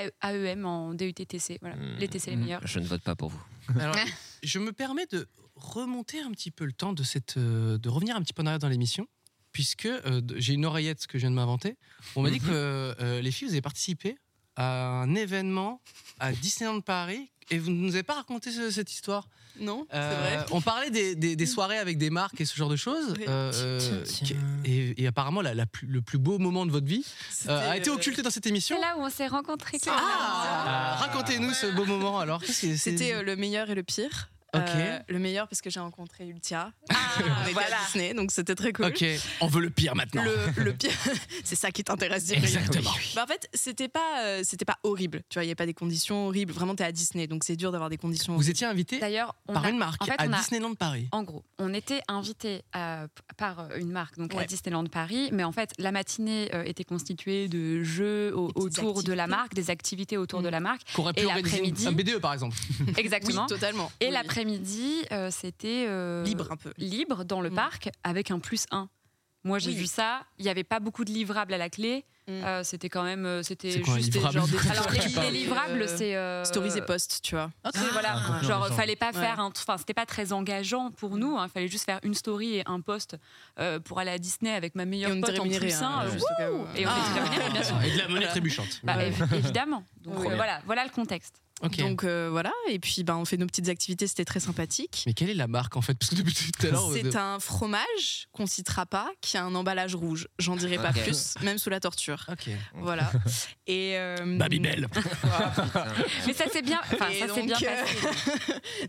D: BDE-AEM en DUT-TC. Voilà.
E: Hmm.
D: Les TC les meilleurs.
E: Je ne vote pas pour vous.
A: Alors,
B: Ah.
A: je me permets de remonter un petit peu le temps de cette, euh, de revenir un petit peu en arrière dans l'émission, puisque euh, de- j'ai une oreillette que je viens de m'inventer. On m'a dit
B: Mhm.
A: que euh, les filles, vous avez participé à un événement à Disneyland Paris et vous ne nous avez pas raconté ce- cette histoire.
B: Non,
A: Euh,
B: c'est vrai.
A: On parlait des, des- des soirées avec des marques et ce genre de choses.
B: Oui.
A: euh, euh, qui- et, et apparemment, la- la plus- le plus beau moment de votre vie
B: C'était,
A: euh, a été
B: euh,
A: occulté dans cette émission.
D: C'est là où on s'est rencontrés.
B: C'est
D: Clara.
A: Ah,
C: Ah.
A: Racontez-nous ce beau moment alors. Qu'est-ce que c'est-
B: C'était euh, le meilleur et le pire. Euh,
A: Ok.
B: le meilleur parce que j'ai rencontré Ultia. on était à Disney, donc c'était très cool.
A: Ok, on veut le pire maintenant.
B: Le, le pire, c'est ça qui t'intéresse. Cyprien.
A: Exactement.
B: Bah, en fait, c'était pas, euh, c'était pas horrible. Tu vois, il n'y a pas des conditions horribles. Vraiment, t'es à Disney, donc c'est dur d'avoir des conditions.
A: Vous étiez invité
D: D'ailleurs, on
A: par
D: a-
A: une marque
D: en fait,
A: à
D: on a-
A: Disneyland Paris.
D: En gros, on était invité à- p- par euh, une marque, donc à
B: Ouais.
D: Disneyland Paris, mais en fait, la matinée euh, était constituée de jeux au-
I: Des petites
D: autour de la
I: activités.
D: marque, des activités autour
B: Mm.
D: de la marque.
A: Qu'on aurait pu
D: Et
A: organiser une-
D: l'après-midi-
A: un BDE par exemple.
B: Oui,
D: Exactement.
B: totalement.
D: Et
B: Oui,
D: l'après-midi, euh, c'était euh,
B: oui. libre un peu.
D: libre dans le
B: Mm.
D: parc avec un plus un. Moi, j'ai
B: Oui. Mm.
D: vu ça. Il n'y avait pas beaucoup de livrables à la clé. Euh, c'était quand même euh,
B: C'est
D: c'était
B: quoi, un
D: juste des,
B: livrable
D: genre des- alors les,
B: Je sais pas.
D: les livrables
B: Euh,
D: c'est euh,
B: Stories et posts, tu vois.
D: c'est- voilà
B: Ah,
D: genre
B: ouais.
D: fallait pas
B: Ouais.
D: faire un enfin c'était pas très engageant pour nous hein, fallait juste faire une story et un post euh, pour aller à Disney avec ma meilleure
B: Et on était
D: pote en
B: rémunérés,
D: plus
B: hein, juste au cas où. Ah.
D: et on était rémunérés, bien sûr
A: Ah. Et de la monnaie trébuchante.
D: Bah,
B: Ouais.
D: évi- évidemment donc
B: Oui.
D: euh, voilà voilà le contexte
B: Donc euh, voilà, et puis ben, on fait nos petites activités, c'était très sympathique.
A: Mais quelle est la marque en fait Parce que depuis tout à l'heure.
B: C'est un fromage qu'on citera pas, qui a un emballage rouge. J'en dirai pas
A: Ok.
B: plus, même sous la torture.
A: Ok.
B: Voilà. Et euh,
A: Babybel.
D: mais ça c'est bien enfin
B: Et
D: ça c'est
B: donc,
D: bien
B: euh,
D: passé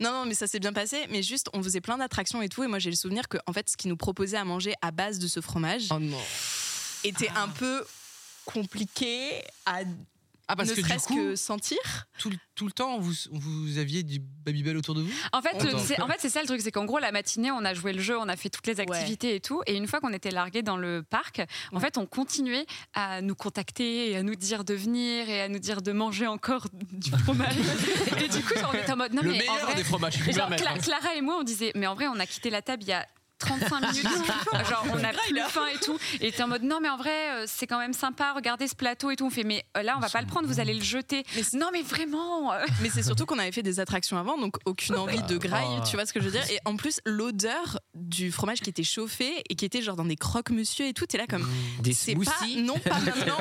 B: non, non, mais ça s'est bien passé. Mais juste, on faisait plein d'attractions et tout. Et moi, j'ai le souvenir que, en fait, ce qu'ils nous proposaient à manger à base de ce fromage
A: Oh.
B: était un peu compliqué à
A: Ah, parce
B: ne
A: que du
B: serait-ce
A: coup-
B: que sentir.
A: Tout, le- tout le temps, vous, vous aviez du Babybel autour de vous
D: En fait, euh,
A: Attends.
D: c'est en fait, c'est ça le truc, c'est qu'en gros, la matinée, on a joué le jeu, on a fait toutes les activités et tout. Et une fois qu'on était largués dans le parc, en fait, on continuait à nous contacter et à nous dire de venir et à nous dire de manger encore du fromage. et du coup, genre, on était en mode non,
A: Le
D: mais en
A: meilleur
D: vrai-
A: des fromages, je peux
D: Et genre,
A: me permettre,
D: Cla-
A: hein.
D: Clara et moi, on disait, mais en vrai, on a quitté la table il y a. 35 minutes, genre on a plus faim et tout. Et t'es en mode non, mais en vrai, euh, c'est quand même sympa, regardez ce plateau et tout. On fait, mais euh, là, on va pas le prendre, vous allez le jeter. non, mais vraiment euh.
B: Mais c'est surtout qu'on avait fait des attractions avant, donc aucune envie de graille,
A: bah.
D: Ah.
B: tu vois ce que je veux dire Et en plus, l'odeur du fromage qui était chauffé et qui était genre dans des croque-monsieur et tout, t'es là comme.
A: Mmh,
E: Des
B: c'est pas, Non, pas maintenant.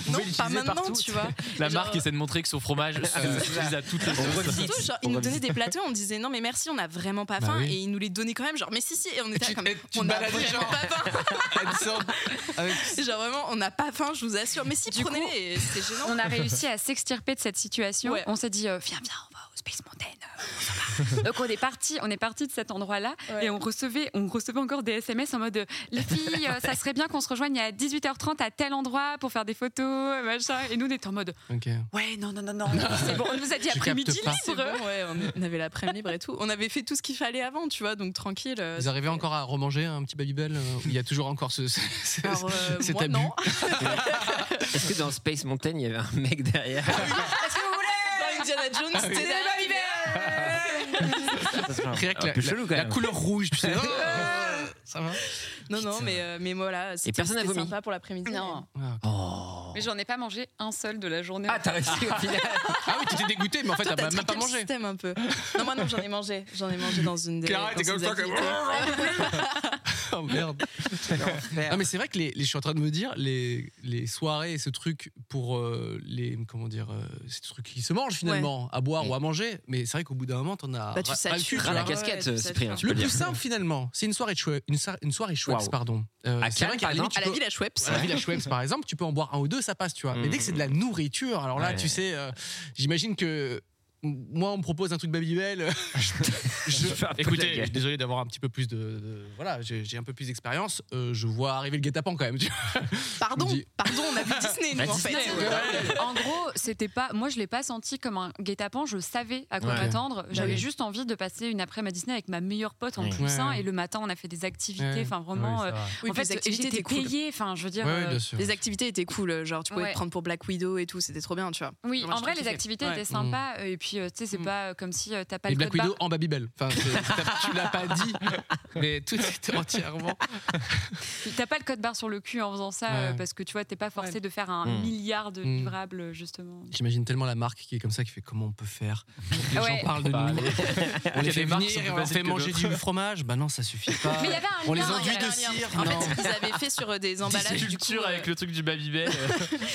B: non, pas maintenant, tu vois.
C: La marque essaie de montrer que son fromage se- s'utilise à toutes les
B: Surtout, genre, ils nous donnaient des plateaux, on disait non, mais merci, on a vraiment pas
C: Bah
B: faim.
C: oui.
B: Et ils nous les donnaient quand même, genre, mais si, si, et on était là comme.
A: tu
B: on
A: te
B: a
A: baladais,
B: vraiment
A: genre.
B: pas faim. genre, vraiment, on n'a pas faim, je vous assure. Mais si, prenez-les, c'est gênant.
D: on a réussi à s'extirper de cette situation.
B: Ouais.
D: On s'est dit, euh, viens, viens, on va au Space Mountain. euh, on s'en va. Donc on est parti, on est parti de cet endroit-là et on recevait, on recevait encore des SMS en mode, euh, les filles, euh, ça serait bien qu'on se rejoigne à 18h30 à tel endroit pour faire des photos, machin. Et nous on était en mode,
A: Ok.
D: ouais, non, non, non, non, c'est bon. On nous a dit
A: Je
D: après-midi
A: capte pas.
D: libre.
B: C'est bon, ouais, on- on avait l'après-midi libre et tout. On avait fait tout ce qu'il fallait avant, tu vois, donc tranquille. euh,
A: Vous arrivez encore à remanger un petit Babybel euh, où Il y a toujours encore ce, ce, ce-
B: Alors, euh,
A: cet
B: moi,
A: abus.
B: non.
E: Est-ce que dans Space Mountain, il y avait un mec derrière
B: Est-ce que vous voulez Dans Indiana Jones,
A: Ah oui.
B: c'était derrière
A: Rien que
E: Un
A: la,
E: peu
A: la-
E: chelou, quand
A: la
E: même.
A: couleur rouge, tu sais. Oh, ça va
B: Non, non, mais, euh, mais voilà. c'était-
E: personne n'a
B: c'était
E: vomi.
B: sympa pour l'après-midi.
D: Non, mais j'en ai pas mangé un seul de la journée.
E: Ah, t'as réussi au final.
A: Ah oui, tu t'es dégoûté, mais en fait,
B: Toi,
A: t'as
B: t'as
A: même pas
B: triqué le
A: mangé.
B: système un peu. Non, moi non, j'en ai mangé. J'en ai mangé dans une des.
A: Clara,
B: dans
A: t'es comme
B: une
A: ça,
B: activité.
A: Oh merde. Non, mais c'est vrai que les, les- je suis en train de me dire, les, les soirées et ce truc pour euh, les. Comment dire euh, C'est ce truc qui se mange finalement, à boire
E: Oui.
A: ou à manger. Mais c'est vrai qu'au bout d'un moment, t'en as.
B: Bah, tu
A: ras- ras le cul, Ah,
B: satures.
A: tu
E: Mm. Ras la
A: vois.
E: casquette,
B: ouais,
E: Cyprien, je peux
A: Le
E: le
A: plus
E: dire.
A: simple finalement, c'est une soirée chouette, une, soir- une soirée chouette,
E: Waouh.
A: pardon. Euh,
E: À
A: c'est
E: Cannes,
A: vrai qu'à
E: par
A: la limite,
E: exemple
A: tu
B: À la
A: peux-
B: ville à Schweppes.
A: à la Villa Schweppes par exemple, tu peux en boire un ou deux, ça passe, tu vois. Mais dès que c'est de la nourriture, alors là,
E: Ouais.
A: tu sais, euh, j'imagine que moi, on me propose un truc Babybel. je, je-
E: fais un peu de la
A: écoutez,
E: gueule.
A: désolé d'avoir un petit peu plus de, de- voilà, j'ai j'ai un peu plus d'expérience. euh, je vois arriver le guet-apens quand même. tu vois.
B: Pardon,
A: Je me dis-
B: pardon, on a vu Disney, nous,
E: Bah,
B: en fait.
D: Disney, ouais. En gros, c'était pas. Moi, je l'ai pas senti comme un guet-apens. Je savais à quoi
E: Ouais.
D: m'attendre. J'avais
A: Bah oui.
D: juste envie de passer une après-midi à Disney avec ma meilleure pote en
E: Ouais.
D: poussin.
A: Ouais.
D: Et le matin, on a fait des activités.
A: Ouais.
D: Enfin, vraiment.
C: Oui,
D: euh,
C: ça va.
B: Oui,
D: en
B: puis
D: fait,
B: les activités
D: j'étais
B: étaient cool.
D: payée. Enfin, je veux dire.
A: Ouais, ouais,
D: euh,
A: bien sûr.
B: Les activités étaient cool. Genre, tu pouvais
D: Ouais.
B: te prendre pour Black Widow et tout. C'était trop bien, tu vois.
D: oui,
B: Moi,
D: en
B: j'ai trop
D: vrai, les
B: kiffé.
D: activités
B: Ouais.
D: étaient sympas. Et puis, euh, tu sais, c'est
B: Mm.
D: pas euh, comme si euh, t'as pas
A: Et bah, Black
D: le code barre.
A: Widow en Babybel. Enfin, c'est- t'as- tu l'as pas dit, mais tout est entièrement.
D: T'as pas le code barre sur le cul en faisant ça
A: Ouais.
D: euh, parce que tu vois, t'es pas forcé de faire un
E: Mm.
D: milliard de
A: Mm.
D: livrables justement.
A: J'imagine tellement la marque qui est comme ça, qui fait comment on peut faire. Les
D: Ouais.
A: gens parlent de
C: Bah,
A: nous. On
C: Il y
A: les
C: a
A: fait
C: des marques
A: venir,
C: qui sont
A: on
C: plus
A: leur fait
C: basiques que
A: manger du fromage. Bah non, ça suffit pas.
D: Mais il y avait un
A: on les
D: lien, il y
A: enduit
D: avait
A: de
D: un
A: cire.
B: En
A: non.
B: fait, ils avaient fait sur euh, des emballages du coup.
C: Culture
B: euh,
C: avec le truc du Babybel. euh.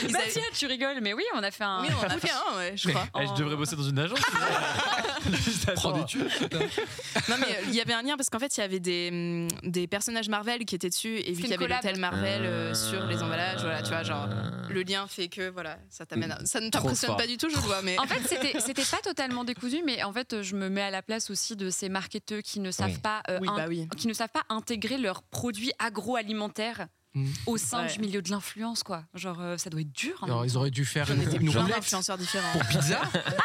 B: ils
D: Bah
B: avaient-
D: tiens, tu rigoles, mais oui, on a fait un.
B: Oui, on en a fait un, ouais, je crois.
C: Eh, je devrais bosser dans une agence. Juste attends.
A: Prends des tubes.
B: Non, mais euh, il y avait un lien parce qu'en fait, il y avait des, hum, des personnages Marvel qui étaient dessus et vu
D: une
B: qu'il y avait le
D: collab.
B: tel Marvel euh, sur les emballages, voilà, tu vois, genre
C: Euh.
B: le lien fait que voilà, ça t'amène. à- Ça ne t'impressionne
E: Ah. fort.
B: pas du tout, je le vois, mais
D: En fait, c'était- c'était pas totalement décousu, mais en fait, je me mets à la place aussi de ces marketeurs qui ne savent
E: Oui.
D: pas, euh,
B: Oui,
D: in-
B: bah oui.
D: qui ne savent pas intégrer leurs produits agroalimentaires
A: Mm.
D: au sein
B: Ouais.
D: du milieu de l'influence, quoi. Genre, euh, ça doit être dur. hein.
A: Alors, ils auraient dû faire
B: j'en
A: une,
B: étais
A: une
B: plein
A: roulette
B: d'influenceurs différents.
A: pour pizza.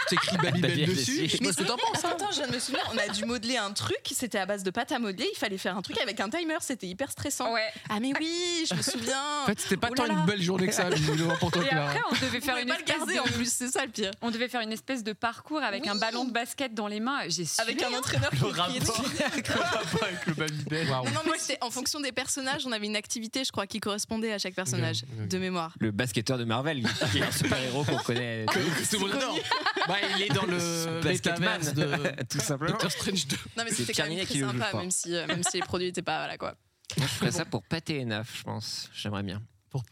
A: T'écris Babybel
E: Babybel
A: dessus.
E: dessus.
A: Je sais pas ce que t'en penses.
D: hein.
B: Attends, attends, je viens de me souvenir, on a dû modeler un truc, c'était à base de pâte à modeler, il fallait faire un truc avec un timer, c'était hyper stressant.
D: Ouais.
B: Ah, mais oui, je me souviens.
A: En fait, c'était pas
B: Oh là
A: tant
B: là.
A: une belle journée que ça, visiblement, pour toi,
D: Et
A: Clara.
D: après, on devait
B: Je faire
D: faire
B: pouvais
D: une
B: pas le
D: espèce
B: garder
D: de-
B: en plus, c'est ça le pire.
D: On devait faire une espèce de parcours avec un ballon de basket dans les mains. J'ai
B: Avec
D: sué,
B: un
D: hein.
B: entraîneur qui
C: Le rapport.
B: criait dessus.
C: Quoi, pas avec le Babybel.
A: Waouh.
B: Non, non, mais c'était en fonction des personnages, on avait une activité, je crois, crois, qui correspondait à chaque personnage de mémoire.
E: Le basketteur de Marvel, qui est un super-héros qu'on connaît.
A: Tout le monde adore. Bah, il est dans le
E: Basketman,
A: Metaverse de
E: tout simplement.
A: Doctor Strange 2.
B: Non, mais
E: C'est
B: c'était quand même
E: Carminet
B: très
E: qui le joue, je
B: sympa,
E: crois.
B: même si, euh, même si les produits n'étaient pas. Voilà quoi.
E: Moi, je ferais ça pour pâté et naf, je pense. J'aimerais bien.
C: Pour-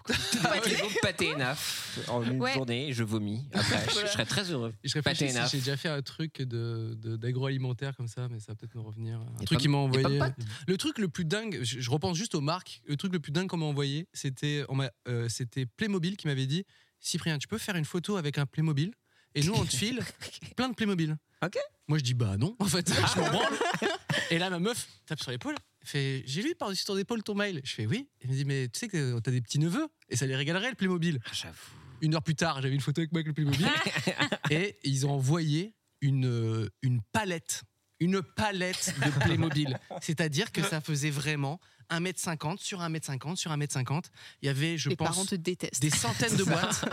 A: Ah
E: pâté, pâté et naf en une
D: Ouais.
E: journée, je vomis. Après, je- je, serais très heureux.
A: Et Je réfléchis
E: Pâté
A: si
E: naf.
A: j'ai déjà fait un truc de- de- d'agroalimentaire comme ça, mais ça va peut-être me revenir. Un
E: Et
A: truc
E: pas-
A: qui m'a
E: et pas de
A: envoyé.
E: pâtes
A: Le truc le plus dingue, je, je repense juste aux marques. Le truc le plus dingue qu'on m'a envoyé, c'était on m'a- euh, c'était Playmobil qui m'avait dit Cyprien, tu peux faire une photo avec un Playmobil et nous on te file plein de Playmobil.
E: Ok.
A: Moi je dis bah non, en fait, je m'en branle. Et là ma meuf tape sur l'épaule, fait J'ai lu par-dessus ton épaule ton mail. Je fais oui. Elle me dit Mais tu sais que t'as des petits neveux et ça les régalerait le Playmobil.
E: Ah, J'avoue.
A: Une heure plus tard, j'avais une photo avec moi avec le Playmobil. et ils ont envoyé une, euh, une palette. Une palette de Playmobil. C'est-à-dire que ça faisait vraiment 1m50 sur 1m50 sur 1m50. Il y avait, je
I: Les parents
A: pense,
I: te détestent.
A: des centaines de boîtes.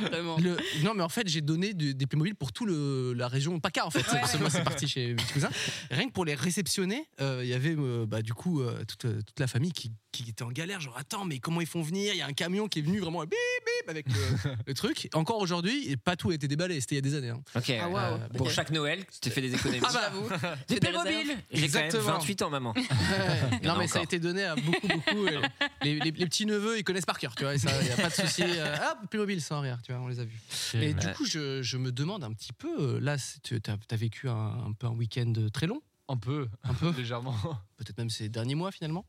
B: Vraiment.
A: Le- non, mais en fait, j'ai donné du- des Playmobil pour toute la région PACA, en fait. Parce que moi, c'est parti chez mes petits cousins. Rien que pour les réceptionner, euh, il y avait euh, bah, du coup euh, toute, euh, toute la famille qui, qui était en galère. Genre, attends, mais comment ils font venir Il y a un camion qui est venu vraiment bip, bip, avec le, le truc. Encore aujourd'hui, et pas tout a été déballé. C'était il y a des années. hein.
E: Ok.
B: Ah, waouh.
E: Euh, Pour
B: Ok.
E: chaque Noël, tu t'es fait des économies.
A: Ah bah,
B: J'avoue.
E: Des
B: J'ai des
E: Playmobil
B: réserves.
E: J'ai quand même
A: Exactement.
E: 28 ans, maman. y en
A: non,
E: a
A: mais ça
E: encore.
A: a été donné à beaucoup, beaucoup. euh, les, les- les petits neveux, ils connaissent par cœur, tu vois. Il n'y a pas de souci. euh, hop, Playmobil, sans rire, tu vois, on les a vus. Et du
E: Ouais.
A: coup, je, je me demande un petit peu. euh, Là, c'est- tu as, vécu un, un peu un week-end très long,
C: Un peu,
A: un peu,
C: légèrement.
A: peut-être même ces derniers mois finalement.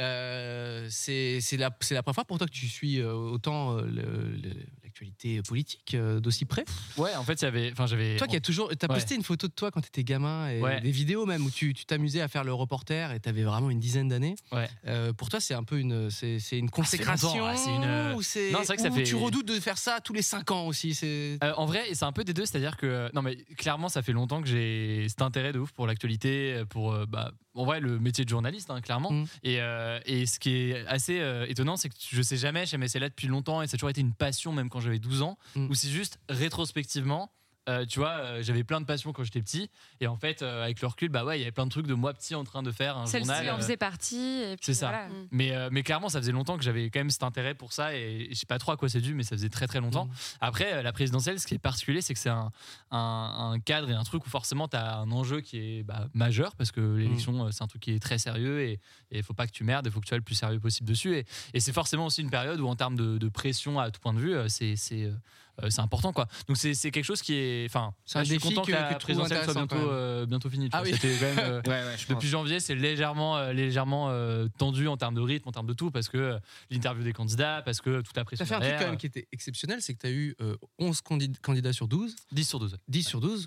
A: Euh, c'est c'est la, c'est la première fois pour toi que tu suis euh, autant euh, le- le- l'actualité politique euh, d'aussi près.
C: Ouais, en fait, il y avait. Enfin, j'avais.
A: Toi qui as toujours. Tu as
C: Ouais.
A: posté une photo de toi quand tu étais gamin et
C: Ouais.
A: des vidéos même où tu tu t'amusais à faire le reporter et tu avais vraiment une dizaine d'années.
C: Ouais.
A: Euh, pour toi, c'est un peu une, c'est c'est une consécration.
C: longtemps, ouais, c'est une, euh,
A: ou c'est-
C: non, c'est vrai que ça
A: ou
C: fait-
A: Tu redoutes de faire ça tous les 5 ans aussi. C'est.
C: Euh, en vrai, et c'est un peu des deux, c'est-à-dire que euh, non mais clairement, ça fait longtemps que j'ai cet intérêt de ouf pour l'actualité, euh, pour euh, bah, en vrai le métier de journaliste, hein, clairement.
A: Mm.
C: Et, euh, et ce qui est assez euh, étonnant, c'est que je sais jamais, j'ai aimé là depuis longtemps et ça a toujours été une passion, même quand j'avais 12 ans,
A: Mm.
C: ou c'est juste rétrospectivement. euh, tu vois, euh, j'avais plein de passions quand j'étais petit, et en fait, euh, avec le recul, bah ouais, il y avait plein de trucs de moi petit en train de faire un journal.
D: Celle-ci en
C: euh,
D: faisait partie. et puis
C: c'est ça.
D: voilà.
C: mais, euh, mais clairement, ça faisait longtemps que j'avais quand même cet intérêt pour ça et je sais pas trop à quoi c'est dû, mais ça faisait très très longtemps.
A: Mm.
C: Après, euh, la présidentielle, ce qui est particulier, c'est que c'est un, un- un cadre et un truc où forcément tu as un enjeu qui est bah, majeur parce que l'élection, euh, c'est un truc qui est très sérieux et il faut pas que tu merdes, il faut que tu sois le plus sérieux possible dessus. Et, et c'est forcément aussi une période où, en termes de, de pression à tout point de vue, euh, c'est. c'est, euh, euh, c'est important quoi. Donc c'est c'est quelque chose qui est. Enfin,
A: C'est un
C: je suis
A: défi
C: content
A: que-
C: que, la
A: que tu trouves
C: présidentielle soit
A: intéressant, quand
C: bientôt, euh, bientôt finie. tu
A: Ah
C: vois.
A: oui.
C: C'était quand même, euh,
E: Ouais, ouais, je
C: depuis janvier, c'est légèrement, euh, légèrement euh, tendu en termes de rythme, en termes de tout, parce que euh, l'interview des candidats, parce que toute la
A: Tu
C: pression.
A: as fait un truc
C: derrière,
A: quand même qui était exceptionnel, c'est que tu as eu euh, 11 candid- candidats sur 12,
C: euh, 10 sur 12.
A: 10 sur 12.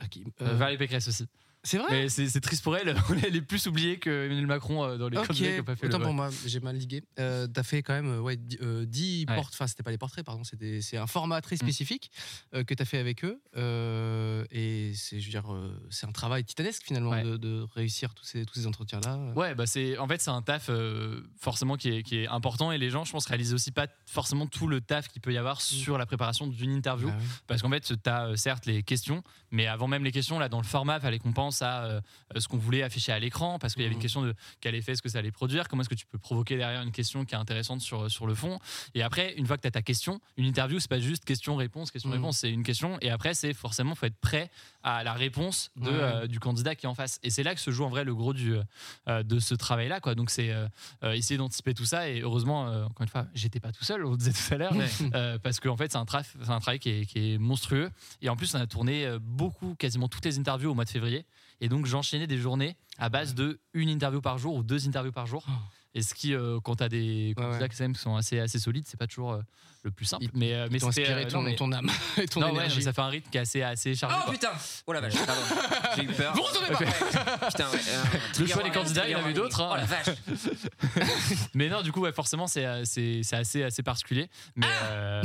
A: à qui-
C: Euh,
A: euh,
C: Valérie Pécresse aussi.
A: c'est vrai
C: Mais c'est c'est triste pour elle, elle est plus oubliée que Emmanuel Macron euh, dans les
A: Ok,
C: candidats qui n'ont pas fait
A: autant
C: le.
A: pour moi, j'ai mal ligué. Euh, t'as fait quand même euh, ouais, 10
C: Ouais. Mm.
A: portraits, enfin c'était pas des portraits, pardon, c'est des- c'est un format très spécifique euh, que t'as fait avec eux. euh, et c'est je veux dire, euh, c'est un travail titanesque finalement
C: Ouais.
A: de, de réussir tous ces, tous ces entretiens-là. Euh,
C: Ouais, bah c'est en fait c'est un taf euh, forcément qui est, qui est important et les gens je pense réalisent aussi pas forcément tout le taf qu'il peut y
A: Mm.
C: avoir sur la préparation d'une interview
A: Ah oui.
C: parce qu'en fait tu as certes les questions mais avant même les questions là dans le format fallait qu'on pense à euh, ce qu'on voulait afficher à l'écran parce qu'il y avait une
A: Mhm.
C: question de quel effet est-ce que ça allait produire comment est-ce que tu peux provoquer derrière une question qui est intéressante sur, euh, sur le fond et après une fois que tu as ta question une interview c'est pas juste question réponse question
A: Mhm.
C: réponse c'est une question et après c'est forcément faut être prêt à la réponse de,
A: Ouais.
C: euh, du candidat qui est en face et c'est là que se joue en vrai le gros du euh, de ce travail là quoi donc c'est euh, euh, essayer d'anticiper tout ça et heureusement euh, encore une fois j'étais pas tout seul on le disait tout à l'heure euh, parce qu'en fait c'est un, traf- c'est un travail qui est, qui est monstrueux et en plus on a tourné euh, beaucoup quasiment toutes les interviews au mois de février et donc j'enchaînais des journées à base de une interview par jour ou deux interviews par jour
A: Oh.
C: et ce qui euh, quand t'as des
A: Ouais,
C: candidats
A: ouais.
C: qui, quand même, qui sont assez, assez solides c'est pas toujours euh, le plus simple
A: Ils-
C: mais, euh, mais
A: Ils t'ont
C: c'était,
A: inspiré
C: euh,
A: ton,
C: non, mais-
A: ton âme et ton
C: non, ouais, non,
A: énergie. Ah,
C: mais ça fait un rythme qui est assez, assez chargé
E: Oh
C: quoi.
E: putain Oh la vache, pardon. J'ai eu peur.
A: Vous retournez pas
E: Ouais. Putain, ouais. euh,
C: Le
E: trigger
C: choix des
E: warning,
C: candidats, il y en a
E: trigger
C: eu d'autres, hein.
E: warning. Oh la vache
C: Mais non, du coup, ouais, forcément, c'est euh, c'est- c'est assez, assez particulier. Mais euh,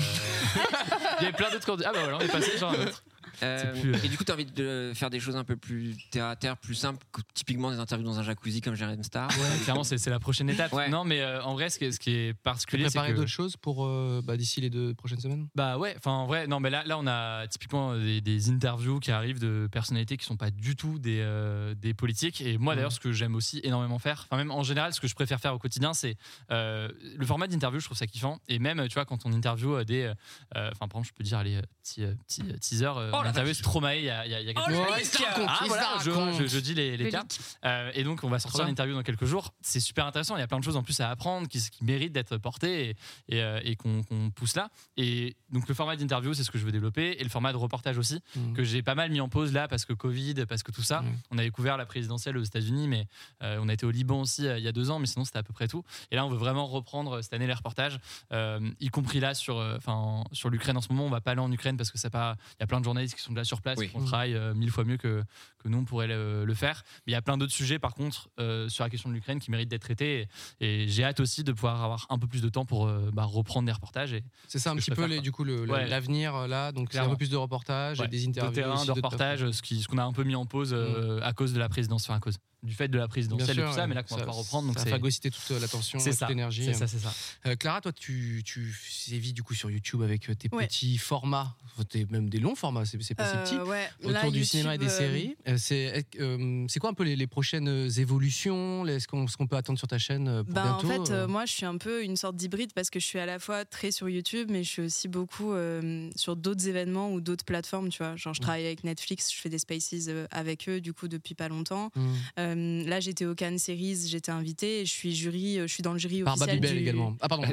C: il y avait plein d'autres candidats. Ah bah voilà, on est passé genre à un autre.
E: Euh,
C: plus, euh,
E: Et du coup, tu as envie de faire des choses un peu plus terre à terre, plus simples, que typiquement des interviews dans un jacuzzi comme Jérém Star.
C: Ouais, clairement, c'est c'est la prochaine étape.
E: Ouais.
C: Non, mais euh, en vrai, ce qui est, ce qui est particulier, c'est
A: Préparer
C: que...
A: d'autres choses pour euh, bah, d'ici les deux prochaines semaines
C: Bah ouais, enfin en vrai, non mais là, là on a typiquement des, des interviews qui arrivent de personnalités qui sont pas du tout des, euh, des politiques. Et moi
E: Mm.
C: d'ailleurs, ce que j'aime aussi énormément faire, enfin même en général, ce que je préfère faire au quotidien, c'est euh, le format d'interview, je trouve ça kiffant. Et même, tu vois, quand on interview euh, des... euh, euh, Enfin, par exemple, je peux dire les euh, petits, euh, petits euh, teasers. euh,
E: Oh,
C: on
E: la
C: a interviewé Stromae il y a, il y a- il y a quelques
E: Oh,
C: mois.
E: il se raconte,
C: Ah,
E: il se
C: voilà, je,
E: raconte.
C: je- je dis les, les
D: Le
C: cas. Euh, et donc, on va sortir
A: bien.
C: l'interview dans quelques jours. C'est super intéressant. Il y a plein de choses en plus à apprendre qui, qui méritent d'être portées et, et, euh, et qu'on qu'on pousse là. Et donc, le format d'interview, c'est ce que je veux développer. Et le format de reportage aussi,
A: Mhm.
C: que j'ai pas mal mis en pause là parce que Covid, parce que tout ça.
A: Mhm.
C: On avait couvert la présidentielle aux États-Unis, mais euh, on a été au Liban aussi euh, il y a deux ans, mais sinon, c'était à peu près tout. Et là, on veut vraiment reprendre euh, cette année les reportages, euh, y compris là sur, euh, 'fin, sur l'Ukraine. En ce moment, on va pas aller en Ukraine parce que ça pas. Il y a plein de journalistes qui sont là sur place,
E: Oui.
C: qui font le travail euh, mille fois mieux que, que nous, on pourrait le, le faire. Mais il y a plein d'autres sujets, par contre, euh, sur la question de l'Ukraine qui méritent d'être traités. Et, et j'ai hâte aussi de pouvoir avoir un peu plus de temps pour euh, bah, reprendre des reportages. Et,
A: C'est ça un
C: que je
A: petit peu
C: préfère,
A: les,
C: quoi.
A: du coup le- le-
C: Ouais.
A: l'avenir euh, là, donc c'est un
C: Clairement.
A: peu plus de reportages, et
C: Ouais,
A: des interviews,
C: de terrain,
A: aussi,
C: de
A: taf.
C: reportages, ce qui- ce qu'on a un peu mis en pause euh, à cause de la présidence, enfin, à cause du fait de la
A: Bien
C: présidentielle
A: sûr,
C: et tout ça,
A: ouais.
C: mais là qu'on va pas reprendre. Donc
A: ça a
C: c'est
A: phagocyté toute euh, l'attention,
C: c'est
A: toute
C: ça,
A: l'énergie.
C: c'est ça, c'est ça.
A: Euh, Clara, toi, tu, tu sévis du coup sur YouTube avec euh, tes
B: Ouais.
A: petits formats, enfin, tes- même des longs formats, c'est c'est pas
B: Euh,
A: si petit.
B: ouais,
A: Autour
B: là,
A: du
B: YouTube,
A: cinéma et des
B: euh,
A: séries. Euh, c'est euh, c'est quoi un peu les, les prochaines euh, évolutions les- Est-ce qu'on ce qu'on peut attendre sur ta chaîne euh, pour
B: Ben,
A: bientôt
B: en fait, euh,
A: euh,
B: moi, je suis un peu une sorte d'hybride parce que je suis à la fois très sur YouTube, mais je suis aussi beaucoup euh, sur d'autres événements ou d'autres plateformes, tu vois. Genre, je travaille avec Netflix, je fais des spaces euh, avec eux, du coup, depuis pas longtemps.
A: hmm.
B: Euh, là, j'étais au Cannes Series, j'étais invitée, et je suis jury, euh, je suis dans le jury
A: Par
B: officiel
A: Baby Bell
B: du...
A: également. Ah, pardon.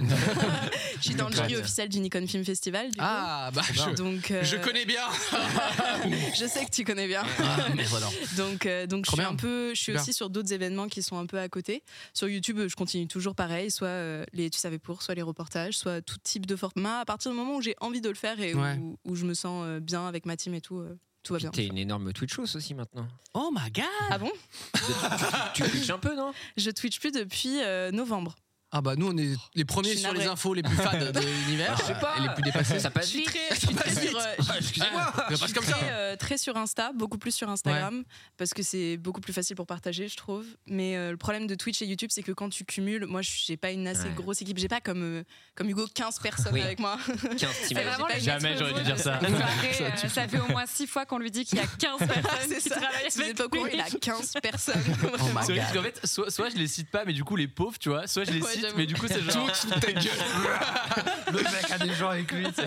B: Je suis dans le jury officiel du Nikon Film Festival, du
A: ah, bah,
B: coup.
A: je,
B: Donc, euh,
A: je connais bien.
B: je sais que tu connais bien.
A: Ah, mais voilà.
B: Donc, euh, donc je
A: Trop
B: suis
A: bien.
B: un peu, je suis
A: Super.
B: aussi sur d'autres événements qui sont un peu à côté. Sur YouTube, euh, je continue toujours pareil, soit euh, les tu savais pour, soit les reportages, soit tout type de format. À partir du moment où j'ai envie de le faire et où-
A: Ouais.
B: où, je me sens euh, bien avec ma team et tout, euh, tout va
E: Puis
B: bien.
E: T'es une énorme Twitch host aussi maintenant.
A: Oh my god.
B: Ah bon
E: Tu Twitches un peu, non
B: Je Twitch plus depuis euh, novembre.
A: Ah, bah, nous, on est les
B: Je
A: premiers
B: suis
A: sur les
B: navrée.
A: infos les plus fades de l'univers. Ah, Et les plus dépassés.
E: Ça passe
B: Je suis
E: Ah, vite.
B: très, je suis très sur, euh,
E: Ah, Excusez-moi.
A: Ah, ça passe comme ça.
B: très, euh, très sur Insta, beaucoup plus sur Instagram, parce que c'est beaucoup plus facile pour partager, je trouve. Mais euh, le problème de Twitch et YouTube, c'est que quand tu cumules, moi, j'ai pas une assez
E: Ouais.
B: grosse équipe, j'ai pas comme, euh, comme Hugo 15 personnes
E: Oui.
B: avec moi.
E: 15
D: C'est
E: t'imagines.
D: vraiment le
C: Jamais
D: maître
C: j'aurais dû
D: mot
C: dire
D: de
C: ça.
D: cette soirée,
A: Ça, tu-
D: euh, ça fait au moins six fois qu'on lui dit qu'il y a 15 personnes
B: C'est
D: qui
B: ça.
D: travaillent
B: Si vous
D: avec
B: êtes pas au courant, il
D: lui.
B: a 15 personnes. Vraiment.
C: C'est vrai, parce qu'en fait, soit, soit je les cite pas, mais du coup, les pauvres, tu vois, soit je les
B: Ouais,
C: cite,
B: j'avoue.
C: mais du coup, c'est genre.
B: euh,
C: le mec a des gens avec lui, tu sais.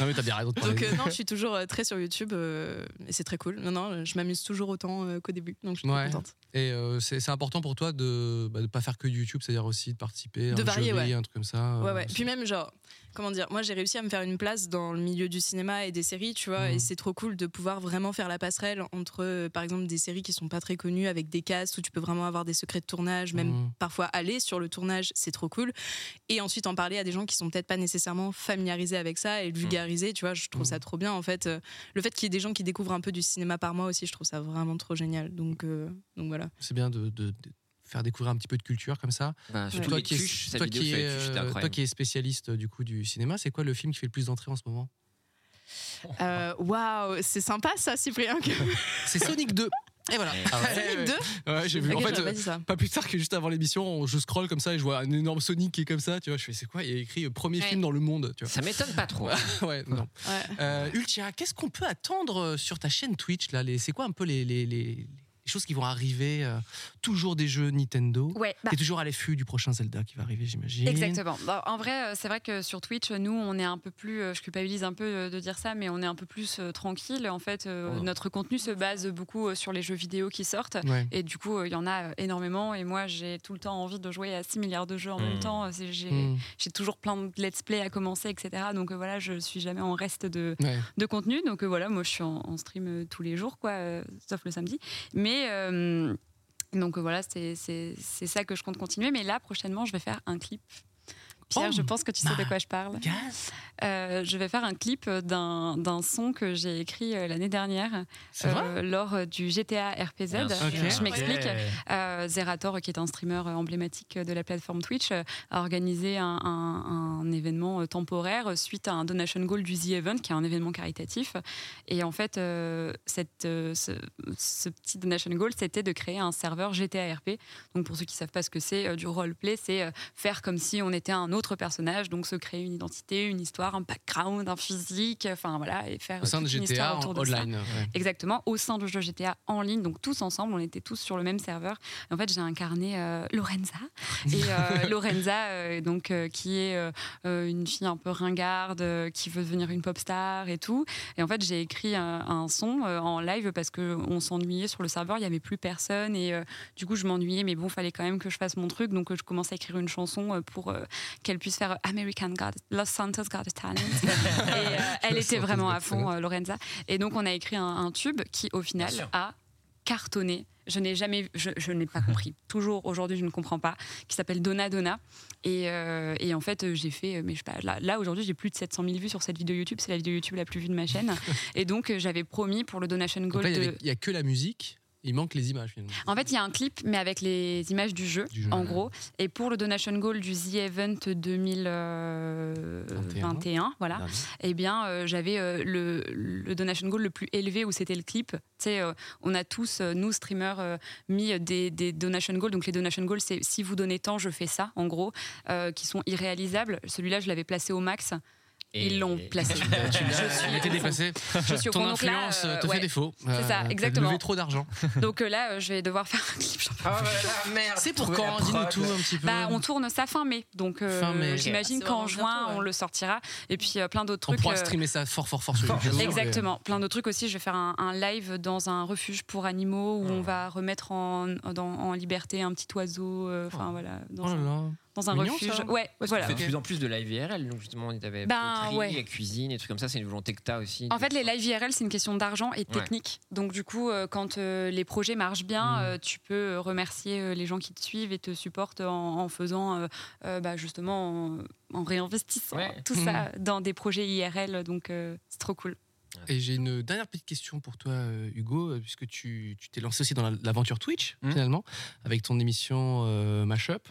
A: Non, mais Ah t'as bien raison de parler.
B: Donc euh, non, je suis toujours euh, très sur YouTube euh, et c'est très cool. Non, non, je m'amuse toujours autant euh, qu'au début, donc je suis très
A: Ouais.
B: contente.
A: Et euh, c'est c'est important pour toi de ne pas faire que YouTube, c'est-à-dire aussi de participer à
B: De
A: un
B: varier,
A: jury,
B: ouais.
A: un truc comme ça. euh,
B: Ouais, ouais. Puis même, genre, comment dire, moi j'ai réussi à me faire une place dans le milieu du cinéma et des séries, tu vois,
A: Mhm.
B: et c'est trop cool de pouvoir vraiment faire la passerelle entre, euh, par exemple, des séries qui sont pas très connues avec des castes où tu peux vraiment avoir des secrets de tournage, même
A: Mhm.
B: parfois aller sur le tournage, c'est trop cool. Et ensuite en parler à des gens qui sont peut-être pas nécessairement familiarisés avec ça et le vulgariser, tu vois, je trouve ça trop bien en fait. Euh, Le fait qu'il y ait des gens qui découvrent un peu du cinéma par mois aussi, je trouve ça vraiment trop génial. Donc, euh, donc voilà.
A: C'est bien de, de- de faire découvrir un petit peu de culture comme ça.
E: Bah, surtout
A: Toi,
E: les
A: qui es,
E: tuches, cette
A: toi
E: vidéo
A: qui
E: sur les
A: es,
E: tuches, c'était
A: euh, toi
E: incroyable.
A: qui es spécialiste euh, du coup du cinéma, c'est quoi le film qui fait le plus d'entrées en ce moment
B: Euh, Waouh, c'est sympa ça, Cyprien. que-
A: C'est Sonic 2. Et voilà.
E: Eh
B: Sonic 2
A: Ah Ouais, j'ai vu.
B: Ok,
A: en
B: bah,
A: fait,
B: j'aurais pas
A: euh,
B: dit ça.
A: pas plus tard que juste avant l'émission, on- je scroll comme ça et je vois un énorme Sonic qui est comme ça. Tu vois, je fais c'est quoi Il y a écrit euh, premier
D: Ouais.
A: film dans le monde. Tu vois.
E: Ça m'étonne pas trop.
A: ouais, non.
B: Ouais.
A: Euh, Ultira, qu'est-ce qu'on peut attendre euh, sur ta chaîne Twitch là les- C'est quoi un peu les, les- les- les choses qui vont arriver euh, Toujours des jeux Nintendo.
D: Ouais, bah,
A: T'es toujours à l'affût du prochain Zelda qui va arriver, j'imagine.
D: Exactement. Bah, en vrai, euh, c'est vrai que sur Twitch, nous, on est un peu plus, euh, je culpabilise un peu euh, de dire ça, mais on est un peu plus euh, tranquille. En fait, euh,
E: Oh.
D: notre contenu se base beaucoup euh, sur les jeux vidéo qui sortent.
A: Ouais.
D: Et du coup, euh, il y en a euh, énormément. Et moi, j'ai tout le temps envie de jouer à 6 milliards de jeux en
E: Mm.
D: même temps. Euh, c'est- J'ai
A: Mm.
D: j'ai toujours plein de let's play à commencer, etc. Donc euh, voilà, je suis jamais en reste de,
A: Ouais.
D: de contenu. Donc euh, voilà, moi je suis en, en stream euh, tous les jours, quoi, euh, sauf le samedi. Mais euh, donc euh, voilà, c'est c'est- c'est ça que je compte continuer. Mais là, prochainement, je vais faire un clip.
J: Oh,
D: Pierre, je pense que tu sais de quoi je parle.
J: bah.
D: Euh, je vais faire un clip d'un d'un son que j'ai écrit euh, l'année dernière euh,
J: C'est vrai
D: lors du GTA RPZ.
J: Bien sûr. Ok.
D: Je m'explique.
J: Ouais.
D: Euh, Zerator, qui est un streamer euh, emblématique de la plateforme Twitch, euh, a organisé un, un- un événement euh, temporaire suite à un donation goal du The Event, qui est un événement caritatif. Et en fait, euh, cette, euh, ce, ce petit donation goal, c'était de créer un serveur GTA RP. Donc pour ceux qui ne savent pas ce que c'est, euh, du roleplay, c'est euh, faire comme si on était un autre personnage, donc se créer une identité, une histoire, un background, un physique, enfin voilà, et faire euh,
A: Au sein de
D: toute une
A: GTA
D: histoire
A: en
D: autour de ça.
A: online, ouais.
D: Exactement, au sein du jeu GTA en ligne, donc tous ensemble, on était tous sur le même serveur. Et en fait, j'ai incarné euh, Lorenza. Et euh, Lorenza, euh, donc, euh, qui est euh, euh, une fille un peu ringarde, euh, qui veut devenir une pop star et tout. Et en fait, j'ai écrit un, un son euh, en live parce qu'on s'ennuyait sur le serveur, il n'y avait plus personne. Et euh, du coup, je m'ennuyais, mais bon, fallait quand même que je fasse mon truc. Donc, euh, je commence à écrire une chanson euh, pour euh, qu'elle puisse faire American God, Los Santos Got Talent. et euh, elle
J: Los
D: était
J: Santos
D: vraiment
J: Got
D: à fond,
J: Talent.
D: euh, Lorenza. Et donc, on a écrit un, un tube qui, au final,
J: Bien sûr.
D: a cartonné. Je n'ai jamais, je, je n'ai pas compris. Toujours aujourd'hui, je ne comprends pas. Qui s'appelle Donna Donna. Et, euh, et en fait, euh, j'ai fait, euh, mais je sais pas, là, là, aujourd'hui, j'ai plus de 700 000 vues sur cette vidéo YouTube. C'est la vidéo YouTube la plus vue de ma chaîne. Et donc, euh, j'avais promis pour le donation
A: Donc
D: goal
A: là,
D: de.
A: il y avait- il y a que la musique, il manque les images finalement.
D: En fait, il y a un clip, mais avec les images du jeu,
A: Du jeu.
D: en gros. Et pour le donation goal du The Event euh, 2021,
A: Ah.
D: voilà,
J: Dernier.
D: eh bien, euh, j'avais euh, le, le donation goal le plus élevé où c'était le clip. Tu sais, euh, on a tous, euh, nous, streamers, euh, mis euh, des, des donation goals. Donc, les donation goals, c'est si vous donnez tant, je fais ça, en gros, euh, qui sont irréalisables. Celui-là, je l'avais placé au max. Ils l'ont placé.
A: Tu l'as- tu
D: Je
A: l'as
D: suis
A: elle a été
D: au fond.
A: dépassée.
D: Je suis au
A: Ton
D: fond. Donc là,
A: influence
D: euh,
A: te
D: ouais.
A: fait défaut.
D: C'est ça, exactement.
A: Tu trop d'argent.
D: Donc euh, là, euh, je vais devoir faire un clip. j'en peux
A: Ah,
D: plus.
A: voilà, merde, C'est pour trouver quand la Dis-nous prod. tout un petit peu.
D: Bah, on tourne ça fin mai. Donc euh,
A: Fin mai.
D: j'imagine
A: Ok.
D: qu'en juin, on le sortira. Et puis euh, plein d'autres
A: On
D: trucs.
A: pourra
D: euh,
A: streamer ça fort, fort, fort sur YouTube.
D: Exactement, plein d'autres trucs aussi. Je vais faire un, un live dans un refuge pour animaux où on va remettre en, dans- en liberté un petit oiseau. euh, Enfin voilà, dans,
E: Oh là
D: un-
E: là.
D: dans un refuge. Ouais,
E: parce qu'on
D: voilà.
E: fait de plus en plus de live IRL. Donc justement, on avait
D: Ben,
E: poterie,
D: ouais.
E: la cuisine, et trucs comme ça. C'est une volonté que t'as aussi.
D: En fait, les live IRL, c'est une question d'argent et de
E: Ouais.
D: technique. Donc, du coup, euh, quand euh, les projets marchent bien,
E: Mm.
D: euh, tu peux euh, remercier euh, les gens qui te suivent et te supportent en, en faisant, euh, euh, bah, justement, en, en réinvestissant
A: Ouais.
D: tout ça dans des projets IRL. Donc, euh, c'est trop cool.
A: Et j'ai une dernière petite question pour toi, euh, Hugo, euh, puisque tu tu t'es lancé aussi dans la- l'aventure Twitch, finalement, avec ton émission euh, Mashup.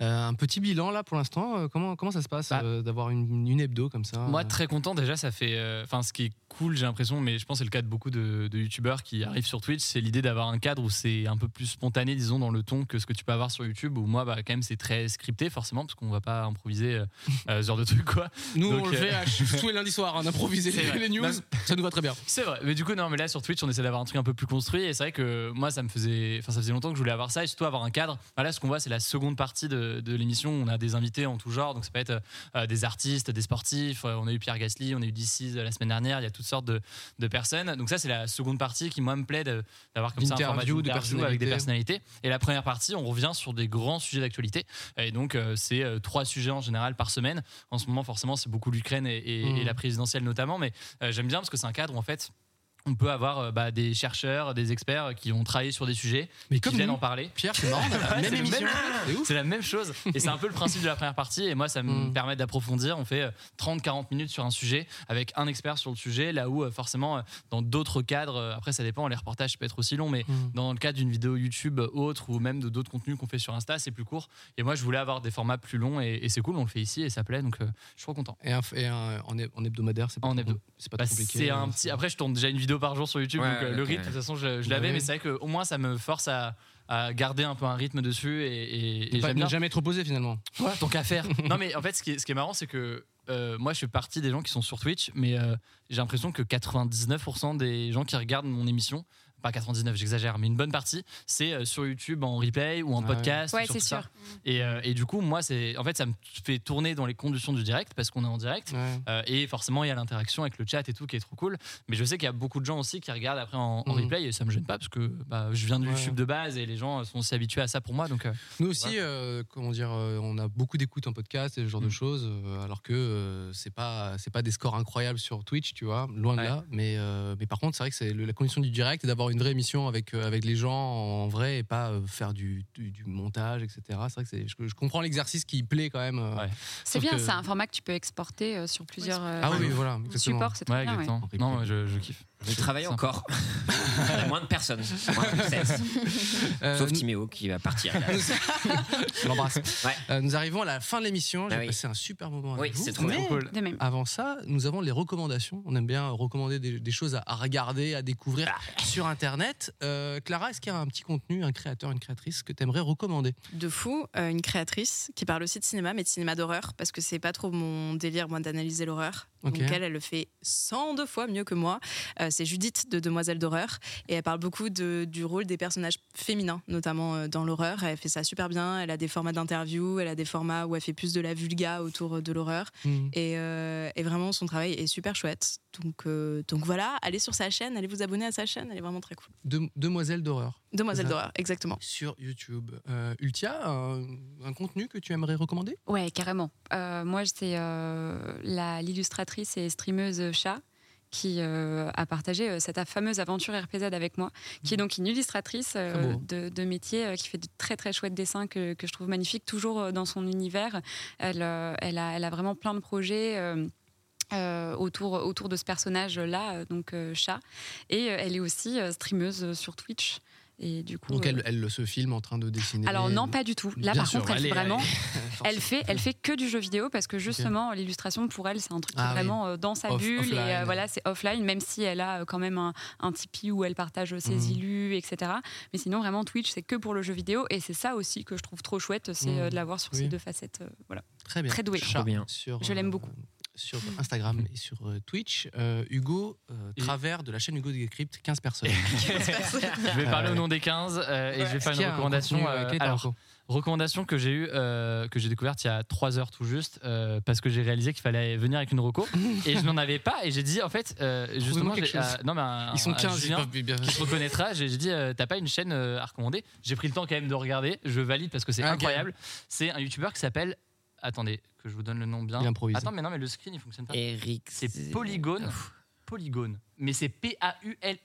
A: Euh, un petit bilan, là, pour l'instant. euh, comment, comment ça se passe euh, d'avoir une, une hebdo comme ça
C: Moi,
A: euh,
C: très content. Déjà, ça fait. euh, Enfin, ce qui est cool, j'ai l'impression, mais je pense que c'est le cas de beaucoup de, de youtubeurs qui arrivent sur Twitch, c'est l'idée d'avoir un cadre où c'est un peu plus spontané, disons, dans le ton que ce que tu peux avoir sur YouTube, où moi, bah, quand même, c'est très scripté, forcément, parce qu'on va pas improviser euh, euh, ce genre de truc, quoi.
A: Nous,
C: Donc,
A: on le
C: euh,
A: fait à ch- tous les lundis soirs, on improvise
C: C'est
A: les,
C: vrai.
A: les news.
C: Non,
A: ça nous va très bien.
C: C'est vrai, mais du coup, non, mais là sur Twitch, on essaie d'avoir un truc un peu plus construit. Et c'est vrai que moi, ça me faisait. Enfin, ça faisait longtemps que je voulais avoir ça et surtout avoir un cadre. Enfin, là, ce qu'on voit, c'est la seconde partie de, de l'émission. On a des invités en tout genre, donc ça peut être euh, des artistes, des sportifs. Euh, on a eu Pierre Gasly, on a eu DC la semaine dernière. Il y a toutes sortes de, de personnes. Donc, ça, c'est la seconde partie qui, moi, me plaît de- d'avoir comme ça un format
A: D'interview, de
C: d'interview avec des
A: personnalités.
C: personnalités personnalité. Et la première partie, on revient sur des grands sujets d'actualité. Et donc, euh, c'est euh, trois sujets en général par semaine. En ce moment, forcément, c'est beaucoup l'Ukraine et, et-
A: Mhm.
C: et la présidentielle notamment. Mais euh, j'aime bien parce que c'est un cadre où, en fait, on peut avoir euh, bah, des chercheurs, des experts qui ont travaillé sur des sujets, mais qui
A: comme
C: viennent
A: nous.
C: en parler.
A: Pierre, c'est marrant, on a la
C: Ouais,
A: même
C: c'est le
A: émission. C'est ouf.
C: c'est la même chose. Et c'est un peu le principe de la première partie. Et moi, ça
A: Mm.
C: me permet d'approfondir. On fait euh, 30-40 minutes sur un sujet avec un expert sur le sujet. Là où, euh, forcément, euh, dans d'autres cadres, euh, après, ça dépend. Les reportages peuvent être aussi longs, mais
A: Mm.
C: dans le cadre d'une vidéo YouTube euh, autre ou même de d'autres contenus qu'on fait sur Insta, c'est plus court. Et moi, je voulais avoir des formats plus longs. Et, et c'est cool. On le fait ici et ça plaît. Donc, euh, je suis trop content.
A: Et, un, et un- en, hé- en hebdomadaire, c'est pas, trop- c'est pas
C: Bah,
A: trop compliqué.
C: c'est un petit. Après, je tourne déjà une vidéo par jour sur YouTube,
A: Ouais,
C: donc euh, le
A: ouais,
C: rythme,
A: ouais.
C: de toute façon, je, je
A: Bah
C: l'avais,
A: oui.
C: mais c'est vrai qu'au moins, ça me force à, à garder un peu un rythme dessus et, et, et
A: Et pas,
C: j'aime
A: ne
C: bien.
A: jamais trop posé finalement.
C: Ouais, tant qu'à faire. non, mais en fait, ce qui est, ce qui est marrant, c'est que euh, moi, je fais partie des gens qui sont sur Twitch, mais euh, j'ai l'impression que 99% des gens qui regardent mon émission, pas 99, j'exagère, mais une bonne partie, c'est euh, sur YouTube en replay ou
A: Ah
C: en
A: ouais.
C: podcast. ou
D: Ouais,
C: sur
D: c'est
C: tout ça.
D: sûr.
C: Et, euh, et du coup, moi, c'est en fait, ça me fait tourner dans les conditions du direct parce qu'on est en direct. Euh, et forcément, il y a l'interaction avec le chat et tout qui est trop cool. Mais je sais qu'il y a beaucoup de gens aussi qui regardent après en, en
A: Mhm.
C: replay et ça me gêne pas parce que bah, je viens du
A: Ouais.
C: YouTube de base et les gens sont aussi habitués à ça pour moi. Donc, euh,
A: Nous aussi, euh, comment dire, euh, on a beaucoup d'écoutes en podcast et ce genre
E: Mm.
A: de choses, euh, alors que euh, c'est pas c'est pas des scores incroyables sur Twitch, tu vois, loin de là. Mais euh, mais par contre, c'est vrai que c'est le- la condition du direct et d'avoir avoir une vraie émission avec, euh, avec les gens en vrai et pas euh, faire du, du- du montage, etc. C'est vrai que c'est- je, je comprends l'exercice qui plaît quand même. euh,
D: C'est
A: sauf
D: bien,
A: que-
D: c'est un format que tu peux exporter euh, sur plusieurs euh,
A: Ah oui, voilà. exactement.
D: supports, c'est très bien. ouais.
C: Non, ouais, je, je kiffe.
E: Je travaille encore. Moins de personnes. Moins de 16. Sauf Timéo qui va partir.
A: Je Euh, l'embrasse.
E: Ouais.
A: Euh, nous arrivons à la fin de l'émission. J'ai
E: Ah oui.
A: passé un super moment avec
E: Oui,
A: vous.
E: c'est trop bien.
A: Mais
E: Cool.
D: De même.
A: Avant ça, nous avons les recommandations. On aime bien recommander des, des choses à, à regarder, à découvrir sur Internet. Euh, Clara, est-ce qu'il y a un petit contenu, un créateur, une créatrice que tu aimerais recommander
B: de fou, euh, une créatrice qui parle aussi de cinéma, mais de cinéma d'horreur, parce que c'est pas trop mon délire, moi, d'analyser l'horreur.
A: Ok.
B: Donc elle, elle le fait 102 fois mieux que moi. Euh, c'est Judith de Demoiselles d'horreur, et elle parle beaucoup de- du rôle des personnages féminins, notamment euh, dans l'horreur. Elle fait ça super bien, elle a des formats d'interview, elle a des formats où elle fait plus de la vulga autour euh, de l'horreur,
A: Hmm.
B: et, euh, et vraiment, son travail est super chouette. Donc, euh, donc voilà, allez sur sa chaîne, allez vous abonner à sa chaîne, elle est vraiment très cool.
A: Dem- Demoiselle d'horreur
B: Demoiselles
A: C'est ça.
B: d'horreur, exactement.
A: sur YouTube. Euh, Ultia, un, un contenu que tu aimerais recommander
D: Ouais, carrément. Euh, moi, c'est euh, la- l'illustratrice et streameuse Chat qui euh, a partagé euh, cette fameuse aventure RPZ avec moi, qui est donc une illustratrice euh,
A: Mhm. Très beau, hein.
D: de, de métier, euh, qui fait de très très chouettes dessins que, que je trouve magnifiques, toujours euh, dans son univers. Elle, euh, elle, a, elle a vraiment plein de projets. euh, euh, autour, autour de ce personnage-là, euh, donc euh, chat. Et euh, elle est aussi euh, streameuse sur Twitch. Et du coup,
A: Donc
D: euh,
A: elle, elle se filme en train de dessiner.
D: alors non, pas du tout. Là,
A: Bien
D: par
A: sûr,
D: contre, elle
A: allez,
D: fait vraiment.
A: allez.
D: Elle fait, elle fait que du jeu vidéo parce que justement l'illustration pour elle c'est un truc qui
A: Ah
D: est
A: oui.
D: vraiment euh, dans sa
A: Off-
D: bulle et euh,
A: offline.
D: voilà c'est offline même si elle a euh, quand même un, un Tipeee où elle partage ses
A: Mhm.
D: illus etc mais sinon vraiment Twitch c'est que pour le jeu vidéo et c'est ça aussi que je trouve trop chouette c'est euh,
A: Mhm.
D: de la voir sur
A: Oui.
D: ces deux facettes euh, voilà
A: Très bien.
D: Très douée.
A: Chat
E: Trop bien.
A: sur,
D: Je l'aime
A: euh,
D: beaucoup.
A: sur Instagram et sur euh, Twitch, Euh, Hugo, euh,
C: Et-
A: travers de la chaîne Hugo Décrypte, 15 personnes.
C: Je vais parler au nom des 15 euh, et je vais
A: Est-ce
C: faire
A: qu'il
C: une
A: y a un
C: recommandation.
A: contenu,
C: euh,
A: euh, clé,
C: alors,
A: Tarko
C: Recommandation que j'ai eu euh, que j'ai découverte il y a 3 heures tout juste, euh, parce que j'ai réalisé qu'il fallait venir avec une reco, et je n'en avais pas, et j'ai dit, en fait, euh, justement,
A: quelque
C: j'ai-
A: chose.
C: ah, non, mais un-
A: Ils sont
C: un
A: 15, ils
C: Julien
A: peuvent bien.
C: qui se reconnaîtra, j'ai j'ai dit, euh, t'as pas une chaîne euh, à recommander J'ai pris le temps quand même de regarder, je valide parce que c'est
A: Ah, ok.
C: incroyable. C'est un youtubeur qui s'appelle, attendez, que je vous donne le nom bien.
A: Il improvise.
C: Attends, mais non, mais le screen il fonctionne pas.
E: Eric. Ah,
C: C'est Polygone. Polygone. Mais c'est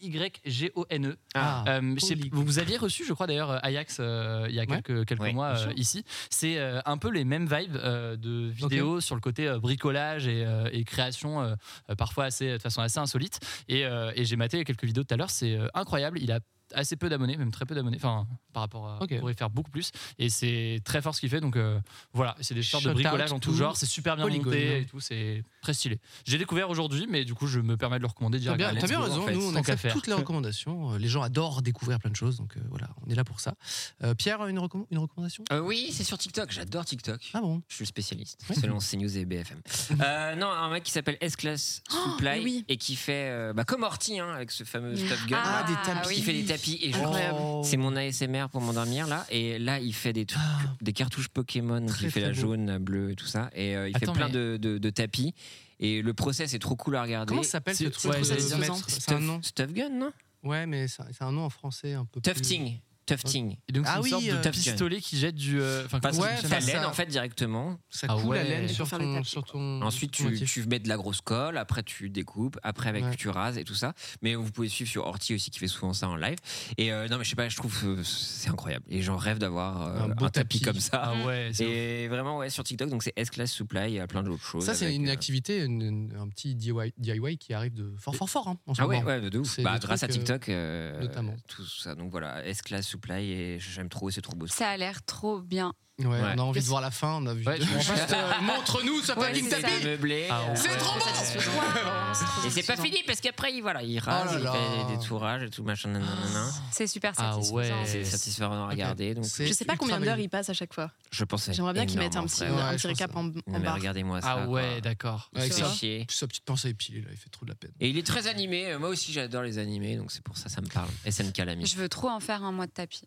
C: P-A-U-L-Y-G-O-N-E.
A: Ah,
C: Euh, je sais-
A: Polygone.
C: vous, vous aviez reçu, je crois d'ailleurs, euh, Ajax euh, il y a
A: Ouais.
C: quelques, quelques
E: Ouais,
C: mois
A: bien
C: euh,
A: sûr.
C: ici. C'est euh, un peu les mêmes vibes euh, de vidéos sur le côté euh, bricolage et, euh, et création, euh, euh, parfois assez, de façon assez insolite. Et, euh, et j'ai maté quelques vidéos tout à l'heure, c'est euh, incroyable. Il a assez peu d'abonnés, même très peu d'abonnés, enfin par rapport à.
A: Ok.
C: Il pourrait faire beaucoup plus. Et c'est très fort ce qu'il fait. Donc euh, voilà, c'est des sortes de
A: Shout out hein.
C: bricolage en tout
A: to
C: genre. C'est super bien
A: Polygone.
C: monté et tout. C'est très stylé. J'ai découvert aujourd'hui, mais du coup, je me permets de le recommander
A: T'as
C: directement.
A: bien, t'as bien
C: Let's go,
A: raison,
C: en fait.
A: nous on
C: Tant qu'à
A: accepte
C: faire.
A: toutes les recommandations. Euh, Les gens adorent découvrir plein de choses, donc euh, voilà, on est là pour ça. Euh, Pierre, une, recomm- une recommandation
E: Euh, oui, c'est sur TikTok. J'adore TikTok.
A: Ah bon
E: Je suis le spécialiste,
A: Ouais.
E: selon CNews et BFM. Euh, non, un mec qui s'appelle S-Class
A: Oh,
E: Supply
D: mais oui.
E: et qui fait, euh, bah, comme Horty, hein, avec ce fameux Top Gun.
D: Ah, des tapis.
E: Qui fait des tapis. Et je-
D: Incroyable.
A: Oh.
E: C'est mon ASMR pour m'endormir, là. Et là, il fait des, trucs,
A: Ah.
E: des cartouches Pokémon.
A: Très,
E: il fait
A: très
E: la
A: beau.
E: jaune, la bleue et tout ça. Et euh, il
C: Attends,
E: fait plein
C: mais-
E: de, de- de tapis. Et le process est trop cool à regarder.
A: Comment ça s'appelle ce
C: c'est-
A: truc
C: ouais,
A: de
C: j'allais dire
A: maître
C: ça.
A: C'est un
E: Stuff-
A: nom
E: Stuff Gun, non
A: Ouais, mais c'est c'est un nom en français un peu. plus-
E: Tufting. Tufting.
C: Et donc, c'est
A: Ah
C: une
A: oui,
C: sorte de
A: euh,
C: pistolet qui jette du. euh, Enfin,
E: Parce
C: comment
A: Ouais,
C: ça
E: que
C: s'appelle
E: ça
A: ça-
E: l'aide, en fait, directement.
A: Ça
C: Ah
A: coule la
C: ouais.
A: laine sur
I: Pour faire le
A: ton,
I: tapis,
A: sur ton.
E: Ensuite,
A: sur ton
E: tu,
A: Mm. motif.
E: tu mets de la grosse colle, après tu découpes, après avec
A: Ouais.
E: tu rases et tout ça. Mais vous pouvez suivre sur Horty aussi qui fait souvent ça en live. Et euh, non, mais je sais pas, je trouve euh, c'est incroyable. Et j'en rêve d'avoir euh,
A: Un
E: un,
A: beau
E: tapis.
A: tapis.
E: comme ça.
C: Ah ouais, c'est ouf.
E: Et vraiment, ouais, sur TikTok, donc c'est S-Class Supply, il y a plein d'autres choses.
A: Ça, c'est
E: avec,
A: une
E: euh,
A: activité, une- une- un petit DIY, DIY qui arrive de fort, fort, fort hein, en ce
E: Ah ouais,
A: moment.
E: ouais, de ouf.
A: C'est
E: Bah,
A: des
E: grâce à
A: trucs, euh,
E: TikTok, euh,
A: notamment.
E: tout ça. Donc voilà, S-Class Supply, et j'aime trop, c'est trop beau.
D: ça a l'air trop bien
A: Ouais,
E: Ouais.
A: On a envie de voir la fin, on a vu.
C: Ouais, je comprends
A: Juste, euh, Montre-nous ce
D: Ouais,
A: fucking
D: c'est ça.
A: tapis
E: meublé.
C: Ah ouais.
E: euh,
A: C'est trop
D: Satisfaisant.
A: bon
E: Et c'est pas fini parce qu'après, il- voilà, il rase,
A: Oh là
E: il
A: là.
E: fait des détourages et tout, machin, nanana.
D: c'est super
C: Ah
D: satisfaisant
C: ouais.
E: C'est satisfaisant à regarder. Donc,
A: C'est
B: Je sais pas combien d'heures
A: ultra
B: il passe à chaque fois.
E: je pense que ça va être
B: J'aimerais bien qu'ils
E: énorme,
B: mettent un
E: en
B: petit,
E: vrai.
A: Ouais,
B: un
A: je
B: petit
A: pense
B: récap
A: ça.
B: en,
E: Non,
B: en
E: mais
B: barre.
E: regardez-moi ça.
C: Ah ouais,
E: quoi.
C: d'accord.
A: Ouais,
E: Ça
A: ça.
E: fait chier.
A: Sa petite pensée épilée, là, il fait trop de la peine.
E: Et il est très animé. Euh, Moi aussi, j'adore les animés, donc c'est pour ça ça me parle. SNK l'ami.
D: je veux trop en faire un mois de tapis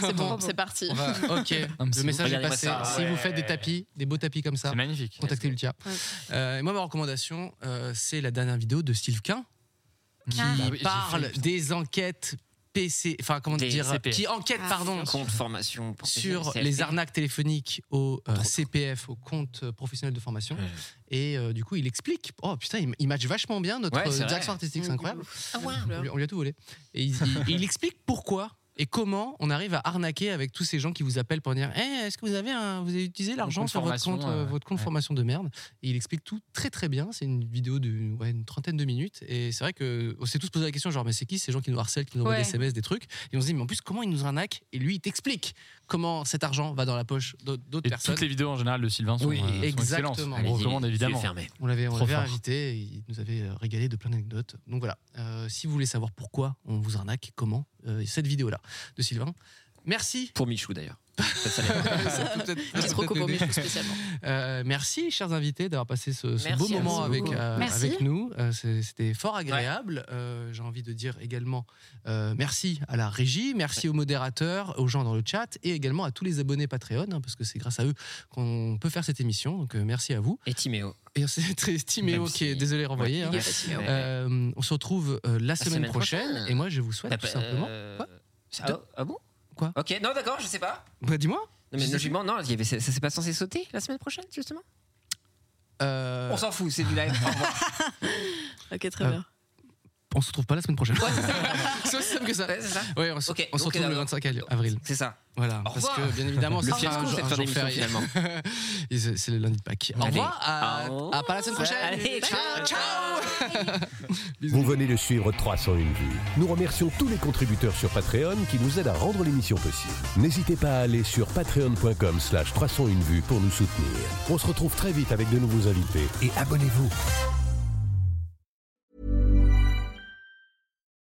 B: C'est
D: Trop
B: bon,
D: beau.
B: c'est
A: On
B: parti.
A: va- ok,
C: mais
A: le
C: c'est-
A: message est
E: regardez-moi
A: passé.
E: ça,
A: si
E: ouais.
A: vous faites des tapis, des beaux tapis comme ça,
C: C'est magnifique.
A: contactez Lucia.
B: Ouais.
A: Euh, et moi, ma recommandation,
E: Ah. Bah
A: euh, c'est la dernière vidéo de Steve Quin
C: Qui Bah
A: qui parle des enquêtes PC, enfin comment dire,
E: DCPF.
A: qui enquête,
E: Ah,
A: pardon,
E: Compte formation professionnelle,
A: sur
E: CFP.
A: les arnaques téléphoniques au euh, CPF, au compte euh, professionnel de formation. Et euh, du coup, il explique. Oh putain, il, il match vachement bien notre
E: Ouais, c'est
A: euh,
E: vrai.
A: direction artistique,
B: Mm.
A: c'est
E: Mmh.
A: incroyable.
E: Ah, ouais.
A: on, lui, on lui a tout volé. Et il, il- il explique pourquoi. Et comment on arrive à arnaquer avec tous ces gens qui vous appellent pour dire Eh, est-ce que vous avez un- vous avez utilisé l'argent
E: compte
A: sur votre
E: formation,
A: compte, euh,
E: euh,
A: votre compte
E: ouais.
A: formation de merde Et il explique tout très très bien. C'est une vidéo d'une ouais, une trentaine de minutes. Et c'est vrai que on s'est tous posé la question genre mais c'est qui ces gens qui nous harcèlent, qui nous envoient
E: Ouais.
A: des SMS, des trucs Et on se dit mais en plus comment ils nous arnaquent Et lui il t'explique comment cet argent va dans la poche d'autres d'autres
C: Et
A: personnes.
C: toutes les vidéos en général de Sylvain sont,
A: Oui,
C: euh, sont
A: exactement.
C: excellentes. On recommande évidemment.
A: On l'avait, on
C: Trop
A: l'avait
C: fort.
A: invité, et il nous avait euh, régalé de plein d'anecdotes. Donc voilà, euh, si vous voulez savoir pourquoi on vous arnaque, comment, euh, cette vidéo-là de Sylvain. Merci.
E: Pour Michou d'ailleurs. Ah,
A: Petit
B: reco pour Michou spécialement.
A: Euh, merci, chers invités, d'avoir passé ce, ce
E: Merci
A: beau
E: à vous.
A: moment avec, euh,
E: Merci.
A: avec nous. Euh, c'est- C'était fort agréable. Euh, J'ai envie de dire également euh, merci à la régie, merci aux modérateurs, aux gens dans le chat et également à tous les abonnés Patreon, hein, parce que c'est grâce à eux qu'on peut faire cette émission. Donc euh, merci à vous.
E: Et Timéo.
A: Et c'est très Timéo
E: Même
A: qui est
E: si-
A: désolé renvoyé.
E: Ouais,
A: hein.
E: il y a pas Timéo.
A: Euh, on se retrouve euh, la, semaine,
E: semaine
A: prochaine,
E: prochaine.
A: et moi je vous souhaite
E: T'as
A: tout
E: pas-
A: simplement.
E: euh,
A: Quoi
E: Ah, oh, ah bon
A: Quoi
E: Ok, non, d'accord, je sais pas.
A: Bah, dis-moi.
E: Non, mais logiquement, non, il y avait- ça c'est pas censé sauter la semaine prochaine, justement
A: Euh,
E: On s'en fout, c'est du live. Au revoir.
B: Ok, très
A: Euh,
B: bien.
A: on se retrouve pas la semaine prochaine. C'est aussi simple que ça.
E: Ouais, c'est ça.
A: Ouais, on, se-
E: Ok,
A: on se
E: ok,
A: retrouve le
E: d'accord.
A: 25 avril.
E: C'est ça.
A: Voilà,
E: Au
A: parce
E: revoir.
A: que bien évidemment,
E: Le
A: c'est
E: fiasco,
A: un,
E: c'est
A: jour-
E: de
A: un
E: faire
A: jour
E: des missions,
A: férié.
E: finalement.
A: Et c'est c'est le lundi de Pâques. Au
E: Allez.
A: revoir, à,
E: Au
A: à pas la semaine prochaine.
E: Allez,
A: ciao, ciao.
F: Vous venez de suivre 301 vues. Nous remercions tous les contributeurs sur Patreon qui nous aident à rendre l'émission possible. N'hésitez pas à aller sur patreon.com slash 301 vues pour nous soutenir. On se retrouve très vite avec de nouveaux invités et abonnez-vous.